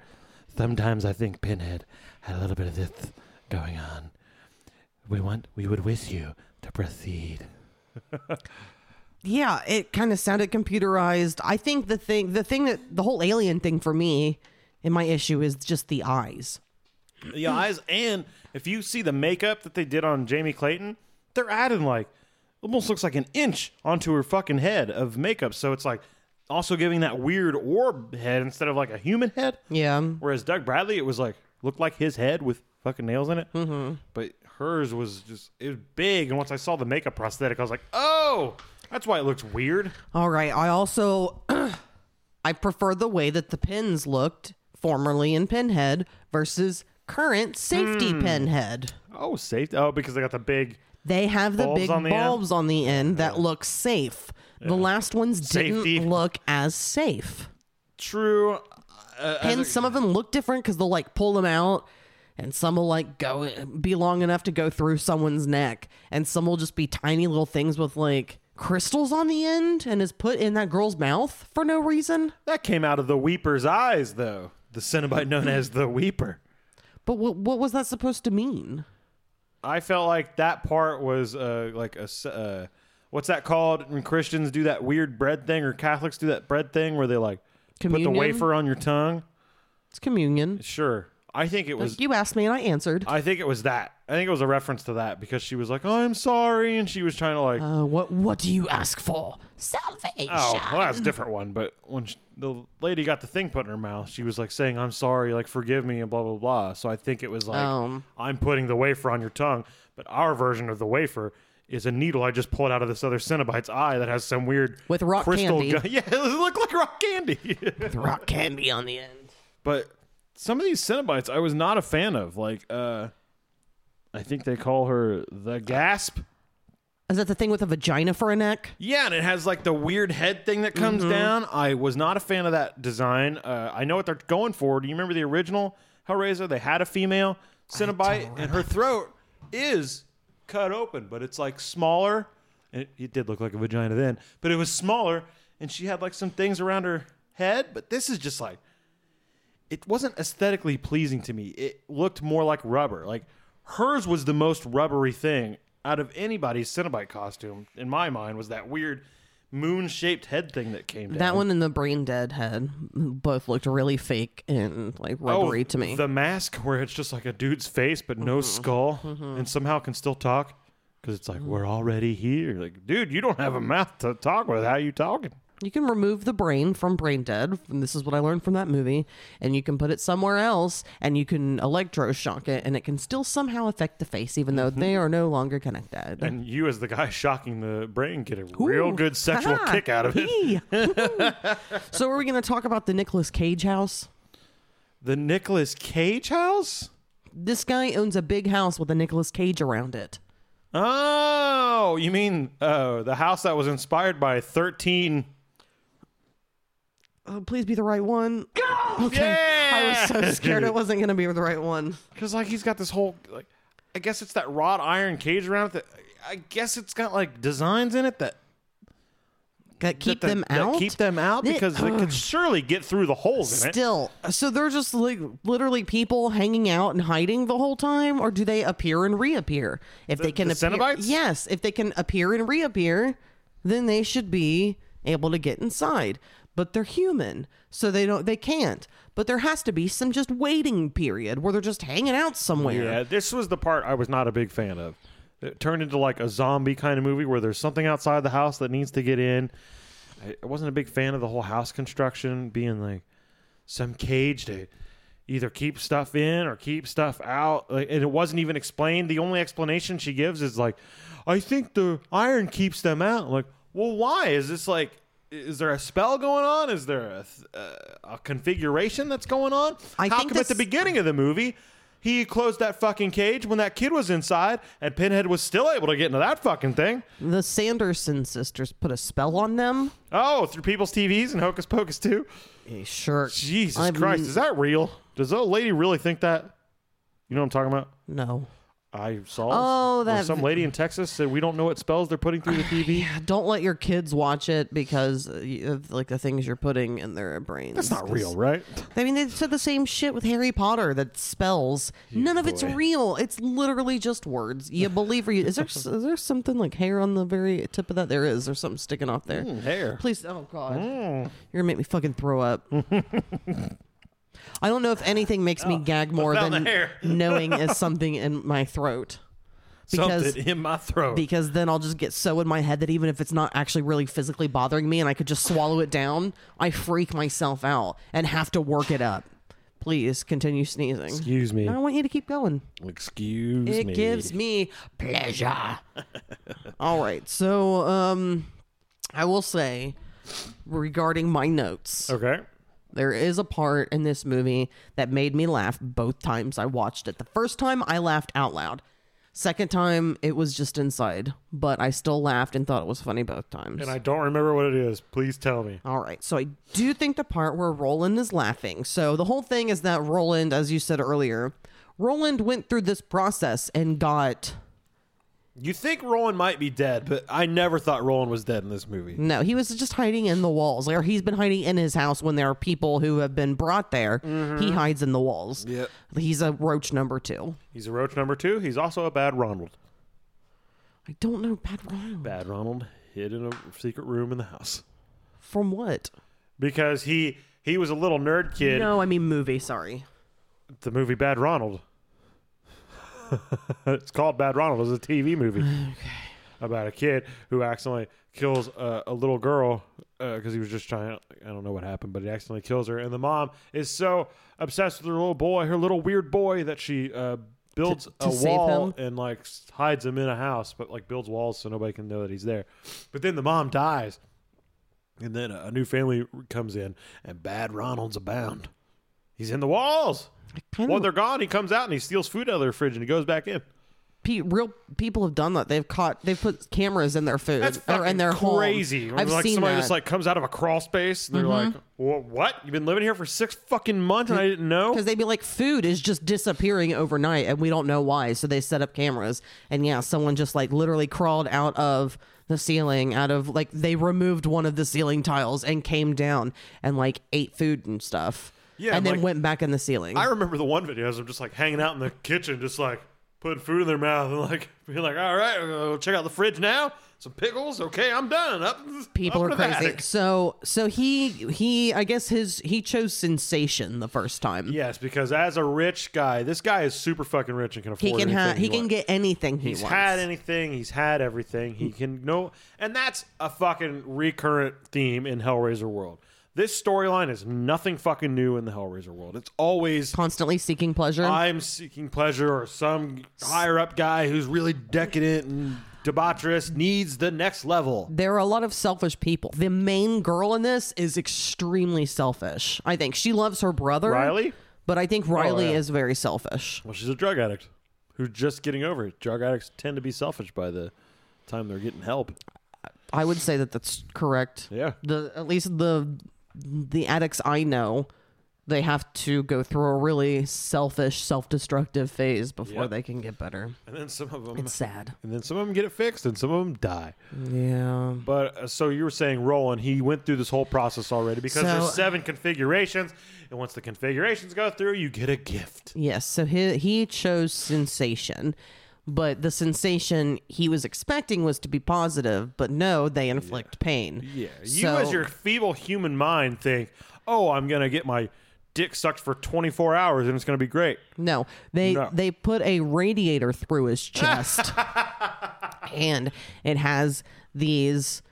Sometimes I think Pinhead had a little bit of this going on. We want, we would wish you to proceed.
yeah it kind of sounded computerized i think the thing the thing that the whole alien thing for me and my issue is just the eyes
the eyes. And if you see the makeup that they did on Jamie Clayton, they're adding like almost looks like an inch onto her fucking head of makeup. So it's like also giving that weird orb head instead of like a human head.
yeah
Whereas Doug Bradley, it was like looked like his head with fucking nails in it. Mm-hmm. But hers was just it was big. And once I saw the makeup prosthetic, I was like, oh, that's why it looks weird.
all right i also i prefer the way that the pins looked formerly in pinhead versus current safety
Hmm.
pinhead
Oh, safety. Oh, because they got the big
they have the
Bulbs
big
on the end?
bulbs on the end that look safe the last ones didn't
Safety.
look as safe
true.
and some of them look different because they'll like pull them out and some will like go be long enough to go through someone's neck and some will just be tiny little things with like crystals on the end and is put in that girl's mouth for no reason
That came out of the Weeper's eyes, though. The Cenobite known as the Weeper.
but what, what was that supposed to mean
I felt like that part was uh, like a s- uh, what's that called when Christians do that weird bread thing or Catholics do that bread thing where they like put
Communion?
the wafer on your tongue.
it's communion
Sure, I think it was.
you asked me and i answered
I think it was that. I think it was a reference to that because she was like, "I'm sorry," and she was trying to like,
uh, what what do you ask for salvation
"Oh, well, that's a different one." But when sh the lady got the thing put in her mouth, she was like saying, "I'm sorry," like forgive me, and blah blah blah. So I think it was like,
Um.
"I'm putting the wafer on your tongue," but our version of the wafer is a needle I just pulled out of this other Cenobite's eye that has some weird
With rock
crystal.
candy.
gu- yeah, it looked like rock candy.
rock candy on the end
but some of these Cenobites, I was not a fan of. Like, uh I think they call her the Gasp.
is that the thing with a vagina for a neck
Yeah, and it has like the weird head thing that comes down. I was not a fan of that design. Uh, I know what they're going for. Do you remember the original Hellraiser? They had a female Cenobite, and her throat is cut open, but it's like smaller. And It, it did look like a vagina then, but it was smaller, and she had like some things around her head. But this is just like it wasn't aesthetically pleasing to me. It looked more like rubber. Like hers was the most rubbery thing out of anybody's Cenobite costume in my mind was that weird moon-shaped head thing that came down.
That one and the brain dead head both looked really fake and like
Oh,
rubbery to me. Mm-hmm.
The mask where it's just like a dude's face but no skull and somehow can still talk cuz it's like
Mm-hmm.
we're already here. Like dude, you don't have a mouth to talk with. How you talking?
you can remove the brain from brain dead. And this is what I learned from that movie. And you can put it somewhere else and you can electroshock it and it can still somehow affect the face, even though they are no longer connected.
And you as the guy shocking the brain get a real
Ooh.
good sexual
Ha-ha.
kick out of it.
Hee. so are we gonna talk about the Nicolas Cage house?
The Nicolas Cage house?
this guy owns a big house with a Nicolas Cage around it.
Oh, you mean uh, the house that was inspired by 13.
Oh, please be the right one. Okay. I was so scared it wasn't going to be the right one.
Because, like, he's got this whole, like, I guess it's that wrought iron cage around it. That, I guess it's got, like, designs in it that
Gotta keep
that-
them
that
out.
Keep them out
Ni-
because they could surely get through the holes in it.
Still, so they're just like literally people hanging out and hiding the whole time, or do they appear and reappear? If they can
the
appear,
Cenobites?
yes, if they can appear and reappear, then they should be able to get inside. But they're human, so they don't. They can't. But there has to be some just waiting period where they're just hanging out somewhere.
Yeah, this was the part I was not a big fan of. It turned into like a zombie kind of movie where there's something outside the house that needs to get in. I, I wasn't a big fan of the whole house construction being like some cage to either keep stuff in or keep stuff out. Like, and it wasn't even explained. The only explanation she gives is like, I think the iron keeps them out. I'm like, well, why? Is this like, is there a spell going on? Is there a, th- uh, a configuration that's going on?
I
How
think
come at the
this-
beginning of the movie, he closed that fucking cage when that kid was inside and Pinhead was still able to get into that fucking thing?
The Sanderson sisters put a spell on them.
Oh, through people's TVs and Hocus Pocus too?
Eh, Sure.
Jesus
I'm-
Christ, is that real? Does that lady really think that? You know what I'm talking about?
No.
I saw
Oh,
where
that-
some lady in Texas said we don't know what spells they're putting through the TV.
Don't let your kids watch it because uh, you- of like the things you're putting in their brains.
That's not real, right?
I mean, they said the same shit with Harry Potter that spells. None of it's real. It's literally just words. You believe or you is there is there something like hair on the very tip of that? There is. There's something sticking off there.
hair.
Please, oh god,
Hmm.
you're gonna make me fucking throw up. I don't know if anything makes me gag more
found Oh, the
than
hair.
knowing is something in my throat. Because
Something in my throat.
because then I'll just get so in my head that even if it's not actually really physically bothering me and I could just swallow it down, I freak myself out and have to work it up. Please continue sneezing.
Excuse me.
I want you to keep going.
Excuse
It
me.
gives me pleasure. All right. So, um I will say regarding my notes.
okay.
There is a part in this movie that made me laugh both times I watched it. The first time I laughed out loud. Second time it was just inside, but I still laughed and thought it was funny both times.
And I don't remember what it is. Please tell me.
All right. So I do think the part where Roland is laughing. So the whole thing is that Roland, as you said earlier, Roland went through this process and got
You think Roland might be dead, but I never thought Roland was dead in this movie.
No, he was just hiding in the walls. Or he's been hiding in his house when there are people who have been brought there.
Mm-hmm.
He hides in the walls. Yeah. He's a roach number two.
He's a roach number two. He's also a bad Ronald.
I don't know bad Roland.
Bad Ronald hid in a secret room in the house
From what?
because he he was a little nerd kid.
No, I mean movie, sorry.
The movie Bad Ronald. it's called Bad Ronald. It's a TV movie about a kid who accidentally kills a, a little girl because he was just trying. I don't know what happened, but he accidentally kills her, and the mom is so obsessed with her little boy, her little weird boy, that she uh, builds
to
a
save
wall
him?
and like s- hides him in a house, but like builds walls so nobody can know that he's there. But then the mom dies, and then a, a new family comes in, and Bad Ronald's abound. He's in the walls.
Kind
When they're gone, he comes out and he steals food out of their fridge and he goes back in.
pe- real people have done that. They've caught. They've put cameras in their food or in their home.
crazy. When,
I've
like
seen
somebody
that. Mm-hmm.
just like comes out of a crawl space and they're like, "Wha- "What? You've been living here for six fucking months and I didn't know."
because they'd be like, food is just disappearing overnight, and we don't know why. So they set up cameras, and yeah, someone just like literally crawled out of the ceiling, out of like they removed one of the ceiling tiles and came down and like ate food and stuff.
Yeah,
and then
like-
went back in the ceiling.
I remember the one video. Is I'm just like hanging out in the kitchen, just like putting food in their mouth and like being like, "All right, we're gonna go check out the fridge now. Some pickles. Okay, I'm done." Up,
People
up
are
to the
crazy.
attic."
So, so he he, I guess his he chose sensation the first time.
Yes, because as a rich guy, this guy is super fucking rich and can afford.
he can
anything
have he can
wants.
get anything he
He's
wants. Hmm.
had anything. He's had everything. He can know, and that's a fucking recurrent theme in Hellraiser world. This storyline is nothing fucking new in the Hellraiser world. It's always
constantly seeking pleasure.
I'm seeking pleasure, or some higher up guy who's really decadent and debaucherous needs the next level.
there are a lot of selfish people. The main girl in this is extremely selfish. I think she loves her brother.
Riley, Oh,
But I think Riley
yeah.
is very selfish.
Well, she's a drug addict who's just getting over it. Drug addicts tend to be selfish by the time they're getting help.
I would say that that's correct.
Yeah.
The at least the the addicts I know, they have to go through a really selfish, self-destructive phase before
Yep.
they can get better.
And then some of them
It's sad.
and then some of them get it fixed and some of them die.
Yeah.
But uh, so you were saying Roland, he went through this whole process already because
So-
there's seven configurations and once the configurations go through, you get a gift.
Yes, so he he chose sensation. But the sensation he was expecting was to be positive, but no, they inflict pain. Yeah.
You as your feeble human mind think, "Oh, I'm going to get my dick sucked for 24 hours and it's going to be great."
No, they
No.
they put a radiator through his chest, and it has these.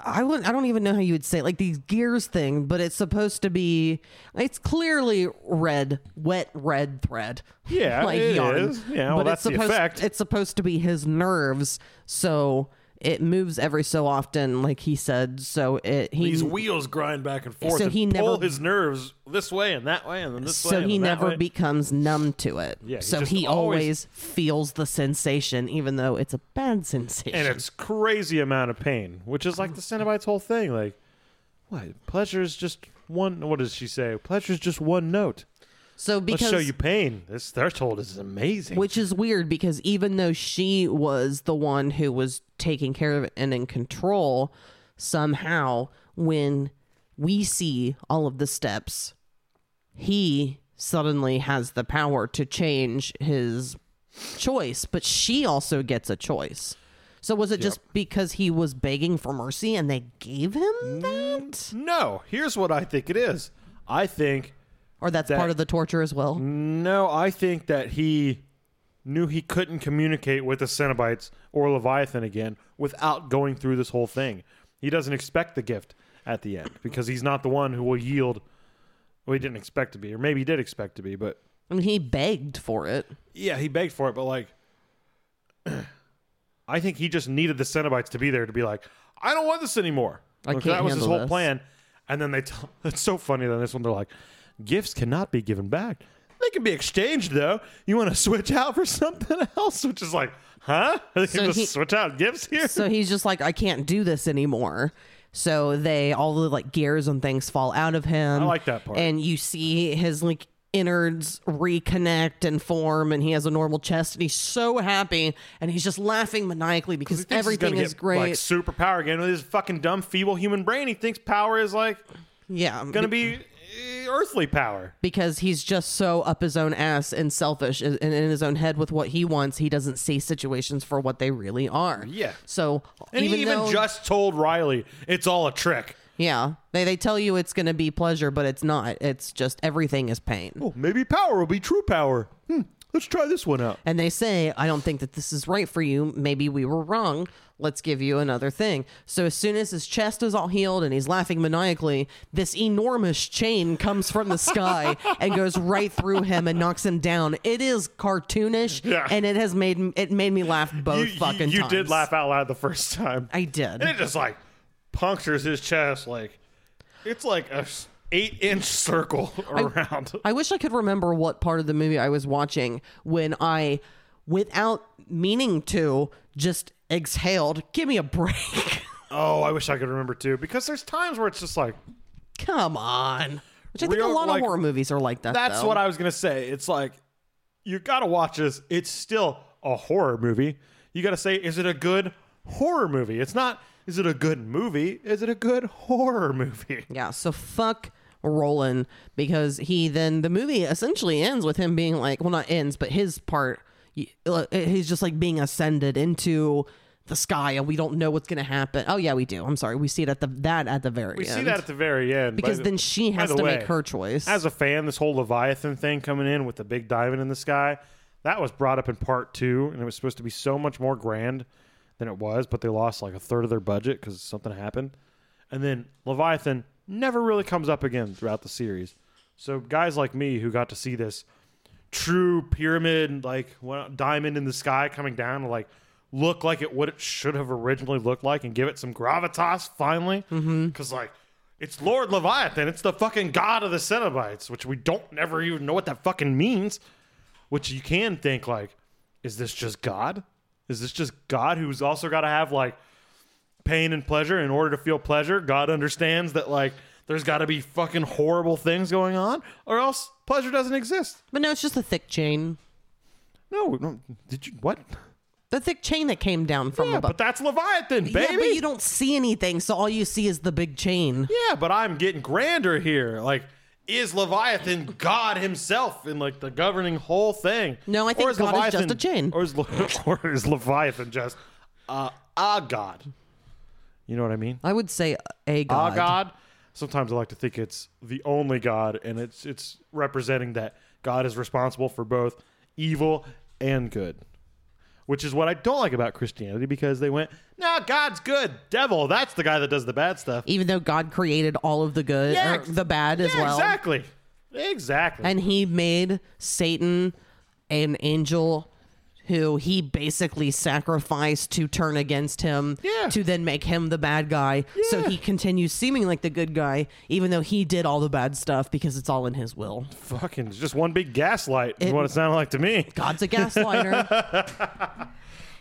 I wouldn't. I don't even know how you would say it, like these gears thing, but it's supposed to be. It's clearly red, wet red thread.
Yeah, it is. Yeah, well,
it's
that's the
supposed,
effect.
It's supposed to be his nerves, so it moves every so often, like he said. So it he
These wheels grind back and forth.
So
and
he
pull
never-
his nerves this way and that way and then this way.
so
and
he
then that
never
way.
becomes numb to it.
Yeah, he
so
just
he always,
always-
feels the sensation, even though it's a bad sensation.
and it's crazy amount of pain, which is like the Cenobite's whole thing. Like, what pleasure is just one. What does she say? Pleasure is just one note.
so
Let's
because
show you pain. This threshold is amazing.
which is weird because even though she was the one who was taking care of it and in control, somehow when we see all of the steps, he suddenly has the power to change his choice, but she also gets a choice. So was it just because he was begging for mercy and they gave him that?
no, here's what I think it is. I think
Or that's
That-
part of the torture as well?
no. I think that he knew he couldn't communicate with the Cenobites or Leviathan again without going through this whole thing. He doesn't expect the gift at the end because he's not the one who will yield. Well, he didn't expect to be, or maybe he did expect to be, but
I mean, he begged for it.
Yeah, he begged for it, but like, I think he just needed the Cenobites to be there to be like, I don't want this anymore.
I
Like,
can't
that was his
handle
whole
this.
plan. And then they tell, it's so funny that in this one they're like, gifts cannot be given back. They can be exchanged though. You want to switch out for something else, which is like, huh? Are they
So
can just
he-
switch out gifts here?
So he's just like, I can't do this anymore. So they all the like gears and things fall out of him.
I like that part.
And you see his like innards reconnect and form, and he has a normal chest, and he's so happy, and he's just laughing maniacally because
He thinks he's gonna
everything is
get,
great.
Like superpower again with his fucking dumb, feeble human brain. He thinks power is like
yeah,
gonna be eh, earthly power.
because he's just so up his own ass and selfish and and in his own head with what he wants. He doesn't see situations for what they really are.
Yeah.
So
And
even
he even
though,
just told Riley it's all a trick.
yeah, they they tell you it's going to be pleasure, but it's not. It's just everything is pain.
Oh, maybe power will be true power. Hmm, let's try this one out.
and they say, I don't think that this is right for you. Maybe we were wrong. Let's give you another thing. So, as soon as his chest is all healed and he's laughing maniacally, this enormous chain comes from the sky and goes right through him and knocks him down. It is cartoonish,
Yeah.
and it has made it made me laugh both
you,
fucking
you
times.
did laugh out loud the first time.
I did.
and it just like punctures his chest like it's like a s- eight inch circle around.
I wish I could remember what part of the movie I was watching when I, without meaning to, just exhaled. Give me a break.
oh, I wish I could remember too, because there's times where it's just like
Come on. Which I think a
Real,
lot
like,
of horror movies are like that.
that's
though.
what I was gonna say. It's like you gotta watch this. It's still a horror movie. You gotta say, is it a good horror movie? It's not. Is it a good movie? Is it a good horror movie?
Yeah. So fuck Roland because he then the movie essentially ends with him being like, well, not ends, but his part. y- uh, He's just like being ascended into the sky, and we don't know what's gonna happen. Oh yeah, we do. I'm sorry. We see it at the that at the very
We
end.
see that at the very end by
because
the-
then she
by
has
the
to
way,
make her choice.
As a fan, this whole Leviathan thing coming in with the big diamond in the sky, that was brought up in part two, and it was supposed to be so much more grand than it was, but they lost like a third of their budget because something happened. And then Leviathan never really comes up again throughout the series. So guys like me who got to see this true pyramid, like what- diamond in the sky coming down, to like look like it what it should have originally looked like, and give it some gravitas finally. Because like It's Lord Leviathan. It's the fucking god of the Cenobites, which we don't never even know what that fucking means. Which you can think like, is this just God? Is this just God who's also got to have like pain and pleasure in order to feel pleasure? God understands that like there's got to be fucking horrible things going on, or else pleasure doesn't exist.
But no, it's just the thick chain.
No, no did you what?
The thick chain that came down from
Yeah,
above.
but that's Leviathan, baby.
Yeah, but you don't see anything, so all you see is the big chain.
Yeah, but I'm getting grander here. Like, is Leviathan God himself in like the governing whole thing?
No, I think
Or is
God is just a chain.
Or is, Le- or is Leviathan just uh, a god? You know what I mean?
I would say a
A Ah
god.
god. Sometimes I like to think it's the only god, and it's it's representing that God is responsible for both evil and good, which is what I don't like about Christianity because they went, no, God's good, devil, that's the guy that does the bad stuff.
Even though God created all of the good,
Yeah,
or
ex-
the bad as
Yeah,
well.
Exactly. Exactly.
And he made Satan an angel who he basically sacrificed to turn against him
Yeah.
to then make him the bad guy. So
Yeah.
he continues seeming like the good guy, even though he did all the bad stuff because it's all in his will.
fucking it's just one big gaslight is
It-
what it sounded like to me.
God's a gaslighter.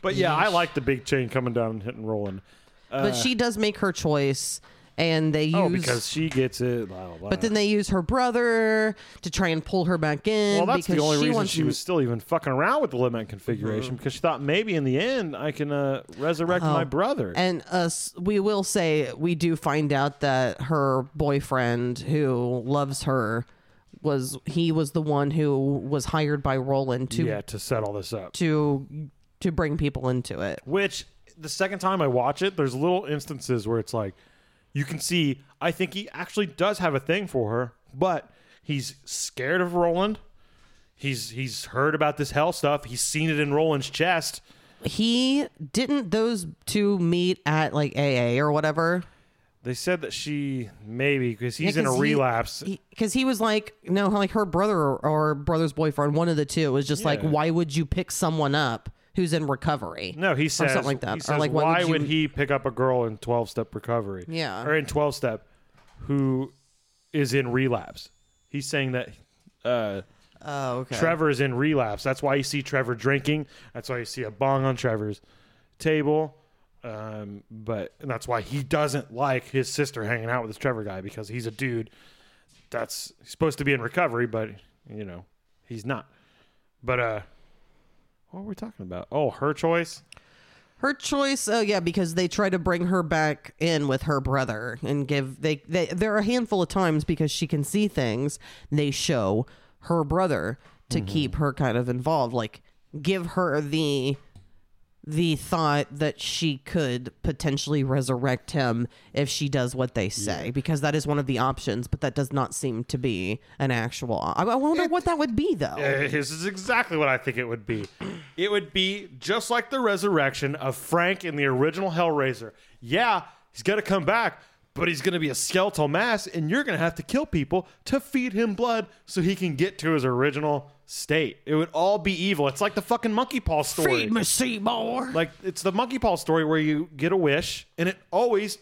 But yeah, I like the big chain coming down and hitting rolling.
but she does make her choice and they use
Uh. Oh, because uh, she gets it. Blah, blah, blah.
But then they use her brother to try and pull her back in
well, that's
because
the only
she
reason
wants Mm-hmm.
she was still even fucking around with the limit configuration because she thought maybe in the end I can uh, resurrect my brother.
Oh, And us, we will say we do find out that her boyfriend, who loves her, was he was the one who was hired by Roland to
yeah, to set all this up.
to to bring people into it.
Which the second time I watch it, there's little instances where it's like you can see I think he actually does have a thing for her, but he's scared of Roland. He's he's heard about this hell stuff. He's seen it in Roland's chest.
He didn't those two meet at like AA or whatever.
They said that she maybe because he's
Yeah,
in a
'cause he-
relapse.
because he, was like no like her brother or, or brother's boyfriend one of the two was just like
Yeah.
why would you pick someone up who's in recovery
no, he
or
says
something like that
He
or
says,
like
why,
you-
would he pick up a girl in twelve step recovery?
Yeah.
or in twelve step who is in relapse? He's saying that. Uh,
oh okay
Trevor is in relapse. That's why you see Trevor drinking. That's why you see a bong on Trevor's table. Um, but and that's why he doesn't like his sister hanging out with this Trevor guy because he's a dude that's supposed to be in recovery, but you know he's not. But uh, what were we talking about? Oh, her choice.
Her choice. Oh yeah, because they try to bring her back in with her brother and give they, they there are a handful of times because she can see things. They show her brother to keep her kind of involved, like give her the the thought that she could potentially resurrect him if she does what they say because that is one of the options but that does not seem to be an actual op- i I wonder what that would be though
Uh, This is exactly what I think it would be. It would be just like the resurrection of Frank in the original Hellraiser. Yeah, he's going to come back, but he's going to be a skeletal mass, and you're going to have to kill people to feed him blood so he can get to his original state. It would all be evil. It's like the fucking monkey paw story.
Feed me, Seymour.
Like it's the monkey paw story where you get a wish and it always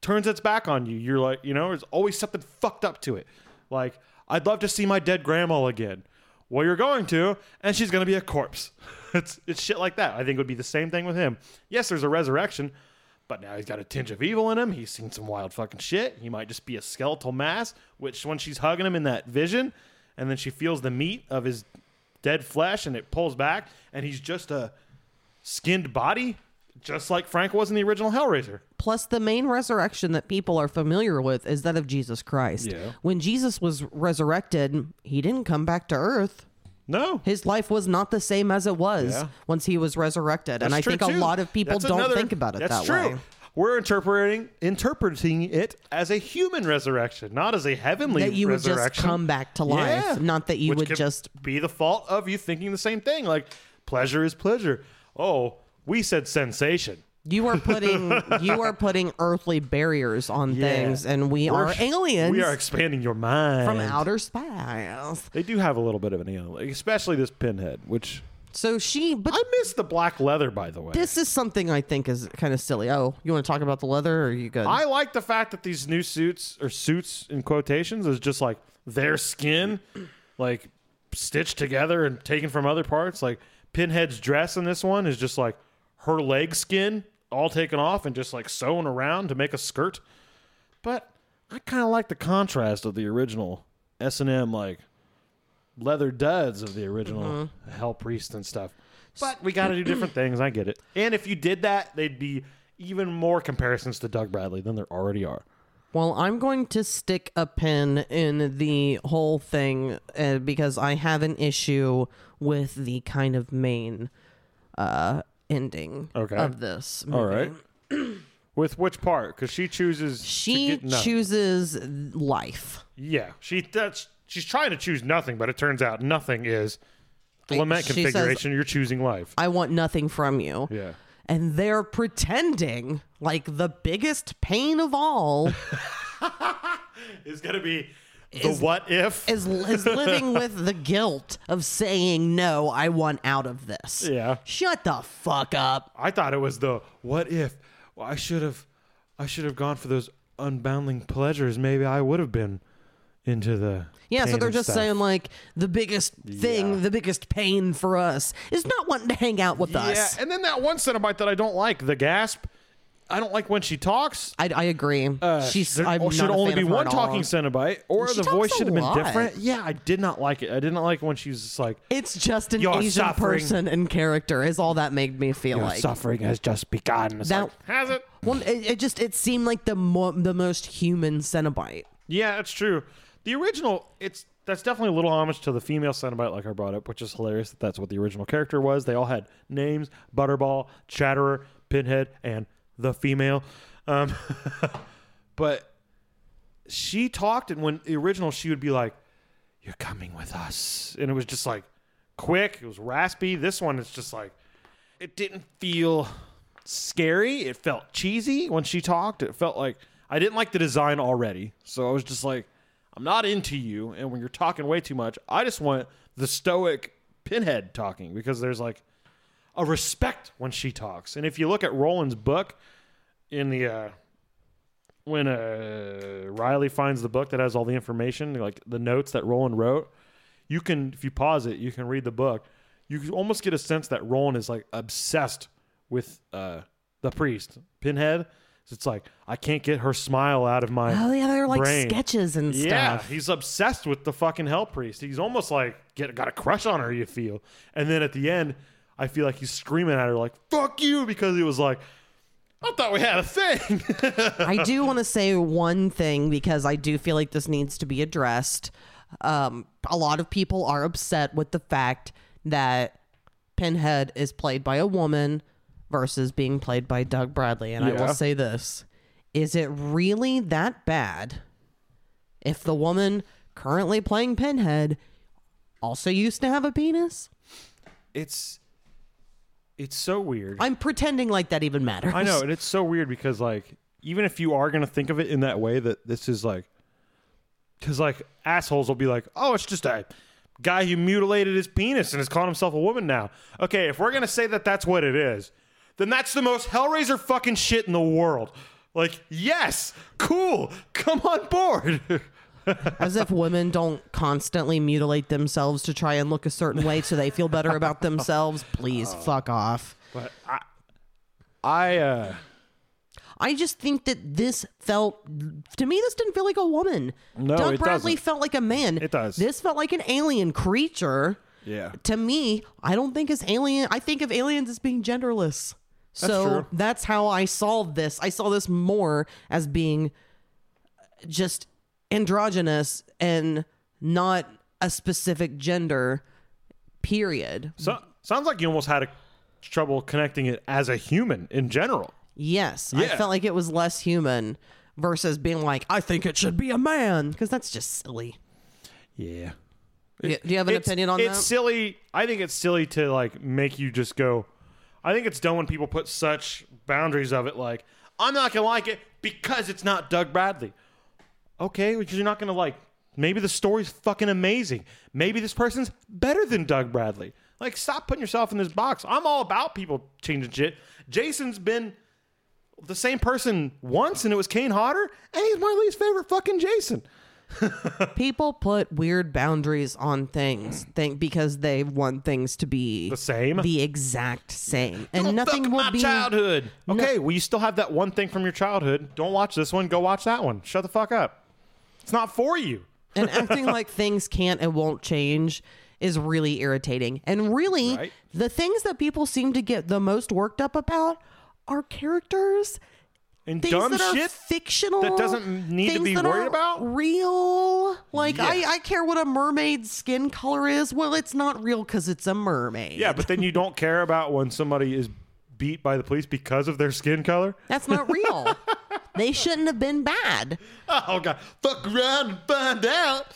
turns its back on you. You're like, you know, there's always something fucked up to it. Like, I'd love to see my dead grandma again. Well, you're going to, and she's gonna be a corpse. It's it's shit like that. I think it would be the same thing with him. Yes, there's a resurrection, but now he's got a tinge of evil in him. He's seen some wild fucking shit. He might just be a skeletal mass, which when she's hugging him in that vision, and then she feels the meat of his dead flesh and it pulls back, and he's just a skinned body, just like Frank was in the original Hellraiser.
Plus, the main resurrection that people are familiar with is that of Jesus Christ.
Yeah.
When Jesus was resurrected, he didn't come back to earth.
No.
His life was not the same as it was
Yeah.
once he was resurrected. and I
That's
think
true,
a
too.
lot of people
That's
don't
another-
think about it
that's
that
true.
way.
We're interpreting interpreting it as a human resurrection, not as a heavenly
That you would just
resurrection.
come back to life,
Yeah.
not that you
Which
would
could
just-
be the fault of you thinking the same thing. Like pleasure is pleasure. Oh, we said sensation.
You are putting you are putting earthly barriers on
Yeah.
things, and we
We're-
are aliens
We are expanding your mind
from outer space.
They do have a little bit of an alien, especially this pinhead, which
So she, but
I miss the black leather, by the way.
this is something I think is kind of silly. Oh, you want to talk about the leather? Or are you good?
I like the fact that these new suits or suits in quotations is just like their skin, like stitched together and taken from other parts. Like Pinhead's dress in this one is just like her leg skin all taken off and just like sewn around to make a skirt. But I kind of like the contrast of the original S and M like leather duds of the original
Mm-hmm.
Hell Priest and stuff. But we got to do different things. I get it. And if you did that, they'd be even more comparisons to Doug Bradley than there already are.
Well, I'm going to stick a pin in the whole thing uh, because I have an issue with the kind of main uh, ending
Okay.
of this. Movie.
All right. With which part? Because she chooses. to
Mm-hmm. She
get none.
chooses life.
Yeah, she that's she's trying to choose nothing, but it turns out nothing is the
I-
lament
she says-
configuration. You're choosing life.
I want nothing from you.
Yeah.
And they're pretending like the biggest pain of all
It's gonna be the what if.
is, is living with the guilt of saying, no, I want out of this.
Yeah.
Shut the fuck up.
I thought it was the what if. Well, I should have, I should have gone for those unbounding pleasures. Maybe I would have been into the.
Yeah, so
pain
they're
and
just
stuff.
saying, like, the biggest thing, the biggest pain for us is not wanting to hang out with
Yeah,
us.
and then that one Cenobite that I don't like, the gasp. I don't like when she talks.
I, I agree. She's
Uh, There
I'm not
should
a
only
fan
be
of her
one
at all.
talking Cenobite, or
She
the
talks
voice
a
should have been
lot.
different. Yeah, I did not like it. I didn't like when she was just like,
It's just an
You're
Asian
suffering.
person in character is all that made me feel
"Your
like.
suffering has just begun. It's
That-
like, has it?
Well, it, it just it seemed like the mo- the most human Cenobite.
Yeah, that's true. The original, it's that's definitely a little homage to the female Cenobite, like I brought up, which is hilarious that that's what the original character was. They all had names: Butterball, Chatterer, Pinhead, and the female. Um, but she talked, and when the original, she would be like, "You're coming with us," and it was just like quick. It was raspy. This one, it's just like it didn't feel scary. It felt cheesy when she talked. It felt like I didn't like the design already. So I was just like, I'm not into you. And when you're talking way too much, I just want the stoic pinhead talking because there's like a respect when she talks. And if you look at Roland's book in the, uh, when uh, Riley finds the book that has all the information, like the notes that Roland wrote, you can if you pause it you can read the book you can almost get a sense that roland is like obsessed with uh the priest pinhead So it's like i can't get her smile out of my
Oh yeah, they're like
brain.
sketches and
yeah
stuff.
he's obsessed with the fucking hell priest he's almost like get got a crush on her you feel and then at the end i feel like he's screaming at her like fuck you because he was like i thought we had a thing
I do want to say one thing because I do feel like this needs to be addressed. Um, a lot of people are upset with the fact that Pinhead is played by a woman versus being played by Doug Bradley, and I
Yeah.
will say this: Is it really that bad if the woman currently playing Pinhead also used to have a penis?
it's it's so weird
I'm pretending like that even matters.
I know, and it's so weird because like even if you are gonna think of it in that way, that this is like, because like assholes will be like, oh, it's just a guy who mutilated his penis and has called himself a woman now. Okay, if we're gonna say that that's what it is, then that's the most Hellraiser fucking shit in the world. Like, yes, cool, come on board.
As if women don't constantly mutilate themselves to try and look a certain way so they feel better about themselves. Please
Oh.
fuck off.
I uh
I just think that this felt to me this didn't feel like a woman.
No,
Doug
it
Bradley
doesn't.
felt like a man.
It does.
This felt like an alien creature.
yeah.
To me, I don't think it's alien. I think of aliens as being genderless. so
true.
that's how I saw this. I saw this more as being uh, just androgynous and not a specific gender. Period.
So sounds like you almost had a trouble connecting it as a human in general.
Yes,
Yeah.
I felt like it was less human versus being like, I think it should be a man because that's just silly.
Yeah.
Y- Do you have an
it's-
opinion on
it's
that?
silly i think it's silly to like make you just go i think it's dumb when people put such boundaries of it like i'm not gonna like it because it's not doug bradley okay because you're not gonna like maybe the story's fucking amazing maybe this person's better than doug bradley
Like, stop putting yourself in this box. I'm all about people changing shit. Jason's been the same person once, and it was Kane Hodder, and he's my least favorite fucking Jason.
People put weird boundaries on things think because they want things to be
The same?
the exact same, and
Don't
nothing
fuck
will
my
be
childhood. Okay, well, you still have that one thing from your childhood. Don't watch this one. Go watch that one. Shut the fuck up. It's not for you.
and acting like things can't and won't change is really irritating. And really,
Right.
the things that people seem to get the most worked up about are characters,
And
things
dumb
that are
shit.
fictional,
that doesn't need to
things
be
that
worried
aren't
about?
Real, like I,
Yeah.
I care what a mermaid's skin color is. Well, it's not real because it's a mermaid.
Yeah, but then you don't care about when somebody is beat by the police because of their skin color.
that's not real. they shouldn't have been bad.
Oh god, fuck around and find out.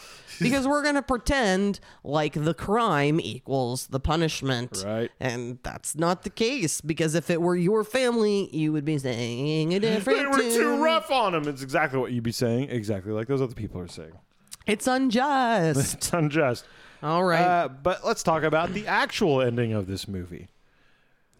because we're going to pretend like the crime equals the punishment. Right. And that's not the case because if it were your family, you would be saying a different
They were too
tune.
rough on him. It's exactly what you'd be saying, exactly like those other people are saying.
It's unjust.
It's unjust.
All right.
Uh, but let's talk about the actual ending of this movie.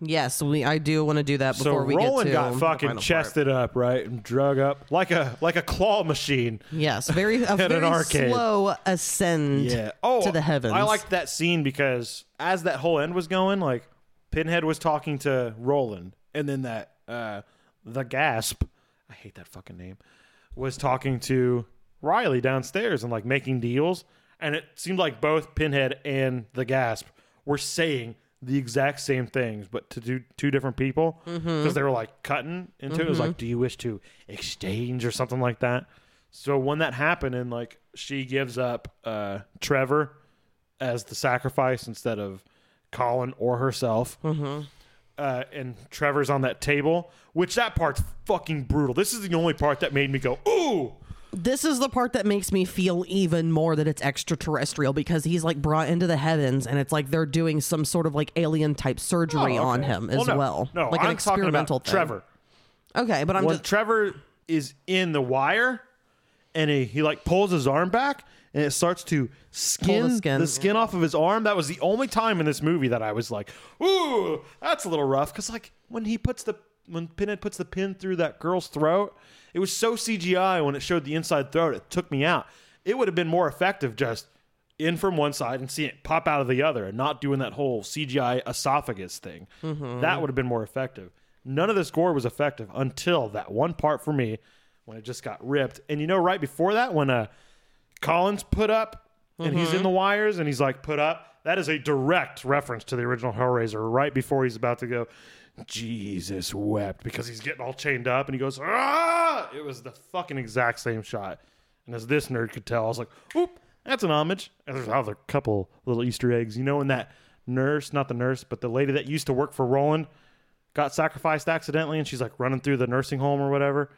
yes, we I do want to do that
So
before we get
Roland
to
got
the final
fucking
part.
chested up, right, and drug up like a like a claw machine.
Yes, very a
an
very
arcade.
slow ascend
Oh,
to the heavens.
I liked that scene because as that whole end was going, like Pinhead was talking to Roland, and then that uh the gasp, I hate that fucking name, was talking to Riley downstairs and like making deals, and it seemed like both Pinhead and the gasp were saying the exact same things, but to do two different people because they were like cutting into it. It was like, do you wish to exchange or something like that? So when that happened, and like she gives up uh, Trevor as the sacrifice instead of Colin or herself,
Mm-hmm.
uh, and Trevor's on that table, which that part's fucking brutal. This is the only part that made me go, ooh.
this is the part that makes me feel even more that it's extraterrestrial because he's like brought into the heavens and it's like they're doing some sort of like alien type surgery on him as well.
Oh, no, no,
like
I'm
an
talking
experimental
about
thing.
Trevor.
Okay, but I'm
when
just
Trevor is in the wire and he, he like pulls his arm back and it starts to skin the
skin.
skin. off of his arm. That was the only time in this movie that I was like, "Ooh, that's a little rough." Because like when he puts the when Pinhead puts the pin through that girl's throat, it was so CGI when it showed the inside throat. It took me out. It would have been more effective just in from one side and seeing it pop out of the other, and not doing that whole CGI esophagus thing. That would have been more effective. None of this gore was effective until that one part for me when it just got ripped. And you know, right before that, when uh, Collins put up and he's in the wires and he's like put up. That is a direct reference to the original Hellraiser right before he's about to go. Jesus wept because he's getting all chained up and he goes, ah! It was the fucking exact same shot. And as this nerd could tell, I was like, oop, that's an homage. And there's another couple little Easter eggs. You know, when that nurse, not the nurse, but the lady that used to work for Roland got sacrificed accidentally and she's like running through the nursing home or whatever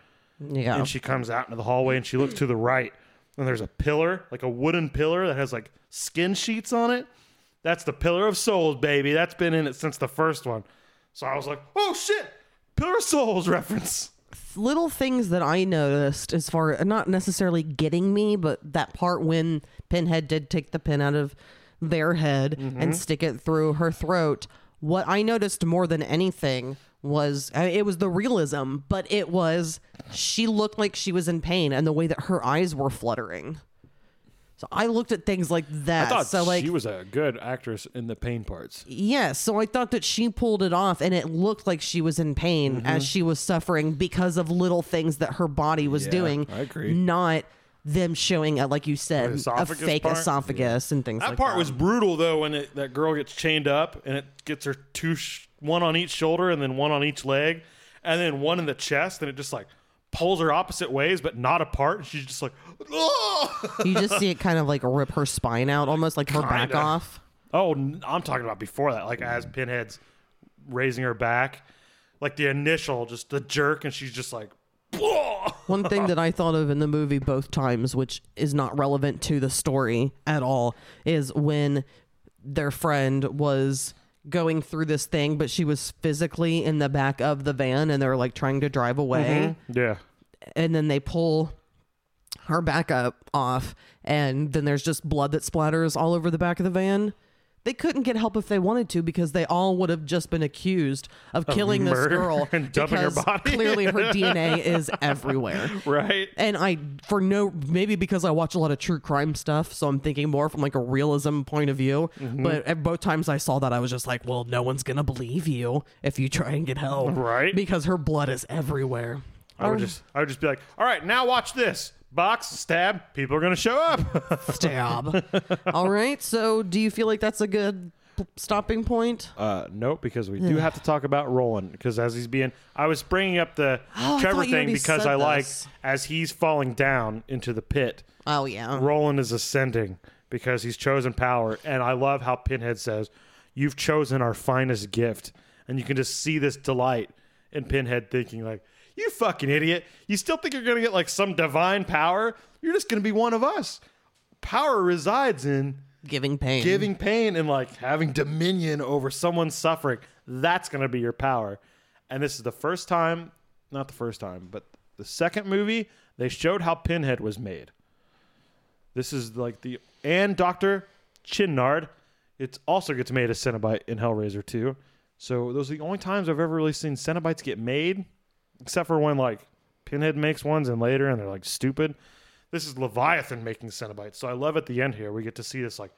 yeah.
and she comes out into the hallway and she looks to the right and there's a pillar like a wooden pillar that has like skin sheets on it that's the pillar of souls baby that's been in it since the first one so i was like oh shit pillar of souls reference
Little things that I noticed as far not necessarily getting me, but that part when Pinhead did take the pin out of their head and stick it through her throat. What I noticed more than anything was I mean, it was the realism, but it was she looked like she was in pain and the way that her eyes were fluttering. So I looked at things like that. so like
was a good actress in the pain parts
Yes, so I thought that she pulled it off and it looked like she was in pain
Mm-hmm.
as she was suffering because of little things that her body was doing.
I agree.
Not them showing, a, like you said, a
esophagus
fake
part?
esophagus and things
that
like
part
that.
was brutal though when it, that girl gets chained up and it gets her two sh- one on each shoulder and then one on each leg and then one in the chest and it just like pulls her opposite ways but not apart and she's just like oh
you just see it kind of like rip her spine out, almost like her back
Kinda.
off.
Oh, n- I'm talking about before that, like as Pinhead's raising her back, like the initial, just the jerk, and she's just like, "Whoa!"
One thing that I thought of in the movie both times, which is not relevant to the story at all, is when their friend was going through this thing, but she was physically in the back of the van and they were like trying to drive away.
yeah,
And then they pull her back up off, and then there's just blood that splatters all over the back of the van. They couldn't get help if they wanted to because they all would have just been accused of killing this
murder
girl
and dumping her
because
body.
clearly her DNA is everywhere.
right?
And I, for no, maybe because I watch a lot of true crime stuff, so I'm thinking more from like a realism point of view.
Mm-hmm.
But at both times I saw that, I was just like, well, no one's gonna believe you if you try and get help,
Right.
Because her blood is everywhere. Oh,
I would just, I would just be like, all right, now watch this box stab. People are gonna show up.
Stab. All right. So, do you feel like that's a good p- stopping point?
Uh, nope, because we do have to talk about Roland. Because as he's being, I was bringing up the
Oh, I
Trevor
thought you
thing
already
because
said
I like
this.
as he's falling down into the pit,
oh yeah.
Roland is ascending because he's chosen power, and I love how Pinhead says, "You've chosen our finest gift," and you can just see this delight in Pinhead thinking like. You fucking idiot. You still think you're going to get like some divine power? You're just going to be one of us. Power resides in
giving pain.
giving pain and like having dominion over someone's suffering that's going to be your power and this is the first time not the first time but the second movie they showed how pinhead was made this is like the and dr chinnard it also gets made as cenobite in hellraiser 2 so those are the only times i've ever really seen cenobites get made except for when like pinhead makes ones and later and they're like stupid this is leviathan making cenobites so i love at the end here we get to see this like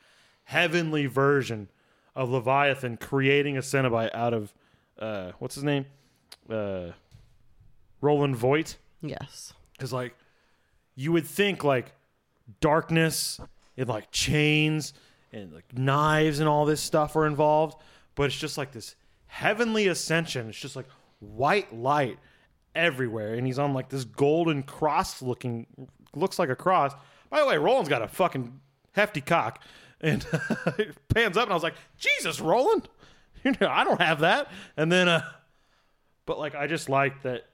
heavenly version of Leviathan creating a Cenobite out of uh, what's his name, uh, Roland Voight.
Yes.
Because like you would think like darkness and like chains and like knives and all this stuff are involved, but it's just like this heavenly ascension. It's just like white light everywhere, and he's on like this golden cross looking, looks like a cross. By the way, Roland's got a fucking hefty cock, and it pans up, and I was like, Jesus, Roland, you know I don't have that. And then uh, but like I just like that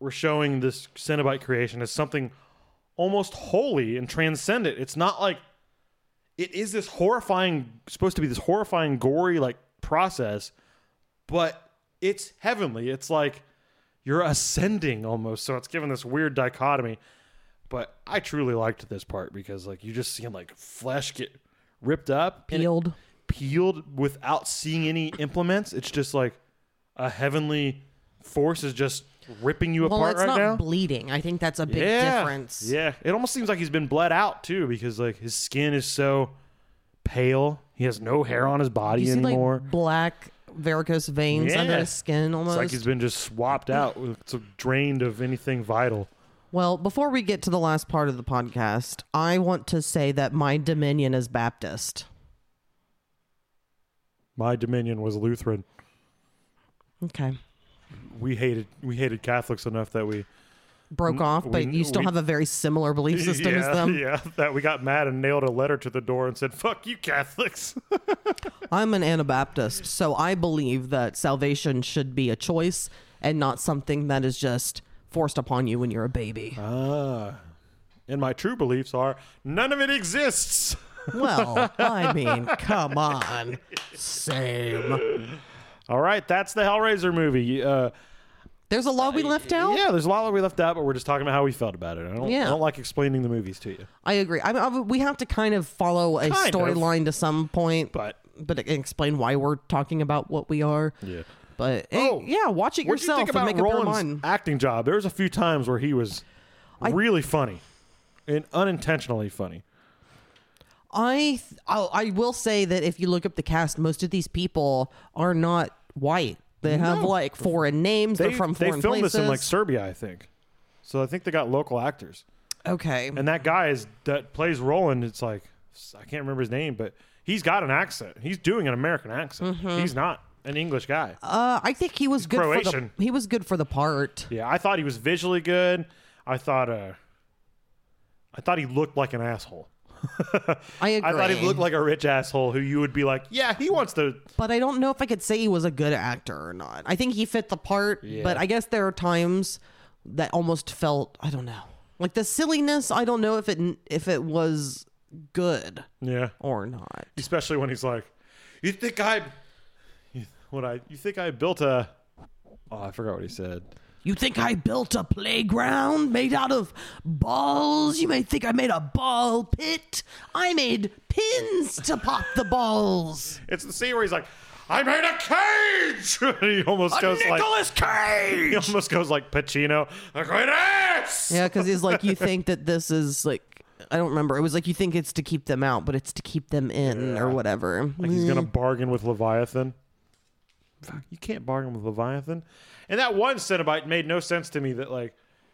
we're showing this Cenobite creation as something almost holy and transcendent. It's not like it is this horrifying supposed to be this horrifying gory like process, but it's heavenly. It's like you're ascending almost. So it's given this weird dichotomy. But I truly liked this part because like you just seeing like flesh get ripped up and it-
Peeled.
peeled without seeing any implements. It's just like a heavenly force is just ripping you
Well,
apart
it's
right
not
now.
bleeding. I think that's a big
yeah.
difference.
Yeah. It almost seems like he's been bled out too because like his skin is so pale. He has no hair on his body
You see,
anymore.
like black varicose veins under
Yeah.
his skin, almost.
it's like he's been just swapped out, it's drained of anything vital.
Well, before we get to the last part of the podcast, I want to say that my dominion is Baptist.
My dominion was Lutheran.
Okay.
We hated we hated Catholics enough that we
Broke off,
Mm, we-
but you still
we-
have a very similar belief system
yeah,
as them.
yeah that we got mad and nailed a letter to the door and said fuck you Catholics.
I'm an Anabaptist, so I believe that salvation should be a choice and not something that is just forced upon you when you're a baby.
Ah. And my true beliefs are none of it exists.
well, I mean, come on. Same.
All right, that's the Hellraiser movie. Uh,
There's a lot we left out.
yeah, there's a lot that we left out, but we're just talking about how we felt about it. I don't,
Yeah.
I don't like explaining the movies to you.
I agree. I, I, we have to kind of follow a
Kind of.
storyline to some point,
But
but it can explain why we're talking about what we are.
yeah,
But eh,
Oh,
yeah, watch it
what do you
yourself
think
and
about
make up your
Roland's
mind.
acting job? There was a few times where he was really funny and unintentionally funny.
I th- I'll- I will say that if you look up the cast, most of these people are not white. They have like foreign names. They, are
They
from
they
foreign
filmed
places.
this in like Serbia, I think. So I think they got local actors.
okay,
and that guy is that plays Roland. It's like I can't remember his name, but he's got an accent. He's doing an American accent. He's not an English guy.
Mm-hmm. uh, I think he was good
Croatian.
for the he was good for the part.
yeah, I thought he was visually good. I thought uh, I thought he looked like an asshole.
I agree.
I thought he looked like a rich asshole who you would be like, yeah, he wants to.
but I don't know if I could say he was a good actor or not. I think he fit the part, but I guess there are times that almost felt I don't know, like the silliness. I don't know if it if it was good
Yeah,
or not.
especially when he's like,
You think I
what I you think I built a. Oh, I forgot what he said.
You think I built a playground made out of balls? You may think I made a ball pit. I made pins to pop the balls.
It's the scene where he's like,
I made a cage!
he almost goes like,
Nicholas Cage!
he almost goes like Pacino. Like, "It is!"
Yeah, because he's like, you think that this is like, I don't remember. It was like you think it's to keep them out, but it's to keep them in or whatever. Mm.
Like he's gonna bargain with Leviathan. Fuck, you can't bargain with Leviathan. And that one Cenobite made no sense to me. That like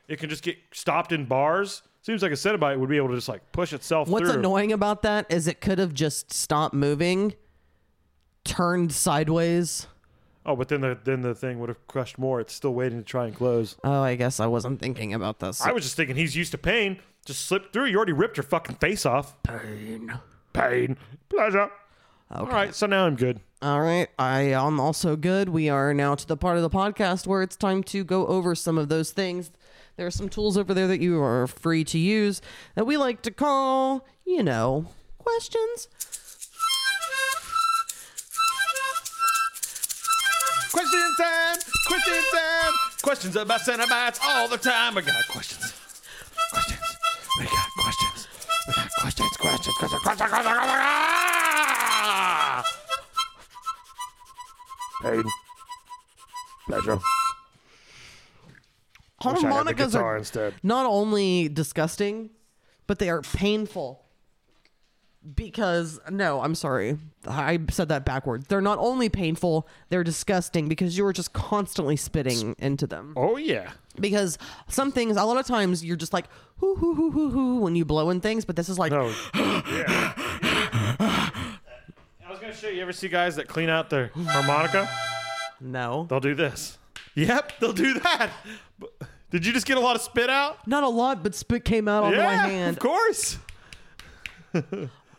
it can just get stopped in bars. Seems like a Cenobite would be able to just like push itself
What's
through.
annoying about that is it could have just stopped moving, turned sideways.
Oh, but then the then the thing would have crushed more. It's still waiting to try and close.
Oh, I guess I wasn't thinking about this.
I was just thinking he's used to pain. Just slipped through. You already ripped your fucking face off.
Pain.
Pain, pleasure. All right, so now I'm good.
All right, I am also good. We are now to the part of the podcast where it's time to go over some of those things. There are some tools over there that you are free to use that we like to call, you know, questions.
Question time! Question time! Questions about Cenobites all the time. I got questions. Questions.
Oh
We got questions. We got questions, questions, questions, questions, questions, questions.
Pain, pleasure.
Harmonicas
guitar
are
instead.
not only disgusting, but they are painful. Because no, I'm sorry. I said that backward. They're not only painful, they're disgusting because you are just constantly spitting into them.
Oh yeah.
because some things a lot of times you're just like hoo hoo hoo hoo hoo when you blow in things but this is like
No. I was gonna show you. Ever see guys that clean out their harmonica?
no
They'll do this. Yep, they'll do that. But- Did you just get a lot of spit out?
not a lot but spit came out on
yeah,
my hand
of course.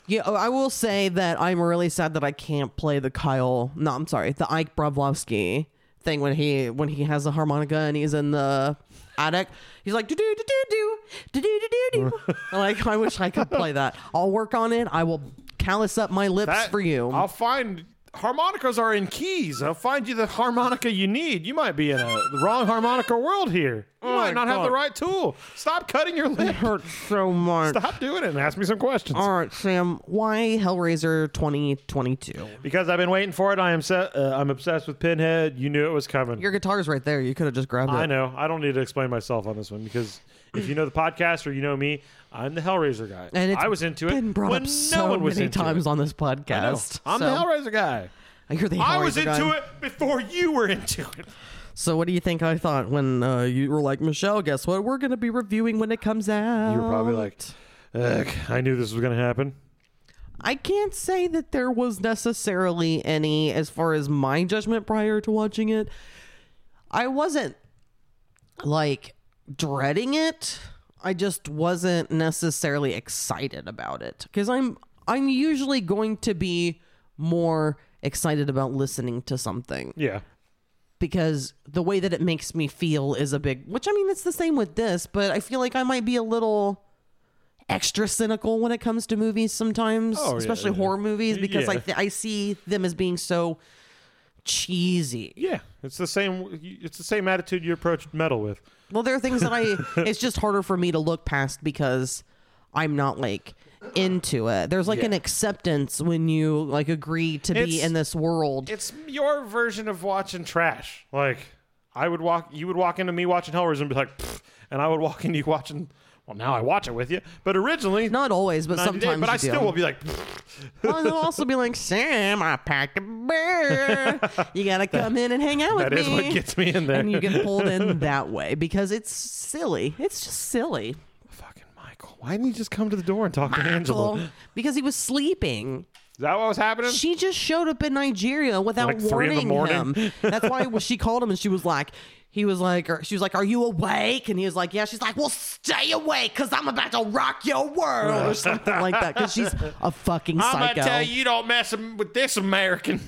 yeah oh, i will say that i'm really sad that i can't play the kyle no i'm sorry the ike bravlovsky thing when he when he has the harmonica and he's in the attic he's like do do do do do do do do do like i wish i could play that i'll work on it i will callous up my lips
That-
for you
I'll find harmonicas are in keys. I'll find you the harmonica you need. You might be in a the wrong harmonica world here. You might not have the right tool. Stop cutting your lip.
hurts so much
Stop doing it and ask me some questions.
All right, Sam. Why Hellraiser 2022?
Because I've been waiting for it. I am se- uh, I'm obsessed with Pinhead. You knew it was coming.
Your guitar's right there. You could have just grabbed it.
I know. I don't need to explain myself on this one because if you know the podcast or you know me, I'm the Hellraiser guy.
And it's
I was into it
been brought
when
up so
no one was
many
into
times
it.
on this
No,
podcast.
I'm the
so,
Hellraiser guy.
You're the Hellraiser.
I was into
guy.
it before you were into it.
So what do you think I thought when uh, you were like, Michelle? Guess what? We're gonna be reviewing when it comes out.
You were probably like, Ugh, I knew this was going to happen.
I can't say that there was necessarily any as far as my judgment prior to watching it. I wasn't like dreading it. I just wasn't necessarily excited about it cuz I'm I'm usually going to be more excited about listening to something
Yeah.
because the way that it makes me feel is a big which I mean it's the same with this, but I feel like I might be a little extra cynical when it comes to movies sometimes,
Oh, yeah,
especially
yeah.
horror movies because I
Yeah.
th- I see them as being so cheesy.
Yeah. It's the same it's the same attitude you approach metal with.
Well, there are things that I it's just harder for me to look past because I'm not like into it. There's like an acceptance when you like agree to be
It's-
in this world.
It's your version of watching trash. Like I would walk, you would walk into me watching Hellraiser and be like, "Pfft," and I would walk into you watching. Well, now I watch it with you, but originally
Not always, but
90
sometimes.
day, but I
you do.
still will be like, "Pfft."
Well, and they'll also be like, Sam, I packed a beer. You gotta come in and hang out with
that
me.
is what gets me in there.
and you get pulled in that way because it's silly. It's just silly.
fucking Michael. Why didn't you just come to the door and talk to Angela? Is
Well, because he was sleeping.
that what was happening?
She just showed up in Nigeria without
Like three in the
warning
morning?
him. That's why when she called him and she was like, he was like, or she was like, "Are you awake?" And he was like, "Yeah." She's like, "Well, stay awake, cause I'm about to rock your world," or something like that. Cause she's a fucking
I'm
psycho.
going to tell you, you don't mess with this American.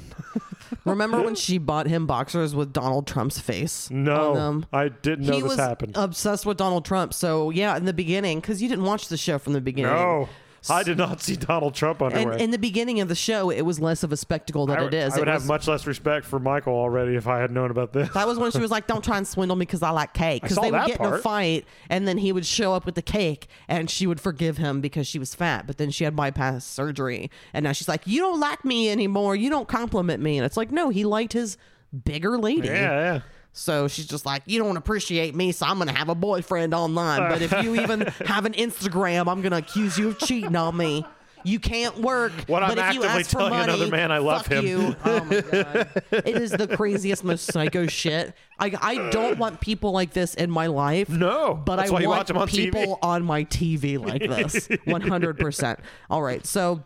Remember when she bought him boxers with Donald Trump's face?
no,
on them?
I didn't know
he
this
was
happened.
obsessed with Donald Trump. So yeah, in the beginning, because you didn't watch the show from the beginning.
No. I did not see Donald Trump
And
underwear.
in the beginning of the show, it was less of a spectacle than
I
it
would,
is.
I would
It
have
was-
much less respect for Michael already if I had known about this.
That was when she was like, "Don't try and swindle me because I like cake." Because
saw
they would
that
get in a
part.
fight, and then he would show up with the cake, and she would forgive him because she was fat. But then she had bypass surgery, and now she's like, "You don't like me anymore. You don't compliment me." And it's like, no, he liked his bigger lady.
yeah, yeah.
So she's just like, "You don't appreciate me, so I'm gonna have a boyfriend online. But if you even have an Instagram, I'm gonna accuse you of cheating on me." You can't work.
What
but
I'm
if you
actively
ask for
telling
money,
another man I love
fuck
him.
You. Oh my god, it is the craziest, most psycho shit. I, I don't want people like this in my life.
No,
but
that's
I
why you
want
watch 'em on TV.
people on my TV like this. 100%. All right. So,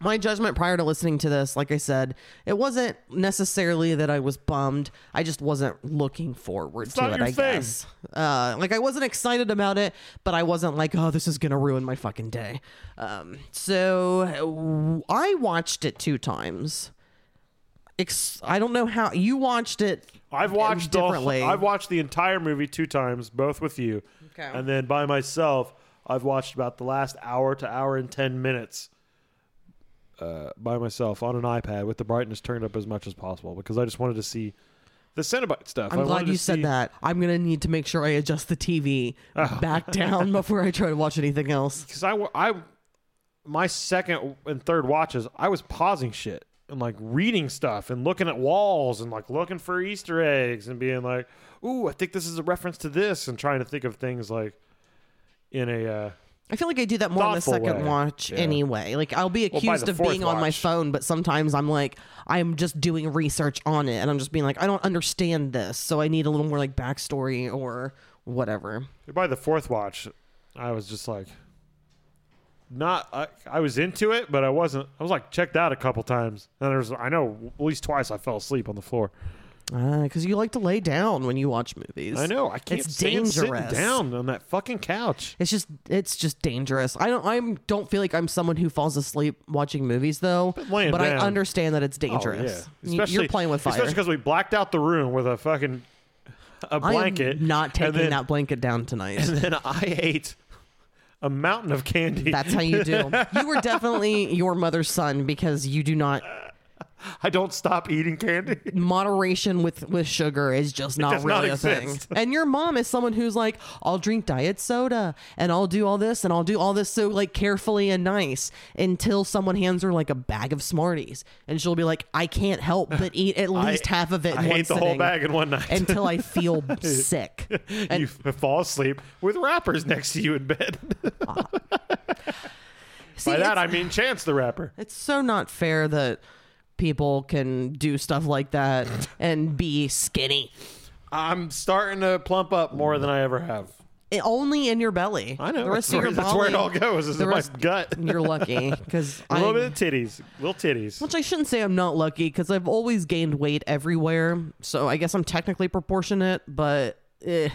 my judgment prior to listening to this, like I said, it wasn't necessarily that I was bummed. I just wasn't looking forward to
not
it,
your
I
thing.
guess. Uh, like, I wasn't excited about it, but I wasn't like, oh, this is going to ruin my fucking day. Um, so, w- I watched it two times. Ex- I don't know how you watched it.
I've watched the whole-
differently.
I've watched the entire movie two times, both with you,
Okay.
and then by myself. I've watched about the last hour to hour and ten minutes uh, by myself on an iPad with the brightness turned up as much as possible because I just wanted to see the Cinnabite stuff.
I'm
I wanted
glad
to
you
see- Ah.
said that. I'm gonna need to make sure I adjust the TV back down before I try to watch anything else.
because I, w- I- my second and third watches i was pausing shit and like reading stuff and looking at walls and like looking for easter eggs and being like ooh i think this is a reference to this and trying to think of things like in a uh,
I feel like I do that more on the
Thoughtful
second
way.
watch anyway. Like I'll be
Well, by
accused
the
of being
fourth
on my
watch.
phone, but sometimes I'm like I'm just doing research on it and I'm just being like I don't understand this, so I need a little more like backstory or whatever.
by the fourth watch i was just like not I, I was into it but i wasn't i was like checked out a couple times and there's i know at least twice i fell asleep on the floor
Because Uh, you like to lay down when you watch movies.
i know i can't
It's
stand sitting
dangerous.
down on that fucking couch
It's just it's just dangerous. I don't I'm don't feel like I'm someone who falls asleep watching movies though, but,
laying
I
down.
understand that it's
Oh,
dangerous.
yeah.
Y- You're playing with fire.
Especially because we blacked out the room with a fucking a blanket.
I'm not taking
and then,
that blanket down tonight.
And then I ate a mountain of candy.
That's how you do. You were definitely your mother's son because you do not
I don't stop eating candy.
moderation with with sugar is just not
does
really
not
a thing.
exist.
And your mom is someone who's like, I'll drink diet soda and I'll do all this and I'll do all this so like carefully and nice until someone hands her like a bag of Smarties and she'll be like, I can't help but eat at least half of it. In
I
one
ate the whole
sitting
bag in one night.
until I feel sick. And
you f- fall asleep with wrappers next to you in bed.
see,
By that
it's-
I mean Chance the rapper.
It's so not fair that people can do stuff like that and be skinny.
I'm starting to plump up more than I ever have.
It- only in your belly.
I know.
The rest
that's
of
where,
your
that's where it all
body-
goes. Is
the
in my
rest-
gut.
You're lucky because
A
I.
little bit of titties, little titties.
Which I shouldn't say I'm not lucky because I've always gained weight everywhere. So I guess I'm technically proportionate, but eh,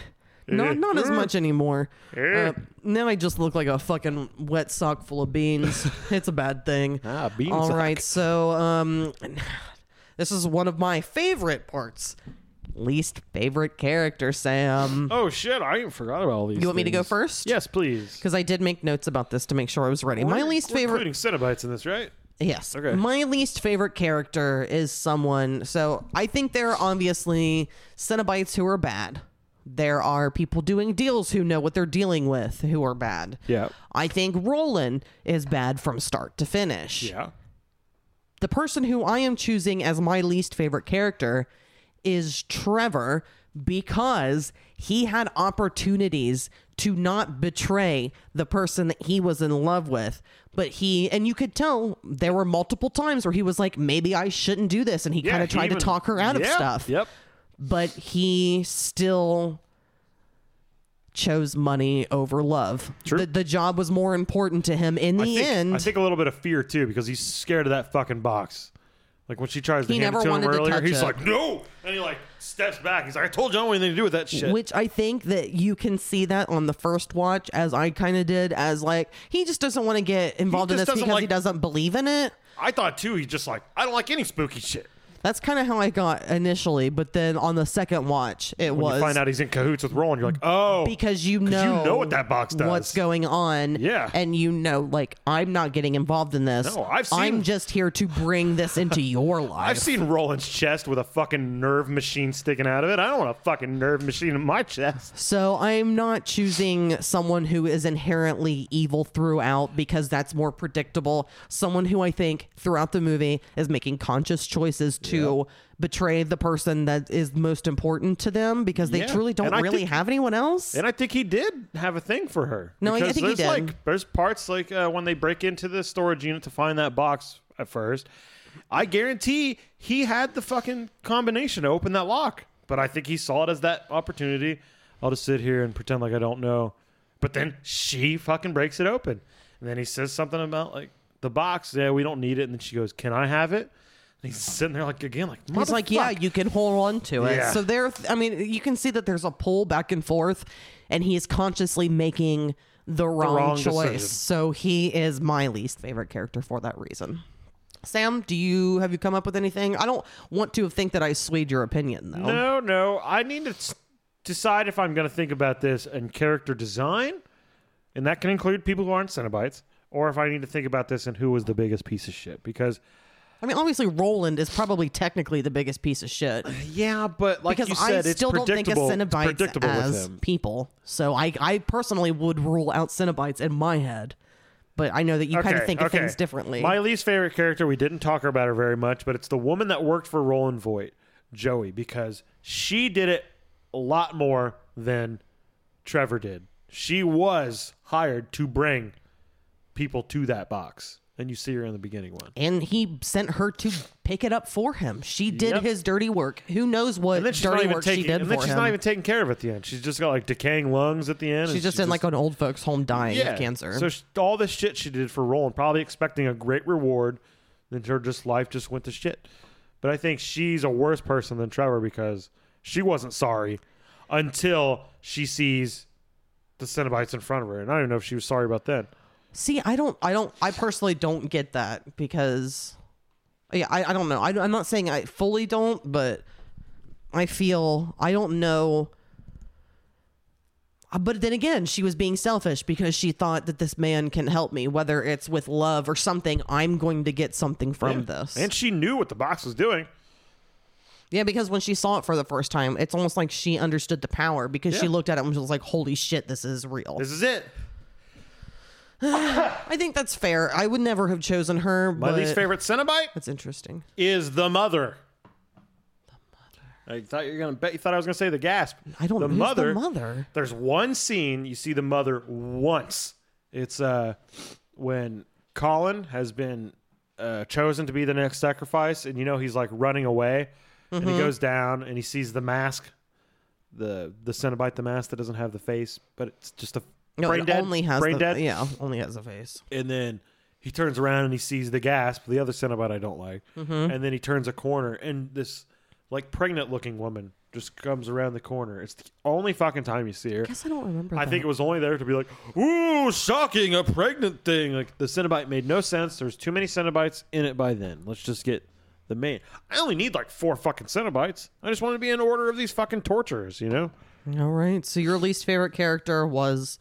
not not
eh.
as much anymore. Uh, now I just look like a fucking wet sock full of beans. it's a bad thing.
Ah, bean
All
sock.
right, so um, this is one of my favorite parts. Least favorite character, Sam.
Oh shit! I even forgot about all these.
You want me to go
things.
first?
Yes, please.
Because I did make notes about this to make sure I was ready. My
We're-
least
we're
favorite
including Cenobites in this, right?
Yes.
Okay.
My least favorite character is someone. So I think there are obviously Cenobites who are bad. There are people doing deals who know what they're dealing with who are bad.
Yeah.
I think Roland is bad from start to finish.
Yeah.
The person who I am choosing as my least favorite character is Trevor because he had opportunities to not betray the person that he was in love with. But he, and you could tell there were multiple times where he was like, maybe I shouldn't do this. And he kind of tried to talk her out of stuff.
Yep.
But he still chose money over love.
True.
The, the job was more important to him in the
I think,
end.
I think a little bit of fear too because he's scared of that fucking box. Like when she tries to
He
hand
never
it to him
wanted to
earlier,
touch
he's
it.
like, "No!" and he like steps back. He's like, "I told you I don't want anything to do with that shit."
Which I think that you can see that on the first watch, as I kind of did, as like he just doesn't want to get involved in
just
this
doesn't
because he
like-
doesn't believe in it.
I thought too. He's just like, "I don't like any spooky shit."
That's kind of how I got initially, but then on the second watch, it
When
was
you find out he's in cahoots with Roland, you're like, oh,
because you know
know what that box does.
what's going on,
Yeah.
and you know, like I'm not getting involved in this.
No, I've
I'm
seen-
just here to bring this into your life.
I've seen Roland's chest with a fucking nerve machine sticking out of it. I don't want a fucking nerve machine in my chest.
So I'm not choosing someone who is inherently evil throughout because that's more predictable. Someone who I think throughout the movie is making conscious choices to betray the person that is most important to them because they
Yeah.
truly don't
And I
really
think-
have anyone else.
And I think he did have a thing for her.
No, I- I
Because
think he
there's
did.
Like, there's parts like uh, when they break into the storage unit to find that box at first. I guarantee he had the fucking combination to open that lock, but I think he saw it as that opportunity. I'll just sit here and pretend like I don't know. But then she fucking breaks it open, and then he says something about like the box. Yeah, we don't need it. And then she goes, "Can I have it?" And he's sitting there like again, like
He's like, yeah,
"Motherfuck."
you can hold on to it.
Yeah.
So there, I mean, you can see that there's a pull back and forth, and he is consciously making the wrong,
wrong
choice.
decision.
So he is my least favorite character for that reason. Sam, do you have you come up with anything? I don't want to think that I swayed your opinion though.
No, no. I need to s- decide if I'm going to think about this in character design, and that can include people who aren't Cenobites, or if I need to think about this and who was the biggest piece of shit. Because
I mean, obviously Roland is probably technically the biggest piece of shit
yeah, but like
because I still don't think of Cenobites
predictable with
as
him.
people. So I, I personally would rule out Cenobites in my head. But I know that you kind of think of things differently.
My least favorite character, we didn't talk about her very much, but it's the woman that worked for Roland Voight, Joey, because she did it a lot more than Trevor did. She was hired to bring people to that box. And you see her in the beginning one.
and he sent her to pick it up for him. She did
Yep.
his dirty work. Who knows what
And then she's, not
dirty
even,
work she
taking,
did
and then
for
she's
him?
not even taken care of at the end. She's just got like decaying lungs at the end.
she's
and
just
she
in like an old folks' home dying
yeah.
of cancer.
So she, all this shit she did for Roland, probably expecting a great reward, then her just life just went to shit. But I think she's a worse person than Trevor because she wasn't sorry until she sees the Cenobites in front of her, and I don't even know if she was sorry about that.
See, I don't, I don't, I personally don't get that because, yeah, I, I don't know. I, I'm not saying I fully don't, but I feel I don't know. Uh, But then again, she was being selfish because she thought that this man can help me, whether it's with love or something. I'm going to get something from this.
And she knew what the box was doing.
Yeah, because when she saw it for the first time, it's almost like she understood the power because she
Yeah.
looked at it and was like, "Holy shit, this is real."
This is it.
I think that's fair. I would never have chosen her,
My
but
least favorite Cenobite
that's interesting.
is the mother. I thought you were gonna bet. You thought I was gonna say the gasp.
I don't
The
know who's
mother.
The mother.
There's one scene you see the mother once. It's uh when Colin has been uh, chosen to be the next sacrifice, and you know he's like running away, and
Mm-hmm.
he goes down and he sees the mask, the the Cenobite, the mask that doesn't have the face, but it's just a
No,
brain
it
dead,
only has
brain
the,
dead.
yeah, only has a face.
And then he turns around and he sees the gasp, the other Cenobite I don't like.
Mm-hmm.
And then he turns a corner and this like pregnant looking woman just comes around the corner. It's the only fucking time you see her.
Guess I don't remember.
I
that.
think it was only there to be like, ooh, shocking, a pregnant thing. Like the Cenobite made no sense. There's too many Cenobites in it by then. Let's just get the main. I only need like four fucking Cenobites. I just want to be in order of these fucking torturers, you know?
All right. So your least favorite character was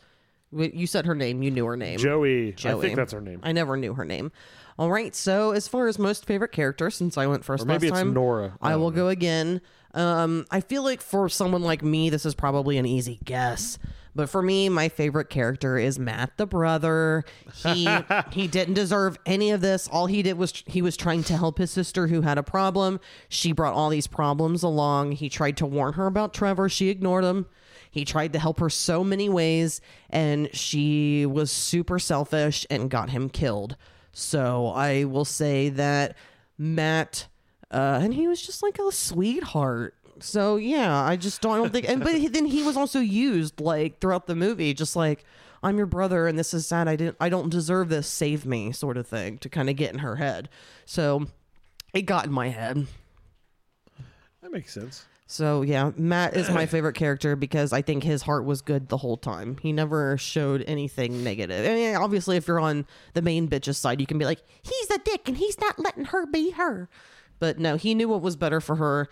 wait, you said her name. You knew her name.
Joey. I
Joey.
think that's her name.
I never knew her name. All right. So as far as most favorite character, since I went first
maybe
last
it's
time,
Nora. I
I,
don't
will go again. Um, I feel like for someone like me, this is probably an easy guess. But for me, my favorite character is Matt the brother. He he didn't deserve any of this. All he did was tr- he was trying to help his sister who had a problem. She brought all these problems along. He tried to warn her about Trevor. She ignored him. He tried to help her so many ways, and she was super selfish and got him killed. So I will say that Matt, uh, and he was just like a sweetheart. So yeah, I just don't, I don't think. And but he, then he was also used like throughout the movie, just like I'm your brother, and this is sad. I didn't, I don't deserve this. Save me, sort of thing, to kind of get in her head. So it got in my head.
That makes sense.
So yeah, Matt is my favorite character because I think his heart was good the whole time. He never showed anything negative. I mean, obviously, if you're on the main bitch's side, you can be like, "He's a dick and he's not letting her be her," But no, he knew what was better for her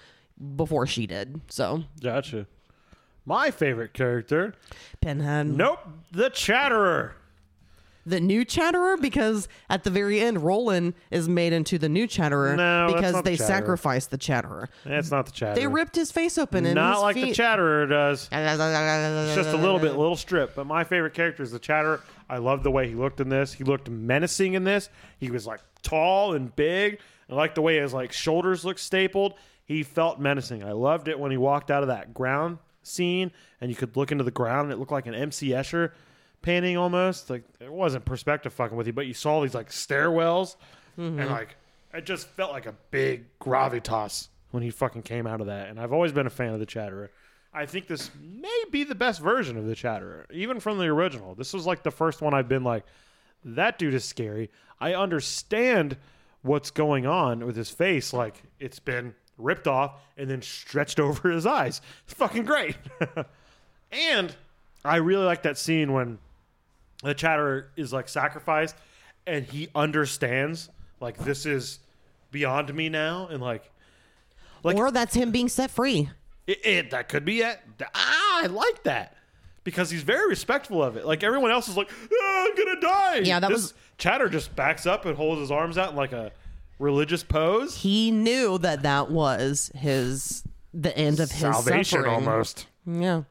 before she did. So,
Gotcha. My favorite character.
Pinhead.
Nope. The Chatterer.
The new Chatterer, because at the very end, Roland is made into the new Chatterer
No, that's
because
not the
they
Chatterer.
sacrificed the Chatterer.
That's not the Chatterer.
They ripped his face open and
Not
his
like the
feet-
Chatterer does.
It's
Just a little bit, little strip. But my favorite character is the Chatterer. I love the way he looked in this. He looked menacing in this. He was like tall and big. I like the way his like shoulders looked stapled. He felt menacing. I loved it when he walked out of that ground scene and you could look into the ground and it looked like an MC Escher painting almost. Like it wasn't perspective fucking with you, but you saw these like stairwells and like it just felt like a big gravitas when he fucking came out of that. And I've always been a fan of the Chatterer. I think this may be the best version of the Chatterer, even from the original. This was like the first one I've been like, that dude is scary. I understand what's going on with his face. Like, it's been ripped off and then stretched over his eyes. It's fucking great. and I really like that scene when the Chatterer is like sacrificed and he understands, like, this is beyond me now. And like, like
Or that's him being set free.
it, it- that could be it. Th- Ah, I like that because he's very respectful of it. Like everyone else is like, "Ah, I'm gonna die.
Yeah, that
This
was-
Chatter just backs up and holds his arms out in like a religious pose.
He knew that that was his the end of his
Salvation
suffering.
almost.
Yeah.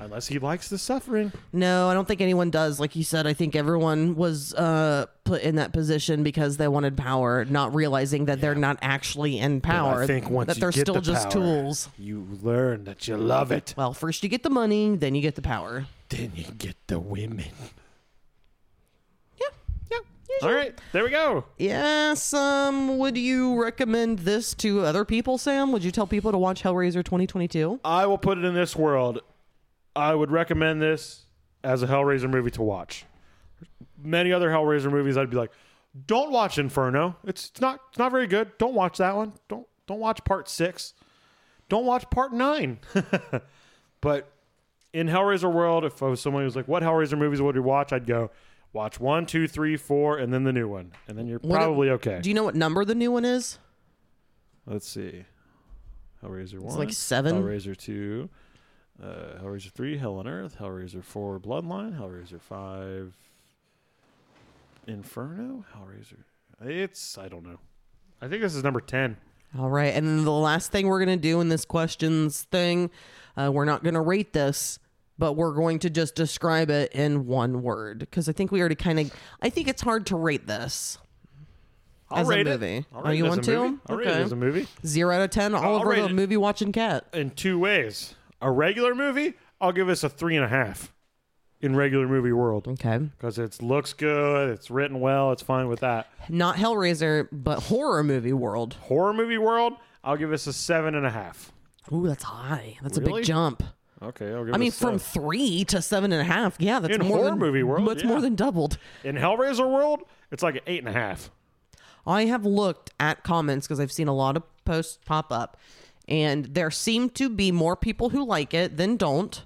Unless he likes the suffering.
No, I don't think anyone does. Like you said, I think everyone was uh, put in that position because they wanted power, not realizing that they're not actually in power.
I think once
that
you
they're
get
still
the
just
power,
tools.
You learn that you love it.
Well, first you get the money, then you get the power.
Then you get the women.
Yeah, yeah.
All right, there we go.
Yes. Um. Would you recommend this to other people, Sam? Would you tell people to watch Hellraiser 2022?
I will put it in this world. I would recommend this as a Hellraiser movie to watch. Many other Hellraiser movies, I'd be like, don't watch Inferno. It's, it's not it's not very good. Don't watch that one. Don't don't watch part six. Don't watch part nine. but in Hellraiser world, if I was someone who was like, what Hellraiser movies would we watch? I'd go watch one, two, three, four, and then the new one, and then you're
What-
probably okay.
Do you know what number the new one is?
Let's see. Hellraiser 1.
like seven.
Hellraiser 2. Uh, Hellraiser 3, Hell on Earth. Hellraiser 4, Bloodline. Hellraiser 5, Inferno. Hellraiser. It's, I don't know. I think this is number 10.
All right. And then the last thing we're going to do in this questions thing, uh, we're not going to rate this, but we're going to just describe it in one word because I think we already kind of, I think it's hard to rate this.
I'll
As a
rate
movie.
It. I'll
Oh,
rate
you
it as
want
a
to?
movie. I'll rate
Okay.
it as a movie
Zero out of 10, all
I'll
over
rate
a
it.
movie watching cat.
in two ways. A regular movie, I'll give us a three and a half in regular movie world
Okay.
because it looks good, it's written well, it's fine with that.
Not Hellraiser, but horror movie world.
Horror movie world, I'll give us a seven and a half.
Ooh, that's high. That's a
Really?
big jump.
Okay, I'll give
I
it
mean,
a seven.
from three to seven and a half. Yeah, that's
In
more
horror
than,
movie world,
That's more
yeah.
than doubled.
In Hellraiser world, it's like an eight and a half.
I have looked at comments because I've seen a lot of posts pop up, and there seem to be more people who like it than don't.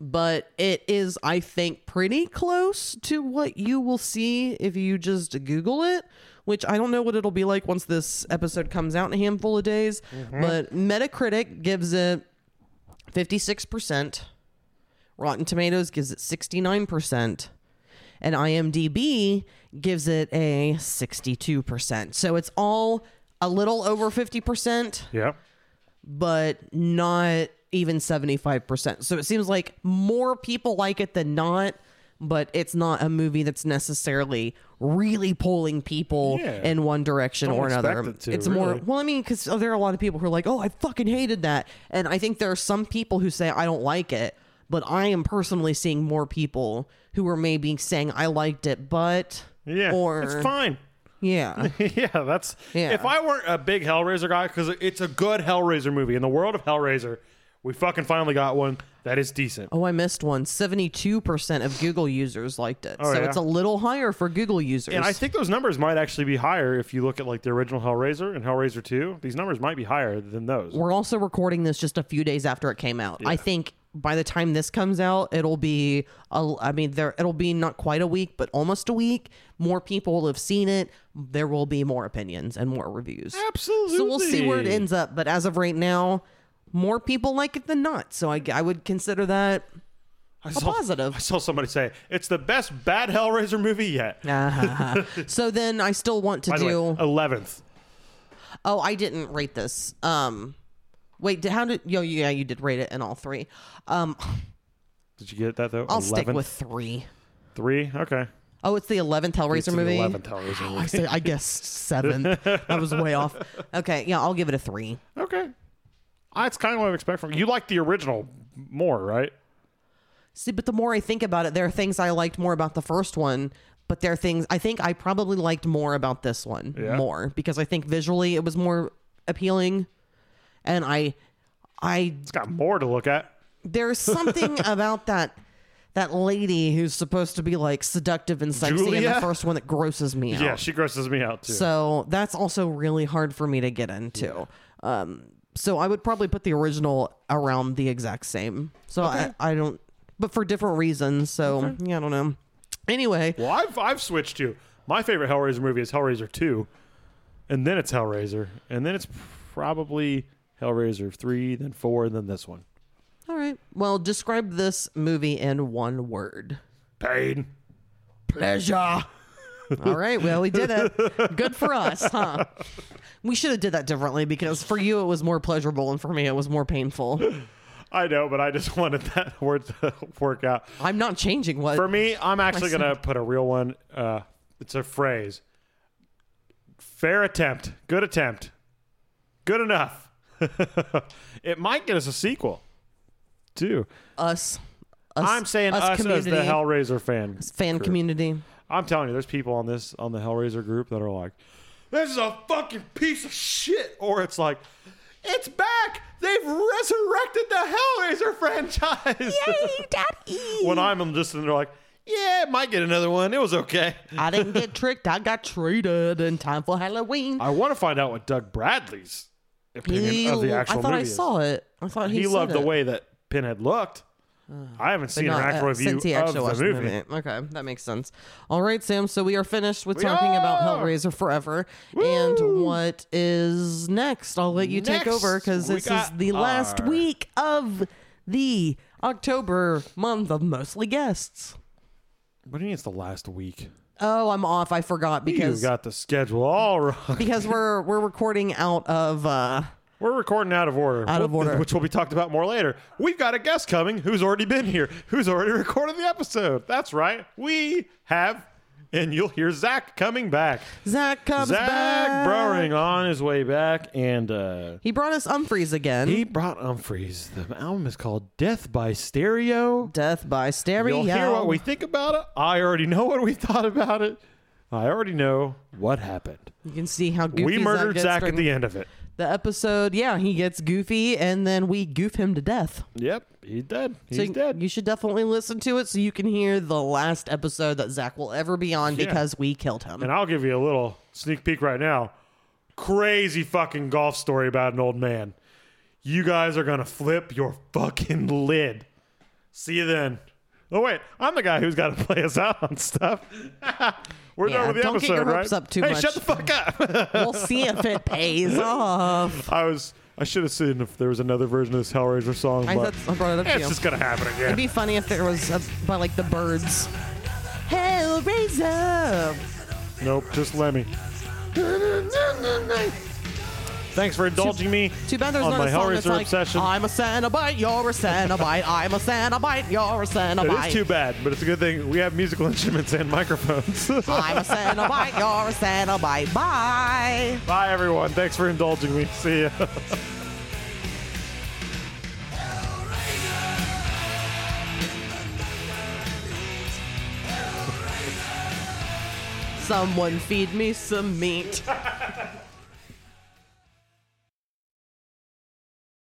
But it is, I think, pretty close to what you will see if you just Google it, which I don't know what it'll be like once this episode comes out in a handful of days. But Metacritic gives it 56%, Rotten Tomatoes gives it 69% and IMDb gives it a 62%. So it's all a little over 50%,
Yeah.
but not even 75%. So it seems like more people like it than not, but it's not a movie that's necessarily really pulling people
Yeah.
in one direction or
expect
another.
it to,
it's more,
really.
well, I mean, because there are a lot of people who are like, oh, I fucking hated that. And I think there are some people who say, I don't like it. But I am personally seeing more people who are maybe saying, I liked it, but.
Yeah.
Or.
it's fine.
Yeah.
yeah, that's
Yeah.
if I weren't a big Hellraiser guy, because it's a good Hellraiser movie. In the world of Hellraiser, we fucking finally got one that is decent.
Oh, I missed one. 72% of Google users liked it. so
Oh, yeah?
it's a little higher for Google users.
And I think those numbers might actually be higher if you look at like the original Hellraiser and Hellraiser 2. These numbers might be higher than those.
We're also recording this just a few days after it came out. I think by the time this comes out, it'll be a, I mean there it'll be not quite a week, but almost a week. More people will have seen it. There will be more opinions and more reviews.
Absolutely.
So we'll see where it ends up. But as of right now, more people like it than not. So I, I would consider that a positive.
I saw somebody say it's the best bad Hellraiser movie yet.
Ah, so then I still want to
By the way,
do.
eleventh.
Oh, I didn't rate this. Um, wait, did- how did yo? Yeah, you did rate it in all three. Um,
Did you get that though?
I'll
11th?
stick with three.
three. Okay.
Oh, it's the eleventh Hellraiser
It's the
movie.
11th Hellraiser
I
movie.
said, I guess seventh. I was way off. Okay, yeah, I'll give it a three.
Okay. That's kind of what I expect from you. Like the original more, right?
See, but the more I think about it, there are things I liked more about the first one, but there are things I think I probably liked more about this one more because I think visually it was more appealing, and I, I
It's got more to look at.
there's something about that that lady who's supposed to be like seductive and sexy in the
Julia?
first one that grosses me out.
Yeah, she grosses me out too.
So that's also really hard for me to get into. Um, so I would probably put the original around the exact same. So I, I don't, but for different reasons. So yeah, I don't know. Anyway,
well, I've I've switched to my favorite Hellraiser movie is Hellraiser two, and then it's Hellraiser, and then it's probably Hellraiser three, then four, and then this one.
all right. Well, describe this movie in one word.
Pain.
Pleasure.
All right. Well, we did it. Good for us, huh? We should have did that differently because for you it was more pleasurable and for me it was more painful.
I know, but I just wanted that word to work out.
I'm not changing what.
For me, I'm actually
My
gonna put a real one. Uh, it's a phrase. Fair attempt. Good attempt. Good enough. it might get us a sequel. Too.
us, us.
I'm saying us, as the Hellraiser fan.
fan
group.
community.
I'm telling you, there's people on this on the Hellraiser group that are like,
This is a fucking piece of shit.
or it's like,
It's back. They've resurrected the Hellraiser franchise.
when I'm just and they're like,
yeah, it might get another one. It was okay.
I didn't get tricked. I got treated in time for Halloween.
I want to find out what Doug Bradley's opinion
He-
of the
I
actual
thought
movie
I
is.
saw it. I thought he,
he
said
loved the
it.
way that Pinhead looked. I haven't seen
Not,
an actual
uh,
review
since he
of
actually
the
watched
movie.
Okay, that makes sense. All right, Sam. So we are finished with talking about Hellraiser Forever and what is next. I'll let you take
Next,
over because
we
this is
got
the last
our-
week of the October month of mostly guests.
What do you mean it's the last week?
Oh, I'm off. I forgot
You
because
got the schedule all wrong.
because we're we're recording out of. uh
We're recording out of order.
Out of
wh-
order.
Which will be talked about more later. We've got a guest coming who's already been here, who's already recorded the episode. That's right. We have, and you'll hear Zach coming back.
Zach comes
Zach
back.
Browning on his way back, and uh,
He brought us Umphreys again.
he brought Humphreys. The album is called Death by Stereo.
Death by stereo.
You'll hear what we think about it. I already know what we thought about it. I already know what happened.
you can see how goofy
we murdered
gets
Zach
during
at the end of it.
The episode, yeah, he gets goofy, and then we goof him to death.
Yep, he's dead. He's
So
dead.
You should definitely listen to it so you can hear the last episode that Zach will ever be on because we killed him.
and I'll give you a little sneak peek right now. Crazy fucking golf story about an old man. You guys are gonna flip your fucking lid. See you then. Oh wait, I'm the guy who's got to play us out on stuff. We're
Yeah,
done with the
don't
episode,
get your
right?
hopes up too
hey,
much.
shut the fuck up.
we'll see if it pays off.
I was. I should have seen if there was another version of this Hellraiser song,
I,
but
thought, I brought it up to
it's
you.
just gonna happen again.
It'd be funny if there was a, by like the birds. Hellraiser.
Nope, just Lemmy. Thanks for indulging me
Too bad there's
on
not
my
a song
Hellraiser
that's like,
obsession.
I'm a Cenobite, you're a Cenobite, I'm a Cenobite, you're a
it
Cenobite.
is too bad, but it's a good thing we have musical instruments and microphones.
I'm a Cenobite, you're a Cenobite, bye.
Bye, everyone. Thanks for indulging me. See ya.
Someone feed me some meat.